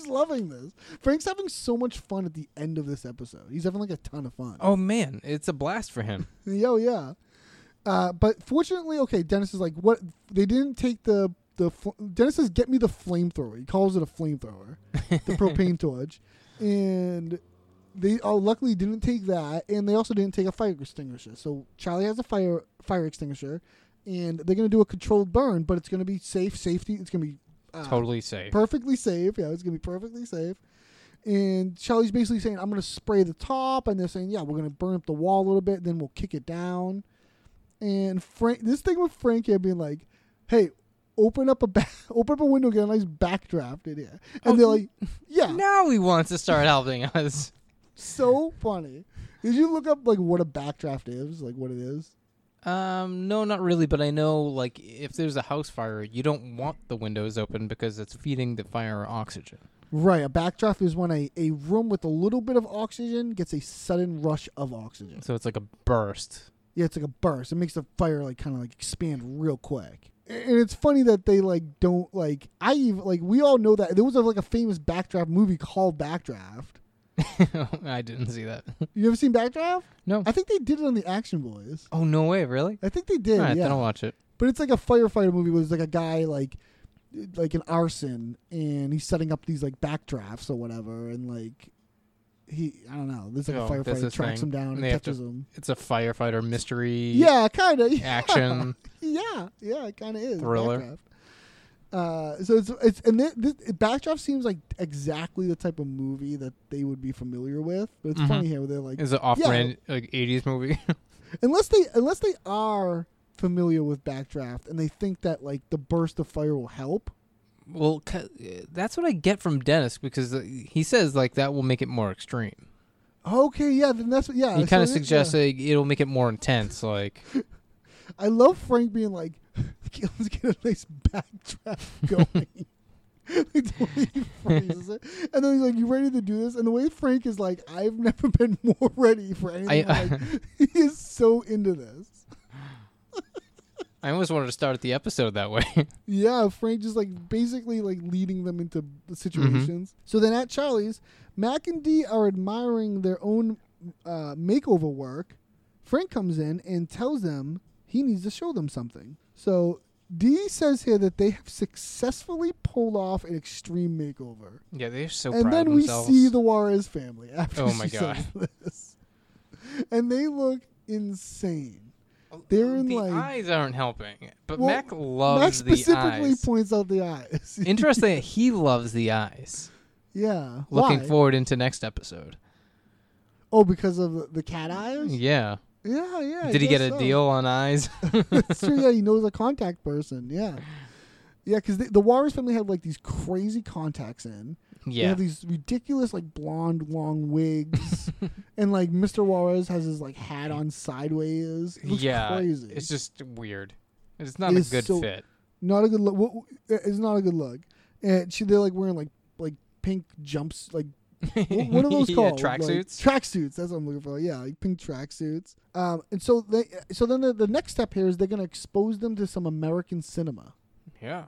[SPEAKER 5] loving this. Frank's having so much fun at the end of this episode. He's having like a ton of fun.
[SPEAKER 1] Oh man, it's a blast for him.
[SPEAKER 5] Yo, yeah. Uh, but fortunately, okay, Dennis is like, what? They didn't take the the. Fl- Dennis says, "Get me the flamethrower." He calls it a flamethrower, the propane torch, and they oh, luckily didn't take that, and they also didn't take a fire extinguisher. So Charlie has a fire fire extinguisher, and they're gonna do a controlled burn, but it's gonna be safe safety. It's gonna be uh,
[SPEAKER 1] totally safe.
[SPEAKER 5] perfectly safe. Yeah, it's gonna be perfectly safe. And Charlie's basically saying, "I'm gonna spray the top," and they're saying, "Yeah, we're gonna burn up the wall a little bit, then we'll kick it down." And Frank, this thing with Frank here being like, "Hey, open up a back, <laughs> open up a window, get a nice backdraft in here," and they're like, "Yeah,
[SPEAKER 1] now he wants to start helping us.
[SPEAKER 5] so funny." Did you look up like what a backdraft is, like what it is?
[SPEAKER 1] <laughs> Um, no, not really, but I know like if there's a house fire, you don't want the windows open because it's feeding the fire oxygen.
[SPEAKER 5] Right, a backdraft is when a, a room with a little bit of oxygen gets a sudden rush of oxygen.
[SPEAKER 1] So it's like a burst.
[SPEAKER 5] Yeah, it's like a burst. It makes the fire like kind of like expand real quick. And it's funny that they like don't like I even like we all know that there was a, like a famous backdraft movie called Backdraft.
[SPEAKER 1] <laughs> I didn't see that.
[SPEAKER 5] You ever seen Backdraft?
[SPEAKER 1] <laughs> No.
[SPEAKER 5] I think they did it on the Action Boys.
[SPEAKER 1] Oh no way, really?
[SPEAKER 5] I think they did.
[SPEAKER 1] All right,
[SPEAKER 5] yeah.
[SPEAKER 1] then I'll watch it.
[SPEAKER 5] But it's like a firefighter movie where it's like a guy like like an arson and he's setting up these like backdrafts or whatever and like he I don't know. There's like
[SPEAKER 1] Oh,
[SPEAKER 5] a
[SPEAKER 1] that's
[SPEAKER 5] firefighter
[SPEAKER 1] his
[SPEAKER 5] tracks
[SPEAKER 1] thing.
[SPEAKER 5] him down and
[SPEAKER 1] They have to-
[SPEAKER 5] catches him.
[SPEAKER 1] It's a firefighter mystery. <laughs>
[SPEAKER 5] Yeah, kind of.
[SPEAKER 1] Action.
[SPEAKER 5] Yeah, yeah, it kind of is
[SPEAKER 1] Thriller.
[SPEAKER 5] Backdraft. Uh, so it's it's and thi- this, Backdraft seems like exactly the type of movie that they would be familiar with. But it's funny here where they're like,
[SPEAKER 1] Mm-hmm. Is an off-brand like '80s movie. <laughs>
[SPEAKER 5] unless they unless they are familiar with Backdraft and they think that like the burst of fire will help.
[SPEAKER 1] Well, ca- uh, that's what I get from Dennis because uh, he says like that will make it more extreme.
[SPEAKER 5] Okay, yeah, then that's what, yeah.
[SPEAKER 1] He
[SPEAKER 5] so
[SPEAKER 1] kind of
[SPEAKER 5] it- yeah.
[SPEAKER 1] suggests like, it'll make it more intense. Like, <laughs>
[SPEAKER 5] I love Frank being like, <laughs> let's get a nice backdraft going. <laughs> Like, the way he phrases it. And then he's like, "You ready to do this?" And the way Frank is like, "I've never <laughs> been more ready for anything."
[SPEAKER 1] I-
[SPEAKER 5] like, <laughs> he is so into this.
[SPEAKER 1] I almost wanted to start the episode that way. <laughs>
[SPEAKER 5] Yeah, Frank just like basically like leading them into
[SPEAKER 1] Mm-hmm.
[SPEAKER 5] situations. So then at Charlie's, Mac and Dee are admiring their own uh, makeover work. Frank comes in and tells them he needs to show them something. So Dee says here that they have successfully pulled off an extreme makeover.
[SPEAKER 1] yeah, they're so
[SPEAKER 5] and
[SPEAKER 1] proud
[SPEAKER 5] then
[SPEAKER 1] of
[SPEAKER 5] we
[SPEAKER 1] themselves.
[SPEAKER 5] see the Juarez family <laughs> after
[SPEAKER 1] Oh my
[SPEAKER 5] she
[SPEAKER 1] God.
[SPEAKER 5] says this. And they look insane. They're in
[SPEAKER 1] Oh, um, The
[SPEAKER 5] like
[SPEAKER 1] eyes aren't helping, but
[SPEAKER 5] Well,
[SPEAKER 1] Mac
[SPEAKER 5] Mac
[SPEAKER 1] loves the
[SPEAKER 5] specifically
[SPEAKER 1] eyes.
[SPEAKER 5] points out
[SPEAKER 1] <laughs>
[SPEAKER 5] the eyes.
[SPEAKER 1] Interesting, that he loves the eyes.
[SPEAKER 5] <laughs> Yeah.
[SPEAKER 1] Looking
[SPEAKER 5] Why?
[SPEAKER 1] forward into next episode.
[SPEAKER 5] Oh, because of the- the cat eyes?
[SPEAKER 1] Yeah.
[SPEAKER 5] Yeah, yeah. I
[SPEAKER 1] Did he
[SPEAKER 5] guess
[SPEAKER 1] get a
[SPEAKER 5] so. <laughs>
[SPEAKER 1] deal on eyes?
[SPEAKER 5] That's true. Yeah, he
[SPEAKER 1] <laughs>
[SPEAKER 5] knows a contact person. Yeah. Yeah, because the Warriors family had like these crazy contacts in. They
[SPEAKER 1] yeah.
[SPEAKER 5] have these ridiculous like blonde
[SPEAKER 1] <laughs>
[SPEAKER 5] long wigs, and like Mr. Juarez has his like hat on sideways. It looks
[SPEAKER 1] yeah.
[SPEAKER 5] crazy.
[SPEAKER 1] It's just weird. It's not
[SPEAKER 5] It
[SPEAKER 1] a
[SPEAKER 5] is
[SPEAKER 1] good
[SPEAKER 5] so-
[SPEAKER 1] fit.
[SPEAKER 5] not a good look. What, it's not a good look. And she, they're like wearing like like pink jumps, like what, what are
[SPEAKER 1] <laughs>
[SPEAKER 5] those
[SPEAKER 1] Yeah,
[SPEAKER 5] called?
[SPEAKER 1] tracksuits?
[SPEAKER 5] Like, tracksuits. That's what I'm looking for. Yeah, like pink tracksuits. Um, and so they, so then the, the next step here is they're gonna expose them to some American cinema.
[SPEAKER 1] Yeah.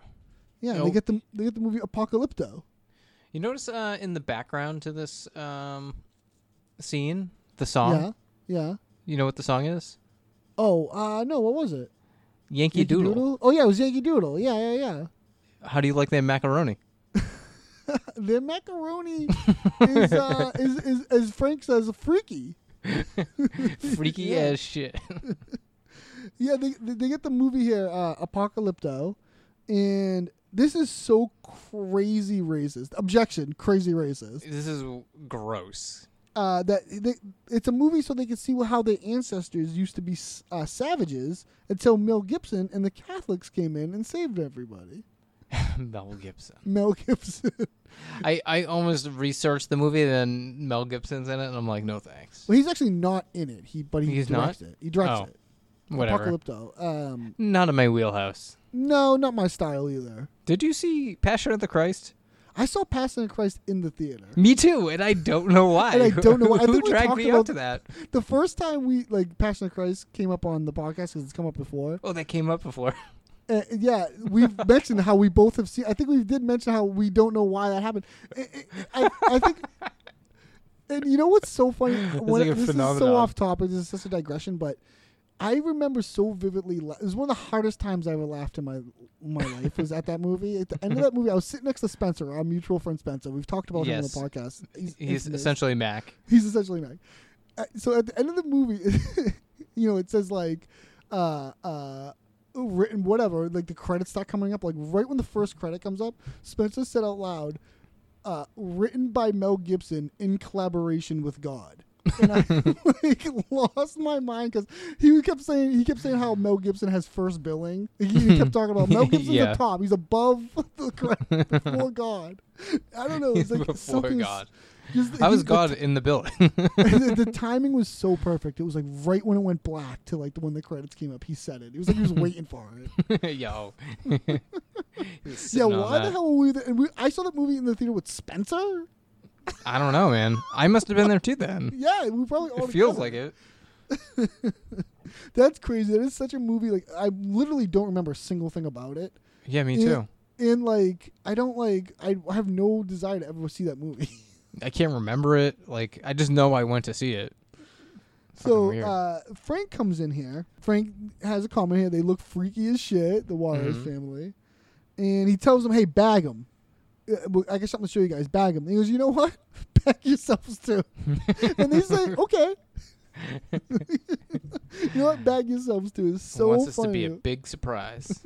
[SPEAKER 5] Yeah,
[SPEAKER 1] Nope.
[SPEAKER 5] they get the they get the movie Apocalypto.
[SPEAKER 1] You notice uh, in the background to this um, scene, the song.
[SPEAKER 5] Yeah, yeah.
[SPEAKER 1] You know what the song is?
[SPEAKER 5] Oh, uh, no, what was it?
[SPEAKER 1] Yankee,
[SPEAKER 5] Yankee
[SPEAKER 1] Doodle.
[SPEAKER 5] Oh yeah, it was Yankee Doodle. Yeah, yeah, yeah.
[SPEAKER 1] How do you like that macaroni?
[SPEAKER 5] Their macaroni
[SPEAKER 1] <laughs>
[SPEAKER 5] is, uh, is is as Frank says, freaky. <laughs>
[SPEAKER 1] Freaky as shit. <laughs>
[SPEAKER 5] Yeah, they they they get the movie here, uh, Apocalypto, and this is so crazy racist. Objection, crazy racist.
[SPEAKER 1] this is gross.
[SPEAKER 5] uh, that they, it's a movie so they can see how their ancestors used to be s- uh, savages until Mel Gibson and the Catholics came in and saved everybody.
[SPEAKER 1] Mel Gibson.
[SPEAKER 5] Mel <laughs> Gibson.
[SPEAKER 1] I, I almost researched the movie, then Mel Gibson's in it, and I'm like, no thanks.
[SPEAKER 5] well, he's actually not in it. He but he
[SPEAKER 1] He's
[SPEAKER 5] directs
[SPEAKER 1] not?
[SPEAKER 5] it. He directs
[SPEAKER 1] Oh,
[SPEAKER 5] it.
[SPEAKER 1] Whatever.
[SPEAKER 5] Apocalypto. Um,
[SPEAKER 1] Not in my wheelhouse.
[SPEAKER 5] no, not my style either.
[SPEAKER 1] Did you see Passion of the Christ?
[SPEAKER 5] I saw Passion of the Christ in the theater.
[SPEAKER 1] Me too, and I don't know why. <laughs>
[SPEAKER 5] And I don't know why. I
[SPEAKER 1] Who
[SPEAKER 5] think we
[SPEAKER 1] dragged
[SPEAKER 5] talked
[SPEAKER 1] me
[SPEAKER 5] about-
[SPEAKER 1] up to that?
[SPEAKER 5] The first time we like Passion of the Christ came up on the podcast because it's come up before.
[SPEAKER 1] Oh, that came up before. <laughs>
[SPEAKER 5] Uh, yeah, we've mentioned how we both have seen. I think we did mention how we don't know why that happened. I, I,
[SPEAKER 1] <laughs>
[SPEAKER 5] I think. And you know what's so funny? When-
[SPEAKER 1] like a
[SPEAKER 5] this is so
[SPEAKER 1] phenomenon.
[SPEAKER 5] off topic. This is such a digression, but I remember so vividly. la- It was one of the hardest times I ever laughed in my my life. Was at that movie. At the end of that movie, I was sitting next to Spencer, our mutual friend Spencer. We've talked about
[SPEAKER 1] Yes.
[SPEAKER 5] him on the podcast. He's,
[SPEAKER 1] He's
[SPEAKER 5] infamous.
[SPEAKER 1] essentially Mac.
[SPEAKER 5] <laughs> He's essentially Mac. Uh, so at the end of the movie, <laughs> you know, it says like, uh, uh, written whatever. Like the credits start coming up. Like right when the first credit comes up, Spencer said out loud, uh, "Written by Mel Gibson in collaboration with God." and I <laughs> like lost my mind because he kept saying he kept saying how Mel Gibson has first billing. He,
[SPEAKER 1] <laughs>
[SPEAKER 5] he kept talking about Mel Gibson's
[SPEAKER 1] Yeah.
[SPEAKER 5] the top. He's above <laughs> the
[SPEAKER 1] <laughs>
[SPEAKER 5] credit before God. I don't know. It's like
[SPEAKER 1] Before
[SPEAKER 5] something s-
[SPEAKER 1] God.
[SPEAKER 5] just-
[SPEAKER 1] I
[SPEAKER 5] he-
[SPEAKER 1] was
[SPEAKER 5] the <laughs>
[SPEAKER 1] God in the building.
[SPEAKER 5] the, the timing was so perfect. It was like right when it went black to like the when the credits came up, he said it. It was like
[SPEAKER 1] <laughs>
[SPEAKER 5] he was waiting for it. <laughs>
[SPEAKER 1] Yo.
[SPEAKER 5] yeah, why the hell were we? There? And we, I saw that movie in the theater with Spencer.
[SPEAKER 1] I don't know, man. I must have been there too
[SPEAKER 5] <laughs>
[SPEAKER 1] then.
[SPEAKER 5] Oh, Yeah, we probably all
[SPEAKER 1] It feels
[SPEAKER 5] together.
[SPEAKER 1] like it.
[SPEAKER 5] That's crazy. That is such a movie. Like I literally don't remember a single thing about it.
[SPEAKER 1] Yeah, me
[SPEAKER 5] And-
[SPEAKER 1] too.
[SPEAKER 5] And like I don't like I have no desire to ever see that movie.
[SPEAKER 1] I can't remember it. Like, I just know I went to see it.
[SPEAKER 5] So
[SPEAKER 1] weird.
[SPEAKER 5] uh, Frank comes in here. Frank has a comment here. They look freaky as shit, the Waters
[SPEAKER 1] Mm-hmm.
[SPEAKER 5] family. And he tells them, hey, bag them. I guess something to show you guys. Bag them. He goes, you know what? <laughs> Bag yourselves
[SPEAKER 1] <laughs>
[SPEAKER 5] too. and they say, okay. <laughs> you know what? Bag yourselves too. It's so
[SPEAKER 1] wants this to
[SPEAKER 5] funny.
[SPEAKER 1] be a big surprise.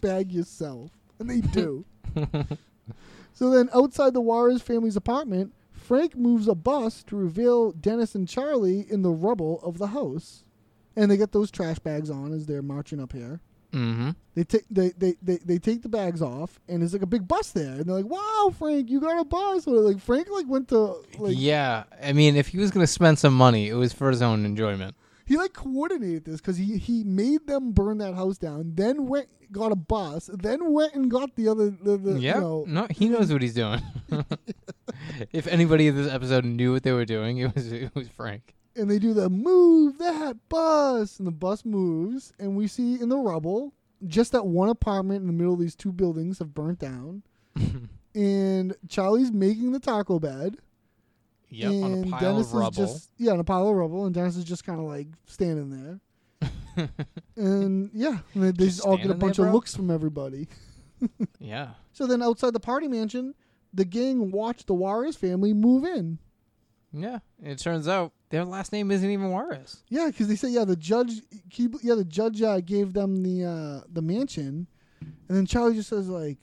[SPEAKER 5] bag yourself. And they do. so then outside the Juarez family's apartment, Frank moves a bus to reveal Dennis and Charlie in the rubble of the house. And they get those trash bags on as they're marching up here.
[SPEAKER 1] mm-hmm.
[SPEAKER 5] They take they, they, they, they take the bags off and there's like a big bus there and they're like, Wow, Frank, you got a bus. Or like Frank like went to <laughs> like
[SPEAKER 1] yeah, I mean, if he was gonna spend some money, it was for his own enjoyment.
[SPEAKER 5] he like coordinated this because he he made them burn that house down, then went got a bus, then went and got the other the, the
[SPEAKER 1] Yeah,
[SPEAKER 5] you know
[SPEAKER 1] no, he knows what he's doing. <laughs> if anybody in this episode knew what they were doing, it was it was Frank.
[SPEAKER 5] and they do the move that bus and the bus moves and we see in the rubble just that one apartment in the middle of these two buildings have
[SPEAKER 1] <laughs>
[SPEAKER 5] burnt down and charlie's making the taco bed
[SPEAKER 1] Yep,
[SPEAKER 5] and
[SPEAKER 1] on a pile
[SPEAKER 5] dennis
[SPEAKER 1] of rubble.
[SPEAKER 5] is just yeah on a pile of rubble and dennis is just kind of like standing there
[SPEAKER 1] <laughs>
[SPEAKER 5] and yeah and they, they just all get
[SPEAKER 1] standing
[SPEAKER 5] a
[SPEAKER 1] there,
[SPEAKER 5] bunch of
[SPEAKER 1] bro?
[SPEAKER 5] looks from everybody
[SPEAKER 1] Yeah,
[SPEAKER 5] so then outside the party mansion the gang watch the juarez family move in
[SPEAKER 1] yeah. It turns out their last name isn't even Juarez.
[SPEAKER 5] Yeah, because they said yeah the judge keep yeah the judge uh, gave them the uh, the mansion, and then Charlie just says like,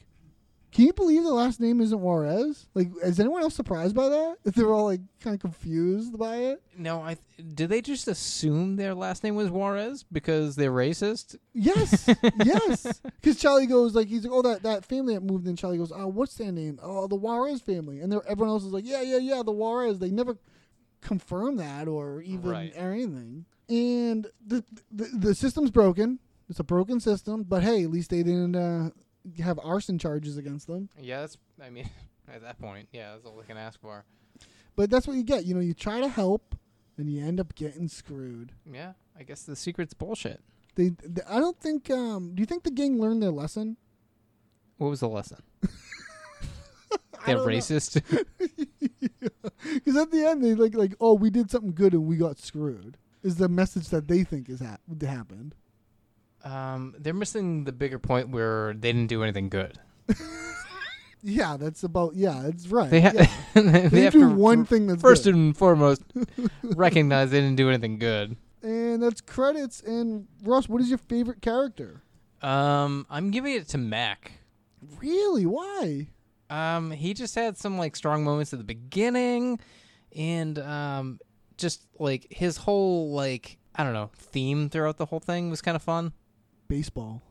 [SPEAKER 5] "Can you believe the last name isn't Juarez?" Like, is anyone else surprised by that? They were all like kind of confused by it.
[SPEAKER 1] No, I th- did they just assume their last name was Juarez because they're racist?
[SPEAKER 5] Yes, yes. Because Charlie goes like he's like, "Oh that that family that moved in." Charlie goes, "Oh what's their name? Oh the Juarez family." And they're- everyone else is like, "Yeah, yeah, yeah, the Juarez." They never confirm that or even
[SPEAKER 1] Right.
[SPEAKER 5] or anything. And the, the the system's broken. It's a broken system, but hey, at least they didn't uh, have arson charges against them.
[SPEAKER 1] Yeah, that's. I mean, <laughs> at that point, yeah, that's all they can ask for.
[SPEAKER 5] But that's what you get. You know, you try to help, and you end up getting screwed.
[SPEAKER 1] Yeah, I guess the secret's bullshit.
[SPEAKER 5] They, they I don't think. Um, do you think the gang learned their lesson?
[SPEAKER 1] What was the <laughs> lesson? They're racist.
[SPEAKER 5] Because at the end, they like like, oh, we did something good and we got screwed. is the message that they think is ha- happened.
[SPEAKER 1] <laughs> Um, they're missing the bigger point where they didn't do anything good.
[SPEAKER 5] Yeah, that's about. Yeah, it's right.
[SPEAKER 1] They, ha-
[SPEAKER 5] yeah.
[SPEAKER 1] <laughs> they,
[SPEAKER 5] They
[SPEAKER 1] have
[SPEAKER 5] do
[SPEAKER 1] to
[SPEAKER 5] one thing that's
[SPEAKER 1] first
[SPEAKER 5] good.
[SPEAKER 1] and
[SPEAKER 5] <laughs>
[SPEAKER 1] foremost recognize they didn't do anything good.
[SPEAKER 5] and that's credits. And Ross, what is your favorite character?
[SPEAKER 1] Um, I'm giving it to Mac.
[SPEAKER 5] Really? Why?
[SPEAKER 1] Um, he just had some like strong moments at the beginning, and um, just like his whole like I don't know theme throughout the whole thing was kind of fun.
[SPEAKER 5] Baseball.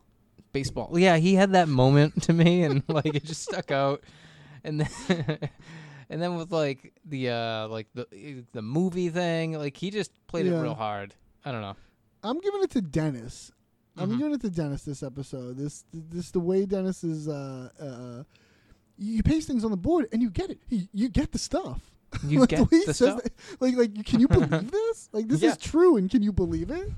[SPEAKER 1] baseball. Yeah, he had that moment <laughs> to me, and like it just stuck out. And then, <laughs> and then with like the uh like the the movie thing, like he just played
[SPEAKER 5] Yeah.
[SPEAKER 1] it real hard. I don't know.
[SPEAKER 5] I'm giving it to Dennis. I'm
[SPEAKER 1] Mm-hmm.
[SPEAKER 5] giving it to Dennis this episode. This this the way Dennis is. Uh, uh, you paste things on the board and you get it. You, you get the stuff.
[SPEAKER 1] You
[SPEAKER 5] <laughs> Like,
[SPEAKER 1] get
[SPEAKER 5] way he
[SPEAKER 1] the
[SPEAKER 5] says
[SPEAKER 1] stuff?
[SPEAKER 5] that- like like can
[SPEAKER 1] <laughs>
[SPEAKER 5] you believe this? Like this
[SPEAKER 1] Yeah.
[SPEAKER 5] is true and can you
[SPEAKER 1] <laughs>
[SPEAKER 5] believe it?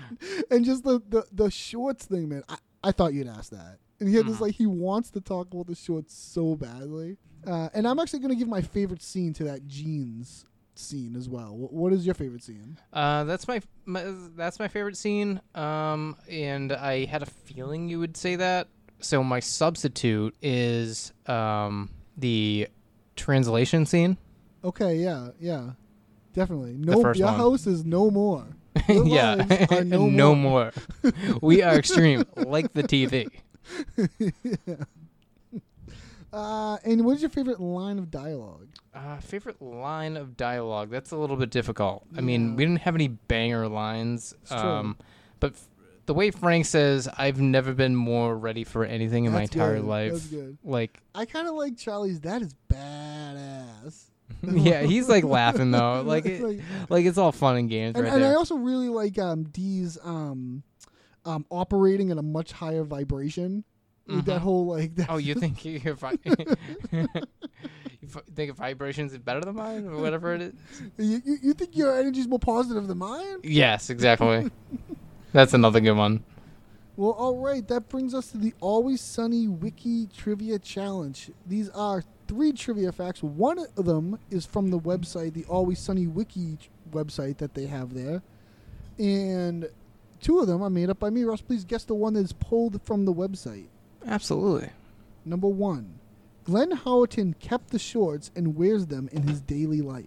[SPEAKER 5] <laughs> and just the, the the shorts thing, man. I, I thought you'd ask that. And he had
[SPEAKER 1] Mm-hmm.
[SPEAKER 5] this like he wants to talk about the shorts so badly. Uh, and I'm actually gonna give my favorite scene to that jeans scene as well. Wh- what is your favorite scene?
[SPEAKER 1] Uh, that's my, my that's my favorite scene. Um, and I had a feeling you would say that. So my substitute is um the translation scene.
[SPEAKER 5] Okay, yeah, yeah, definitely. No,
[SPEAKER 1] first
[SPEAKER 5] your
[SPEAKER 1] one.
[SPEAKER 5] house is no more.
[SPEAKER 1] <laughs>
[SPEAKER 5] Your lives
[SPEAKER 1] yeah,
[SPEAKER 5] are
[SPEAKER 1] <laughs>
[SPEAKER 5] no,
[SPEAKER 1] no
[SPEAKER 5] more.
[SPEAKER 1] more.
[SPEAKER 5] <laughs>
[SPEAKER 1] we are extreme, like the TV.
[SPEAKER 5] Uh, and what is your favorite line of dialogue?
[SPEAKER 1] Uh, favorite line of dialogue. That's a little bit difficult. I mean, we didn't have any banger lines.
[SPEAKER 5] true.
[SPEAKER 1] Um, but f- the way Frank says, "I've never been more ready for anything in my
[SPEAKER 5] That's
[SPEAKER 1] entire
[SPEAKER 5] good.
[SPEAKER 1] life."
[SPEAKER 5] That's good.
[SPEAKER 1] Like,
[SPEAKER 5] I kind of like Charlie's. That is badass.
[SPEAKER 1] yeah, he's like laughing
[SPEAKER 5] <laughs>
[SPEAKER 1] though. Like, it,
[SPEAKER 5] Like-
[SPEAKER 1] like, it's all fun and games
[SPEAKER 5] And,
[SPEAKER 1] right
[SPEAKER 5] and I
[SPEAKER 1] there.
[SPEAKER 5] also really like um, D's um, um, operating at a much higher vibration. Like That whole like <laughs> that.
[SPEAKER 1] oh, you think you you <laughs>
[SPEAKER 5] <laughs>
[SPEAKER 1] fi- you fi- think vibrations is better than mine or whatever it is?
[SPEAKER 5] you, you, you think your energy is more positive than mine?
[SPEAKER 1] Yes, exactly. That's another good one.
[SPEAKER 5] Well, all right, that brings us to the Always Sunny Wiki Trivia Challenge. These are three trivia facts. One of them is from the website, the Always Sunny Wiki ch- website that they have there. And two of them are made up by me. Russ, please guess the one that's pulled from the website.
[SPEAKER 1] Absolutely.
[SPEAKER 5] Number one Glenn Howerton kept the shorts and wears them in his daily life.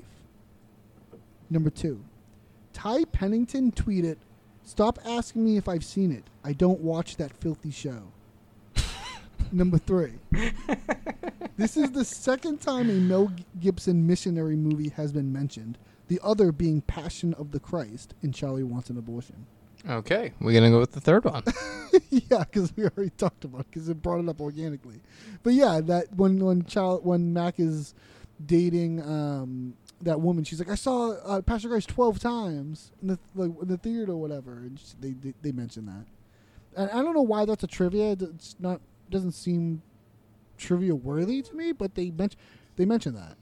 [SPEAKER 5] Number two Ty Pennington tweeted, Stop asking me if I've seen it. I don't watch that filthy show. Number three. this is the second time a Mel Gibson missionary movie has been mentioned, the other being Passion of the Christ and Charlie Wants an Abortion.
[SPEAKER 1] Okay, we're gonna go with the third
[SPEAKER 5] <laughs>
[SPEAKER 1] one.
[SPEAKER 5] yeah, because we already talked about because it brought it up organically. But yeah, that when when child when Mac is dating um, that woman, she's like, I saw uh, Pastor Christ twelve times in the like in the theater or whatever, and she, they, they they mention that. And I don't know why that's a trivia. It's not doesn't seem trivia worthy to me, but they mention they mention that.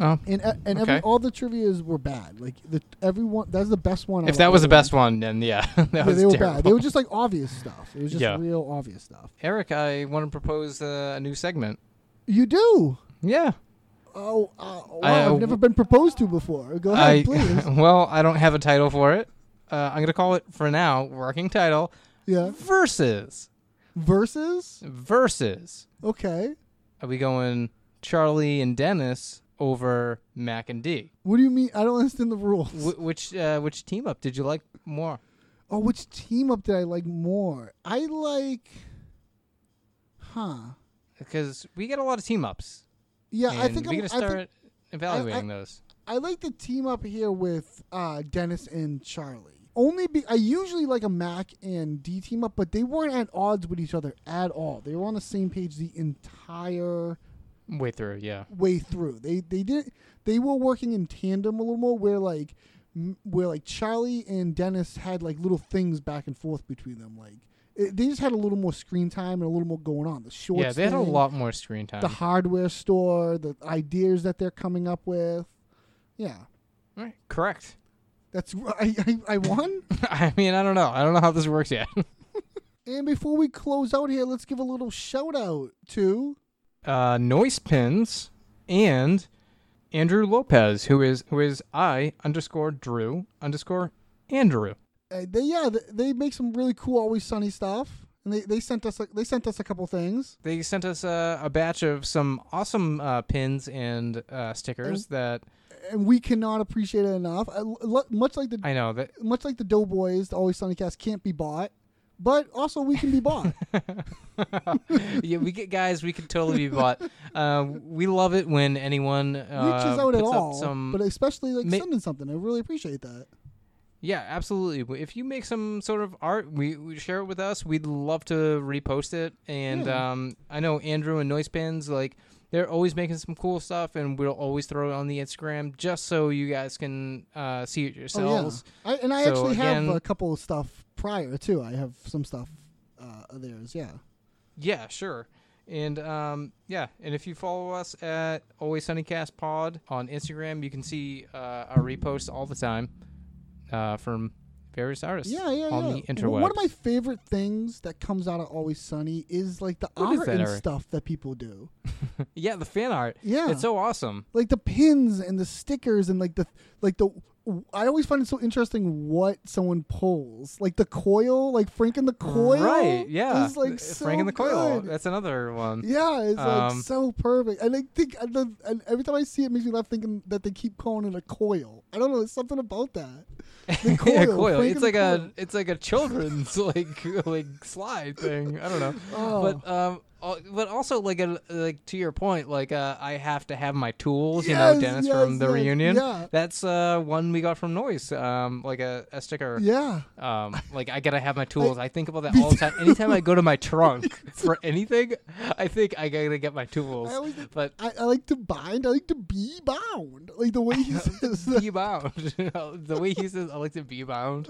[SPEAKER 1] Oh,
[SPEAKER 5] And uh, and every,
[SPEAKER 1] Okay.
[SPEAKER 5] all the trivias were bad. Like the everyone that's the best one. out
[SPEAKER 1] If
[SPEAKER 5] of
[SPEAKER 1] that
[SPEAKER 5] all
[SPEAKER 1] was the
[SPEAKER 5] of them.
[SPEAKER 1] best one, then yeah, <laughs> that
[SPEAKER 5] Yeah,
[SPEAKER 1] was
[SPEAKER 5] they were
[SPEAKER 1] terrible.
[SPEAKER 5] bad. They were just like obvious stuff. It was just
[SPEAKER 1] Yeah.
[SPEAKER 5] real obvious stuff.
[SPEAKER 1] Eric, I want to propose uh, a new segment.
[SPEAKER 5] You do.
[SPEAKER 1] Yeah,
[SPEAKER 5] Oh, uh, wow, I,
[SPEAKER 1] I-
[SPEAKER 5] have never been proposed to before. Go ahead, please.
[SPEAKER 1] <laughs> well, I don't have a title for it. Uh, I'm gonna call it for now working title
[SPEAKER 5] Yeah.
[SPEAKER 1] versus
[SPEAKER 5] Versus.
[SPEAKER 1] versus.
[SPEAKER 5] Okay.
[SPEAKER 1] Are we going Charlie and Dennis over Mac and D?
[SPEAKER 5] What do you mean? I don't understand the rules.
[SPEAKER 1] Wh- which uh, which team up did you like more?
[SPEAKER 5] oh, which team up did I like more? I like. Huh.
[SPEAKER 1] Because we get a lot of team ups.
[SPEAKER 5] Yeah,
[SPEAKER 1] and
[SPEAKER 5] I think
[SPEAKER 1] we
[SPEAKER 5] I'm,
[SPEAKER 1] gotta
[SPEAKER 5] I
[SPEAKER 1] start
[SPEAKER 5] think
[SPEAKER 1] evaluating those.
[SPEAKER 5] I like the team up here with uh, Dennis and Charlie. Only be I usually like a Mac and D team up, but they weren't at odds with each other at all. They were on the same page the entire
[SPEAKER 1] Way through, yeah.
[SPEAKER 5] way through. They they did they were working in tandem a little more where like m- where like Charlie and Dennis had like little things back and forth between them. Like it, they just had a little more screen time and a little more going on. The shorts.
[SPEAKER 1] Yeah, they had a
[SPEAKER 5] thing,
[SPEAKER 1] lot more screen time.
[SPEAKER 5] The hardware store, the ideas that they're coming up with. Yeah,
[SPEAKER 1] Right, Correct. <laughs>
[SPEAKER 5] that's r- I I, I won.
[SPEAKER 1] I mean, I don't know. I don't know how this works yet. <laughs>
[SPEAKER 5] and before we close out here, let's give a little shout out to
[SPEAKER 1] uh, noise pins and Andrew Lopez, who is who is I underscore Drew underscore Andrew.
[SPEAKER 5] Uh, they yeah they, they make some really cool always sunny stuff and they, they sent us a, they sent us a couple things
[SPEAKER 1] They sent us a, a batch of some awesome uh, pins and uh, stickers
[SPEAKER 5] Mm.
[SPEAKER 1] that
[SPEAKER 5] and we cannot appreciate it enough I, lo- much like the
[SPEAKER 1] I know
[SPEAKER 5] <laughs>
[SPEAKER 1] that
[SPEAKER 5] much like the Doughboys the always sunny cast can't be bought but also we can
[SPEAKER 1] <laughs>
[SPEAKER 5] be bought
[SPEAKER 1] Uh, yeah, we get guys we could totally be bought. Uh, we love it when anyone
[SPEAKER 5] reaches
[SPEAKER 1] uh,
[SPEAKER 5] out at
[SPEAKER 1] puts up
[SPEAKER 5] all
[SPEAKER 1] some
[SPEAKER 5] but especially like
[SPEAKER 1] ma-
[SPEAKER 5] sending something I really appreciate that
[SPEAKER 1] Yeah, absolutely. If you make some sort of art, we, we share it with us. We'd love to repost it. And um, I know Andrew and Noise Pins, like they're always making some cool stuff, and we'll always throw it on the Instagram just so you guys can uh, see it
[SPEAKER 5] oh,
[SPEAKER 1] yourselves.
[SPEAKER 5] yeah I, and I
[SPEAKER 1] So,
[SPEAKER 5] actually
[SPEAKER 1] again-
[SPEAKER 5] have a couple of stuff prior too I have some stuff uh, of theirs yeah
[SPEAKER 1] Yeah, sure. And um, yeah, and if you follow us at Always Sunnycast Pod on Instagram, you can see uh, our reposts all the time uh, from various artists.
[SPEAKER 5] Yeah, yeah,
[SPEAKER 1] on
[SPEAKER 5] yeah.
[SPEAKER 1] the
[SPEAKER 5] W-
[SPEAKER 1] interwebs.
[SPEAKER 5] One of my favorite things that comes out of Always Sunny is like the
[SPEAKER 1] What is
[SPEAKER 5] art
[SPEAKER 1] that,
[SPEAKER 5] and
[SPEAKER 1] Eric?
[SPEAKER 5] stuff that people do,
[SPEAKER 1] yeah, the fan art.
[SPEAKER 5] Yeah.
[SPEAKER 1] it's so awesome.
[SPEAKER 5] like the pins and the stickers and like the like the. I always find it so interesting what someone pulls, like the coil, like Frank and the coil.
[SPEAKER 1] Right. Yeah.
[SPEAKER 5] is like
[SPEAKER 1] Th-
[SPEAKER 5] so
[SPEAKER 1] Frank and the Coil.
[SPEAKER 5] good.
[SPEAKER 1] That's another one.
[SPEAKER 5] yeah, it's
[SPEAKER 1] Um,
[SPEAKER 5] like so perfect. And I think I love, and every time I see it, it makes me laugh thinking that they keep calling it a coil. I don't know, there's something
[SPEAKER 1] <laughs>
[SPEAKER 5] about that. The coil,
[SPEAKER 1] Yeah, coil.
[SPEAKER 5] Frank
[SPEAKER 1] It's
[SPEAKER 5] and the
[SPEAKER 1] like
[SPEAKER 5] Coil.
[SPEAKER 1] a it's like a children's <laughs> like like slide thing. I don't know.
[SPEAKER 5] Oh.
[SPEAKER 1] But um al- but also like a like to your point like uh, I have to have my tools, you know,
[SPEAKER 5] Yes,
[SPEAKER 1] Dennis
[SPEAKER 5] yes,
[SPEAKER 1] from the
[SPEAKER 5] yes,
[SPEAKER 1] reunion.
[SPEAKER 5] yeah.
[SPEAKER 1] That's uh one we got from Noise. Um like a, a sticker.
[SPEAKER 5] yeah.
[SPEAKER 1] Um, like I gotta have my tools. I, think about that all the time. Anytime I go to my trunk
[SPEAKER 5] <laughs>
[SPEAKER 1] for anything, I think I gotta get my tools.
[SPEAKER 5] I always think-
[SPEAKER 1] but
[SPEAKER 5] <laughs> I, I like to bind. I like to be bound. Like the way
[SPEAKER 1] <laughs>
[SPEAKER 5] he says that.
[SPEAKER 1] be bound. <laughs> the way he says, "I like to be bound,"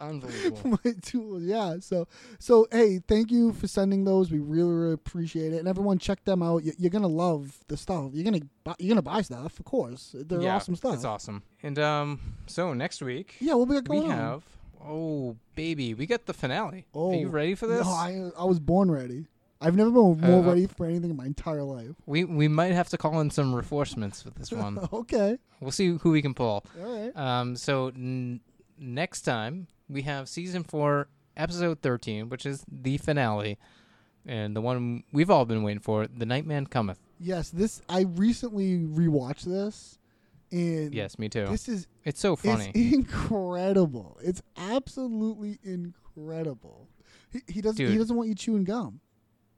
[SPEAKER 1] unbelievable.
[SPEAKER 5] My <laughs> tool, yeah. So, so hey, thank you for sending those. We really, really appreciate it. And everyone, check them out. You, you're gonna love the stuff. You're gonna, buy, you're gonna buy stuff, of course. They're
[SPEAKER 1] yeah,
[SPEAKER 5] awesome stuff.
[SPEAKER 1] It's awesome. And um, so next week,
[SPEAKER 5] Yeah, what we got
[SPEAKER 1] we
[SPEAKER 5] going on?
[SPEAKER 1] have. Oh baby, we got the finale.
[SPEAKER 5] Oh,
[SPEAKER 1] Are you ready for this? Uh,
[SPEAKER 5] No, I, I was born ready. I've never been more ready for anything in my entire life. <laughs>
[SPEAKER 1] we we might have to call in some reinforcements with this one.
[SPEAKER 5] Okay,
[SPEAKER 1] we'll see who we can pull.
[SPEAKER 5] all right.
[SPEAKER 1] Um, so n- next time we have season four, episode thirteen, which is the finale, and the one we've all been waiting for, "The Nightman Cometh."
[SPEAKER 5] Yes, this I recently rewatched this, and
[SPEAKER 1] Yes, me too.
[SPEAKER 5] this is
[SPEAKER 1] it's so funny.
[SPEAKER 5] It's incredible. It's absolutely incredible. He, he doesn't.
[SPEAKER 1] Dude.
[SPEAKER 5] He doesn't want you chewing gum.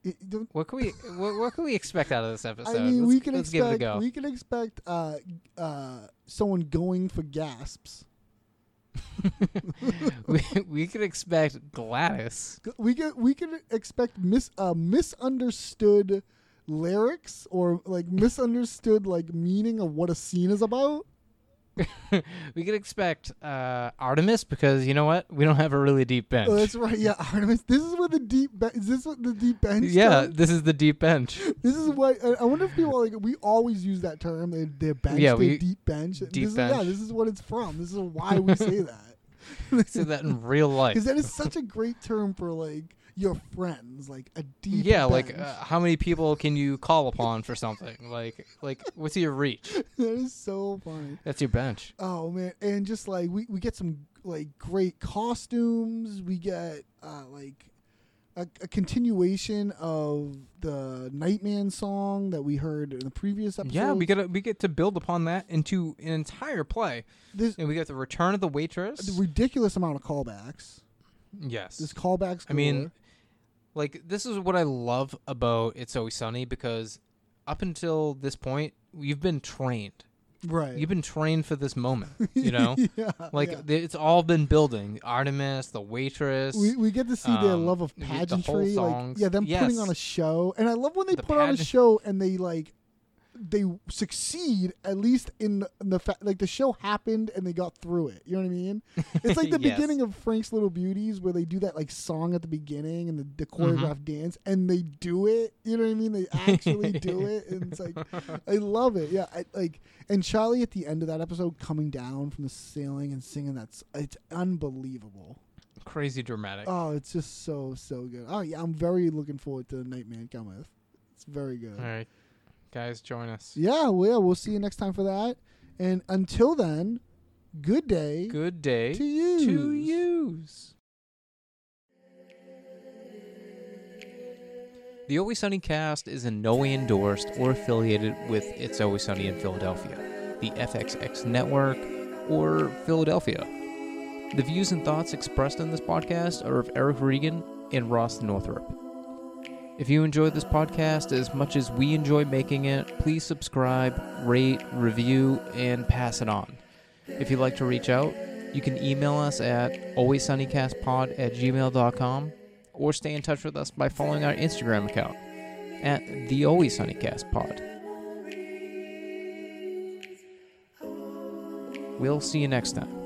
[SPEAKER 5] It- it don't-
[SPEAKER 1] What can we what, what can we expect out of this
[SPEAKER 5] I
[SPEAKER 1] episode?
[SPEAKER 5] mean,
[SPEAKER 1] let's
[SPEAKER 5] we can
[SPEAKER 1] let's
[SPEAKER 5] expect.
[SPEAKER 1] give it a go.
[SPEAKER 5] We can expect uh, uh, someone going for gasps.
[SPEAKER 1] we, <laughs> we can expect Gladys.
[SPEAKER 5] G- We can. We can expect mis uh, misunderstood lyrics or like misunderstood like meaning of what a scene is about.
[SPEAKER 1] We can expect uh, Artemis because you know what? We don't have a really deep bench.
[SPEAKER 5] Oh, that's right. Yeah, Artemis. This is where the deep. Be- is this what the deep bench?
[SPEAKER 1] yeah,
[SPEAKER 5] does?
[SPEAKER 1] this is the deep
[SPEAKER 5] <laughs>
[SPEAKER 1] bench.
[SPEAKER 5] This is what I- I wonder if people are like we always use that term. They their bench,
[SPEAKER 1] Yeah,
[SPEAKER 5] their
[SPEAKER 1] we-
[SPEAKER 5] deep bench.
[SPEAKER 1] deep
[SPEAKER 5] this Is, yeah,
[SPEAKER 1] bench.
[SPEAKER 5] this is what it's from. This is why
[SPEAKER 1] <laughs>
[SPEAKER 5] we say that. <laughs>
[SPEAKER 1] See that in real life.
[SPEAKER 5] Because that is such a great term for like your friends, like a deep.
[SPEAKER 1] yeah, like
[SPEAKER 5] bench.
[SPEAKER 1] uh, how many people can you call upon for something? Like like what's your reach?
[SPEAKER 5] <laughs> that is so funny.
[SPEAKER 1] That's your
[SPEAKER 5] <laughs>
[SPEAKER 1] bench.
[SPEAKER 5] Oh man, and just like we we get some like great costumes. We get uh, like. A, a continuation of the Nightman song that we heard in the previous episode.
[SPEAKER 1] Yeah, we get to, we get to build upon that into an entire play,
[SPEAKER 5] There's
[SPEAKER 1] and we get the return of the waitress.
[SPEAKER 5] a ridiculous amount of callbacks.
[SPEAKER 1] yes,
[SPEAKER 5] There's callbacks.
[SPEAKER 1] I mean,
[SPEAKER 5] galore.
[SPEAKER 1] like this is what I love about It's Always Sunny because up until this point, you've been trained.
[SPEAKER 5] right?
[SPEAKER 1] You've been trained for this
[SPEAKER 5] <laughs>
[SPEAKER 1] moment, you know.
[SPEAKER 5] yeah,
[SPEAKER 1] like
[SPEAKER 5] yeah.
[SPEAKER 1] th- it's all been building. Artemis, the waitress.
[SPEAKER 5] we, we get to see their
[SPEAKER 1] um,
[SPEAKER 5] love of
[SPEAKER 1] we get the whole
[SPEAKER 5] pageantry, like
[SPEAKER 1] songs.
[SPEAKER 5] yeah, them
[SPEAKER 1] Yes.
[SPEAKER 5] putting on a show, and I love when they
[SPEAKER 1] The
[SPEAKER 5] put on a
[SPEAKER 1] pageant-
[SPEAKER 5] show and they like they succeed at least in the, in the fact like the show happened and they got through it. You know what I mean?
[SPEAKER 1] <laughs>
[SPEAKER 5] It's like the
[SPEAKER 1] Yes.
[SPEAKER 5] beginning of Frank's Little Beauties where they do that like song at the beginning and the, the
[SPEAKER 1] Mm-hmm.
[SPEAKER 5] choreographed dance, and they do it. You know what I mean? They
[SPEAKER 1] <laughs>
[SPEAKER 5] actually do it, and it's like I love it. Yeah, I, like and Charlie at the end of that episode coming down from the ceiling and singing that's it's unbelievable.
[SPEAKER 1] crazy dramatic.
[SPEAKER 5] Oh, it's just so so good. Oh yeah, I'm very looking forward to the Nightman Cometh. It's very good.
[SPEAKER 1] all right, Guys, join us.
[SPEAKER 5] Yeah, well, yeah, we'll see you next time for that. And until then, good day.
[SPEAKER 1] Good day
[SPEAKER 5] To use.
[SPEAKER 1] To use. The Always Sunny cast is in no way endorsed or affiliated with It's Always Sunny in Philadelphia, the FXX network, or Philadelphia. The views and thoughts expressed in this podcast are of Eric Regan and Ross Northrup. If you enjoyed this podcast as much as we enjoy making it, please subscribe, rate, review, and pass it on. If you'd like to reach out, you can email us at alwayssunnycastpod at gmail.com or stay in touch with us by following our Instagram account at the Always Sunnycast Pod. We'll see you next time.